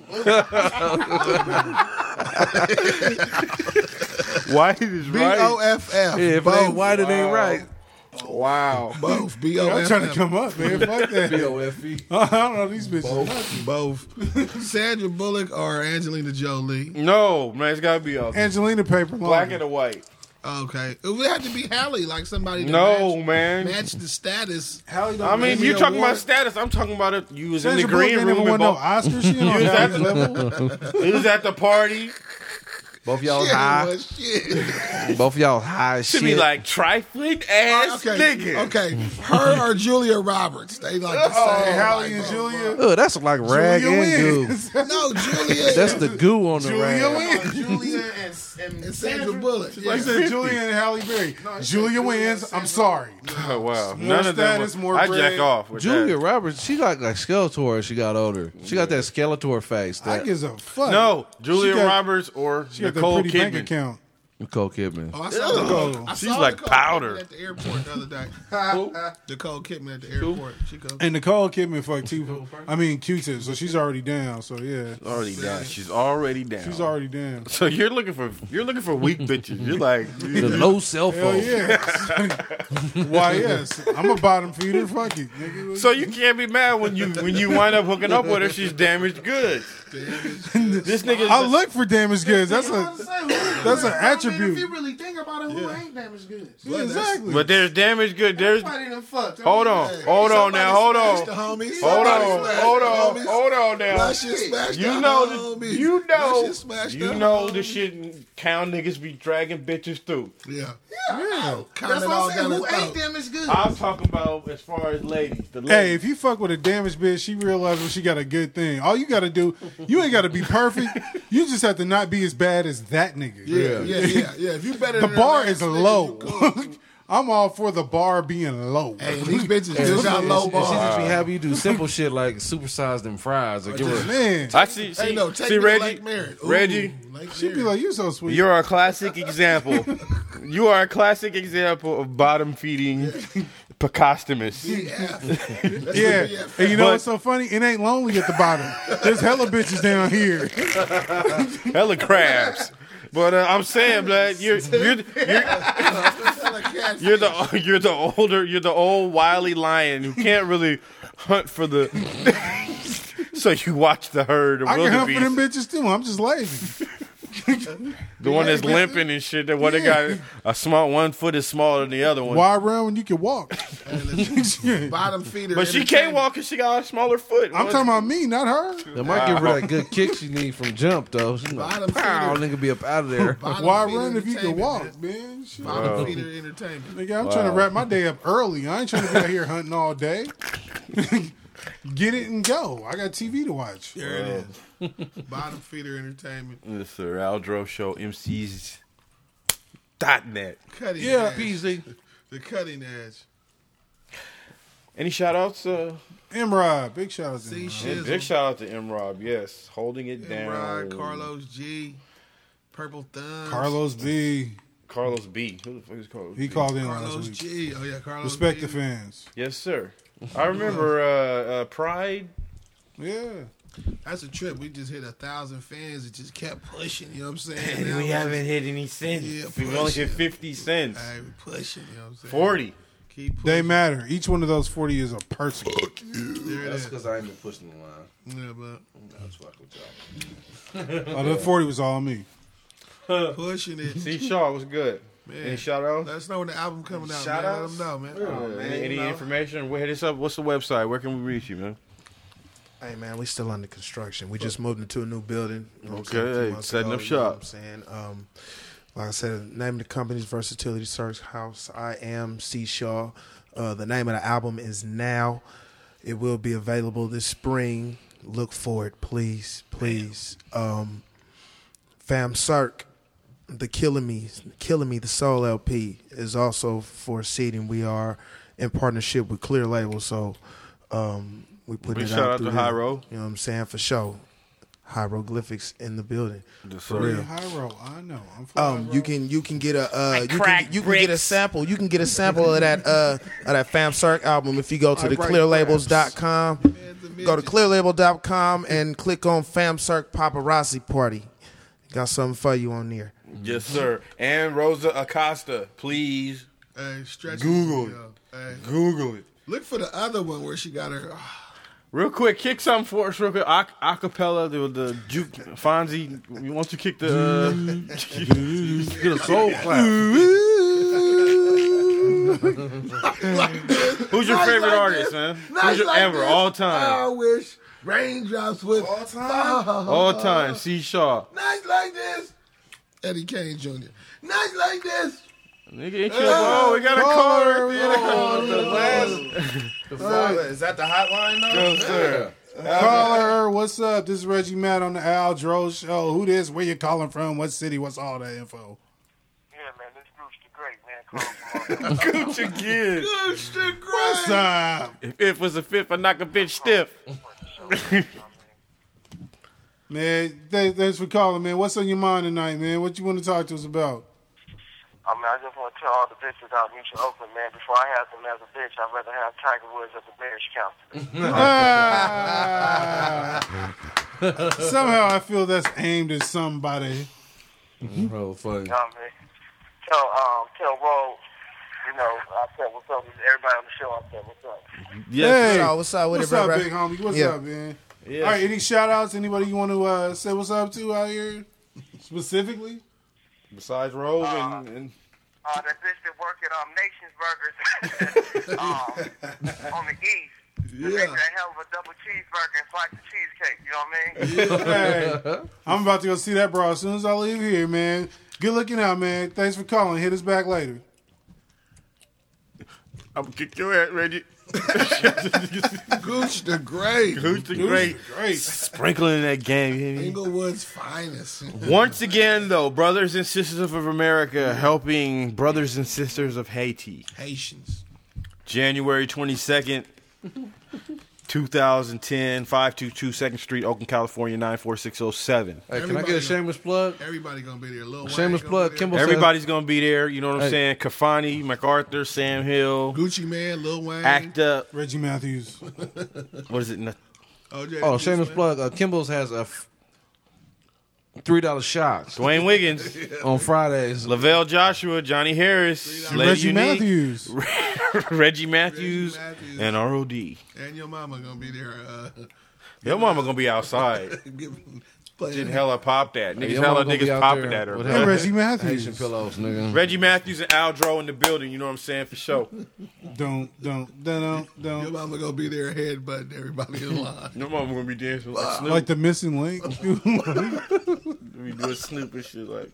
Speaker 4: White is
Speaker 3: B O F F.
Speaker 5: Yeah, if it ain't white, it ain't right.
Speaker 4: Wow.
Speaker 3: Both. B O
Speaker 1: I'm
Speaker 3: F
Speaker 1: trying to
Speaker 3: F.
Speaker 1: come up, man. Fuck that. I don't know these bitches.
Speaker 3: E. Both. Sandra Bullock or Angelina Jolie.
Speaker 4: No, man, it's gotta be a
Speaker 1: Angelina paper longer.
Speaker 4: black and a white.
Speaker 3: Okay. It would have to be Halle, like somebody to
Speaker 4: No,
Speaker 3: match,
Speaker 4: man.
Speaker 3: match the status.
Speaker 4: I mean,
Speaker 3: Emmy
Speaker 4: you're talking
Speaker 3: Award.
Speaker 4: about status. I'm talking about it. You was in
Speaker 1: Sandra
Speaker 4: the
Speaker 1: Bullock
Speaker 4: green
Speaker 1: ain't
Speaker 4: room.
Speaker 1: never
Speaker 4: and
Speaker 1: won no
Speaker 4: bought-
Speaker 1: Oscar. She ain't on
Speaker 4: You was
Speaker 1: that
Speaker 4: at
Speaker 1: level.
Speaker 4: the- He was at the party.
Speaker 5: Both of y'all
Speaker 15: Shit,
Speaker 5: high.
Speaker 15: was shit.
Speaker 5: Both of y'all high as
Speaker 15: Should
Speaker 5: shit.
Speaker 15: be like trifling ass
Speaker 3: Oh, okay,
Speaker 15: nigga.
Speaker 3: okay. Her or Julia Roberts? They like the
Speaker 15: Oh,
Speaker 3: same.
Speaker 15: Halle
Speaker 3: like,
Speaker 15: and
Speaker 3: bro,
Speaker 15: Julia?
Speaker 5: Ugh, that's like rag
Speaker 3: Julia
Speaker 5: and goo.
Speaker 3: wins. no, Julia.
Speaker 5: That's the goo on the
Speaker 1: Julia
Speaker 5: rag.
Speaker 1: wins.
Speaker 3: Julia and, and, Sandra Bullock.
Speaker 1: Like I said, Julia and Halle Berry. Julia wins. I'm sorry.
Speaker 4: Oh wow!
Speaker 1: More
Speaker 4: None of them.
Speaker 1: status,
Speaker 4: were-
Speaker 1: more
Speaker 4: I
Speaker 1: bread.
Speaker 4: jack off. With
Speaker 5: Julia Roberts, she got like Skeletor as she got older. She got that Skeletor face. That
Speaker 1: I gives a
Speaker 4: that.
Speaker 1: fuck.
Speaker 4: No, Julia
Speaker 1: She got-
Speaker 4: Roberts or
Speaker 1: She got that
Speaker 4: Nicole
Speaker 1: pretty bank
Speaker 4: Kidman.
Speaker 1: account.
Speaker 5: Nicole Kidman.
Speaker 3: Oh, I saw Nicole. I saw
Speaker 4: She's like
Speaker 3: Nicole Kidman
Speaker 4: powder.
Speaker 3: at the airport the other day. Nicole Kidman at the airport. She goes.
Speaker 1: And Nicole Kidman fucked two. I mean, Q-tip. So she's already down. So yeah,
Speaker 4: Already down. She's already down.
Speaker 1: she's already down.
Speaker 4: So you're looking for you're looking for weak bitches. You're like
Speaker 5: The low cell
Speaker 1: Hell
Speaker 5: phone.
Speaker 1: yeah. Why yes? I'm a bottom feeder. Fuck it, nigga.
Speaker 4: So you can't be mad when you when you wind up hooking up with her. She's damaged goods. This nigga.
Speaker 1: I look for damaged goods. That's a that's an
Speaker 12: If you
Speaker 1: attribute.
Speaker 12: really think about it, who ain't damaged goods?
Speaker 1: Yeah, exactly.
Speaker 4: But there's damaged good. There's
Speaker 12: Nobody done fucked. I
Speaker 4: hold
Speaker 12: mean,
Speaker 4: on, hold on now, hold on,
Speaker 3: Smash the homies.
Speaker 4: hold
Speaker 3: Somebody
Speaker 4: on,
Speaker 3: smash
Speaker 4: hold
Speaker 3: the
Speaker 4: on,
Speaker 3: homies.
Speaker 4: hold on now.
Speaker 3: That shit smashed the
Speaker 4: You know, the,
Speaker 3: homies.
Speaker 4: you
Speaker 3: That
Speaker 4: know,
Speaker 3: shit smashed
Speaker 4: you
Speaker 3: the
Speaker 4: know
Speaker 3: homies.
Speaker 4: the shit. Cow niggas be dragging bitches through.
Speaker 3: Yeah.
Speaker 1: Yeah.
Speaker 12: That's
Speaker 3: Comment
Speaker 12: what
Speaker 3: all
Speaker 12: I'm saying.
Speaker 3: down
Speaker 12: Who
Speaker 3: her throat.
Speaker 12: ain't damaged goods?
Speaker 4: I'm talking about as far as ladies. The
Speaker 1: Hey,
Speaker 4: ladies.
Speaker 1: if you fuck with a damaged bitch, she realizes she got a good thing. All you gotta do, you ain't gotta be perfect. You just have to not be as bad as that nigga.
Speaker 3: Yeah, yeah, yeah, yeah. If you better
Speaker 1: The
Speaker 3: than
Speaker 1: bar
Speaker 3: that,
Speaker 1: is
Speaker 3: nigga, you
Speaker 1: low.
Speaker 3: cool.
Speaker 1: I'm all for the bar being low.
Speaker 3: Hey, these bitches
Speaker 5: And
Speaker 3: just
Speaker 5: she-
Speaker 3: got
Speaker 5: and
Speaker 3: low
Speaker 5: she- and She
Speaker 3: bar.
Speaker 5: just be happy you do simple shit like supersize them fries or give her.
Speaker 1: Man,
Speaker 4: I see.
Speaker 3: Hey,
Speaker 4: See,
Speaker 3: no, take
Speaker 4: see
Speaker 3: me to
Speaker 4: Reggie.
Speaker 3: Lake Merritt. Ooh,
Speaker 4: Reggie,
Speaker 3: Lake
Speaker 1: she'd be
Speaker 3: Merritt.
Speaker 1: like, "You so sweet."
Speaker 4: You're a classic example. you are a classic example of bottom feeding Picostomus.
Speaker 1: yeah,
Speaker 3: Yeah.
Speaker 1: and you know
Speaker 4: But-
Speaker 1: what's so funny? It ain't lonely at the bottom. There's hella bitches down here.
Speaker 4: Hella crabs. But uh, I'm saying, blood, you're you're you're, you're the you're the older you're the old wily lion who can't really hunt for the. so you watch the herd of
Speaker 1: I can hunt for them
Speaker 4: wildebeest,
Speaker 1: bitches too. I'm just lazy.
Speaker 4: the one that's limping and shit. That one that got a small one foot is smaller than the other one.
Speaker 1: Why run when you can walk?
Speaker 3: bottom feeder.
Speaker 4: But she can't
Speaker 3: entertainment.
Speaker 4: walk because she got a smaller foot.
Speaker 1: I'm talking about me, not her.
Speaker 5: That might give her that good kick she need from jump though. She's
Speaker 3: Bottom
Speaker 5: like, pow, nigga be up out of there.
Speaker 3: Bottom
Speaker 1: Why
Speaker 3: feeder
Speaker 1: run if you can
Speaker 3: entertainment,
Speaker 1: walk, man? Shit.
Speaker 3: man. Bottom feeder entertainment.
Speaker 1: Nigga, I'm trying to wrap my day up early. I ain't trying to be out here hunting all day. Get it and go. I got TV to watch.
Speaker 3: There it is. Bottom feeder entertainment.
Speaker 4: Yes, sir. Aldro Show MCs. Dot net.
Speaker 3: Cutting
Speaker 1: Yeah.
Speaker 3: edge.
Speaker 5: Easy.
Speaker 3: The cutting edge.
Speaker 4: Any shout outs? Uh,
Speaker 1: Emrod, big shout out to
Speaker 3: See
Speaker 1: him.
Speaker 3: shizzle.
Speaker 4: big shout out to M Rob. Yes, holding it down.
Speaker 3: Rod, Carlos G, Purple Thumb,
Speaker 1: Carlos B.
Speaker 4: Carlos B. Who the fuck is Carlos?
Speaker 1: He
Speaker 4: B?
Speaker 1: called in
Speaker 3: Carlos
Speaker 1: last week.
Speaker 3: G. Oh yeah, Carlos.
Speaker 1: Respect
Speaker 3: G.
Speaker 1: the fans.
Speaker 4: Yes, sir. I remember uh, uh, Pride.
Speaker 1: Yeah.
Speaker 3: That's a trip. We just hit a thousand fans. It just kept pushing. You know what I'm saying?
Speaker 16: And
Speaker 3: Now
Speaker 16: we
Speaker 3: we're
Speaker 16: haven't hit any since.
Speaker 3: Yeah,
Speaker 4: We only
Speaker 3: pushing.
Speaker 4: hit fifty cents.
Speaker 3: Hey, we pushing. You know what I'm saying?
Speaker 4: Forty.
Speaker 3: Keep pushing.
Speaker 1: They matter. Each one of those 40 is a person.
Speaker 3: There it
Speaker 5: That's
Speaker 3: is.
Speaker 5: because I ain't been pushing the line.
Speaker 3: Yeah, but
Speaker 5: That's fuck with y'all.
Speaker 1: Oh, the 40 was all me.
Speaker 3: pushing it.
Speaker 4: See, Shaw was good. Any
Speaker 3: Man,
Speaker 4: shout outs?
Speaker 3: let us know when the album coming out.
Speaker 4: Shout
Speaker 3: man. Let
Speaker 4: outs?
Speaker 3: them know, Oh, man.
Speaker 4: Any, any information? Well, hit us up. What's the website? Where can we reach you, man?
Speaker 12: Hey man, we still under construction. We just moved into a new building. you know what I'm saying,
Speaker 4: Okay,
Speaker 12: two months
Speaker 4: setting
Speaker 12: ago,
Speaker 4: up
Speaker 12: you know
Speaker 4: shop.
Speaker 12: what I'm saying, um, like I said, name of the company's Versatility Search House. I am C Shaw. Uh, the name of the album is Now. It will be available this spring. Look for it, please, please. Um, Fam Cirque, the Killing Me, Killing Me, the Soul LP is also for seeding. We are in partnership with Clear Label, so um, we put
Speaker 4: Big
Speaker 12: it
Speaker 4: shout out
Speaker 12: out
Speaker 4: to
Speaker 12: through them.
Speaker 4: Hyro.
Speaker 12: You know what I'm saying for sure. Hieroglyphics in the building. For real.
Speaker 1: Hyro, I know. I'm from
Speaker 12: Um,
Speaker 1: Hyro.
Speaker 12: you can you can get a uh,
Speaker 16: I
Speaker 12: you can
Speaker 16: crack
Speaker 12: you can get a
Speaker 16: bricks.
Speaker 12: sample you can get a sample of that uh of that Fam Cirque album if you go to the clearlabels.com go to clearlabel.com and click on Fam Cirque Paparazzi Party got something for you on there
Speaker 4: Yes, sir. And Rosa Acosta, please
Speaker 3: Hey, stretch
Speaker 4: Google it.
Speaker 3: yo. Hey,
Speaker 4: Google it.
Speaker 3: look for the other one where she got her. ah,
Speaker 4: Real quick, kick something for us, real quick. A- acapella, the, the juke, Fonzie. You want to kick the? Uh,
Speaker 5: Get a soul clap.
Speaker 4: who's your favorite artist, man? who's your,
Speaker 3: like
Speaker 4: ever,
Speaker 3: this.
Speaker 4: all
Speaker 3: I
Speaker 4: time,
Speaker 3: wish
Speaker 12: Oh.
Speaker 3: raindrops would all time.
Speaker 4: all time? C Shaw.
Speaker 3: Nice like this. Eddie Kane Jr. Not like this.
Speaker 4: Nigga, ain't you- Oh, we got a caller at the end of the
Speaker 1: Is
Speaker 12: that the hotline
Speaker 1: Yes, sir. Caller, what's up? This is Reggie Matt on the Al Dro Show. Who this? Where you calling from? What city? What's all that info?
Speaker 4: Gooch again.
Speaker 15: Gooch
Speaker 4: the great.
Speaker 15: What's
Speaker 1: up?
Speaker 4: If it was a fifth, I knock a bitch stiff.
Speaker 1: Man, th- thanks for calling, man. What's on your mind tonight, man? What you want to talk to us about?
Speaker 17: I mean, I just want to tell all the bitches out in East Oakland, man, before I have them as a bitch, I'd rather have Tiger Woods as a marriage counselor.
Speaker 1: Ah. Somehow I feel that's aimed at somebody.
Speaker 5: Bro,
Speaker 17: You
Speaker 5: fuck.
Speaker 17: know what I mean? Tell, um, tell Roll, you know, I said what's up. with Everybody on the show, I said what's up.
Speaker 1: Hey,
Speaker 12: What's up? What's up with
Speaker 1: what's
Speaker 12: it,
Speaker 1: up,
Speaker 12: bro, bro?
Speaker 1: big homie? What's
Speaker 12: Yeah.
Speaker 1: up, man?
Speaker 12: Yes.
Speaker 1: All right, any shout outs? Anybody you want to uh, say what's up to out here specifically? Ah.
Speaker 4: Besides Rose and, and
Speaker 17: Uh, that bitch that work at um, Nations Burgers um, on the East. to
Speaker 1: Yeah.
Speaker 17: Make that hell of a double cheeseburger and slice of cheesecake. You know what I mean?
Speaker 1: Hey, I'm about to go see that bro as soon as I leave here, man. Good looking out, man. Thanks for calling. Hit us back later.
Speaker 4: I'm gonna kick your ass, Reggie.
Speaker 3: Gooch the Great.
Speaker 4: Gooch the Great. Sprinkling that game. You hear me?
Speaker 3: Inglewood's finest.
Speaker 4: Once again, though, brothers and sisters of America helping brothers and sisters of Haiti.
Speaker 3: Haitians.
Speaker 4: January 22nd, 2010, 522 2nd Street, Oakland, California, 94607.
Speaker 5: Hey, can I get a shameless plug?
Speaker 3: Everybody gonna be there. Lil
Speaker 5: Shameless plug. Kimball said-
Speaker 4: Everybody's going to be there. You know what I'm
Speaker 5: Hey.
Speaker 4: saying? Kafani, MacArthur, Sam Hill,
Speaker 3: Gucci Man, Lil Wayne,
Speaker 4: Act Up.
Speaker 1: Reggie Matthews.
Speaker 4: What is it? No-
Speaker 3: OJ
Speaker 5: Oh, shameless plug. Uh, Kimball's has a f- three dollar shot.
Speaker 4: Dwayne Wiggins
Speaker 5: on Fridays.
Speaker 4: Lavelle Joshua, Johnny Harris,
Speaker 5: And
Speaker 4: Lady
Speaker 5: Reggie
Speaker 4: Unique,
Speaker 5: Matthews.
Speaker 4: Reggie Matthews, and R.O.D.
Speaker 3: and your mama gonna be there. Uh,
Speaker 4: Your mama gonna be outside.
Speaker 3: giving-
Speaker 4: Did hella pop that.
Speaker 5: Hey,
Speaker 4: Niggas
Speaker 5: your
Speaker 4: hella
Speaker 5: mama gonna be
Speaker 4: niggas
Speaker 5: out
Speaker 4: popping
Speaker 5: there
Speaker 4: at her.
Speaker 5: with
Speaker 4: man.
Speaker 5: her
Speaker 1: Reggie Matthews.
Speaker 5: Haitian pillows, nigga.
Speaker 4: Reggie Matthews and Aldro in the building, you know what I'm saying, for sure.
Speaker 1: Don't, don't, don't, don't.
Speaker 3: Your mama gonna be there headbutting everybody in line.
Speaker 4: Your mama gonna be dancing like Snoop.
Speaker 1: Like the missing link. Remember
Speaker 4: we doing Snoop and shit like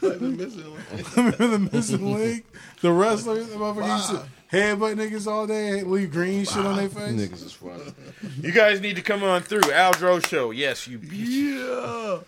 Speaker 1: the missing link? The wrestlers? The motherfucker used to headbutt niggas all day, leave green shit on their face.
Speaker 5: Niggas is funny.
Speaker 4: You guys need to come on through. Aldro show. Yes, you Yeah.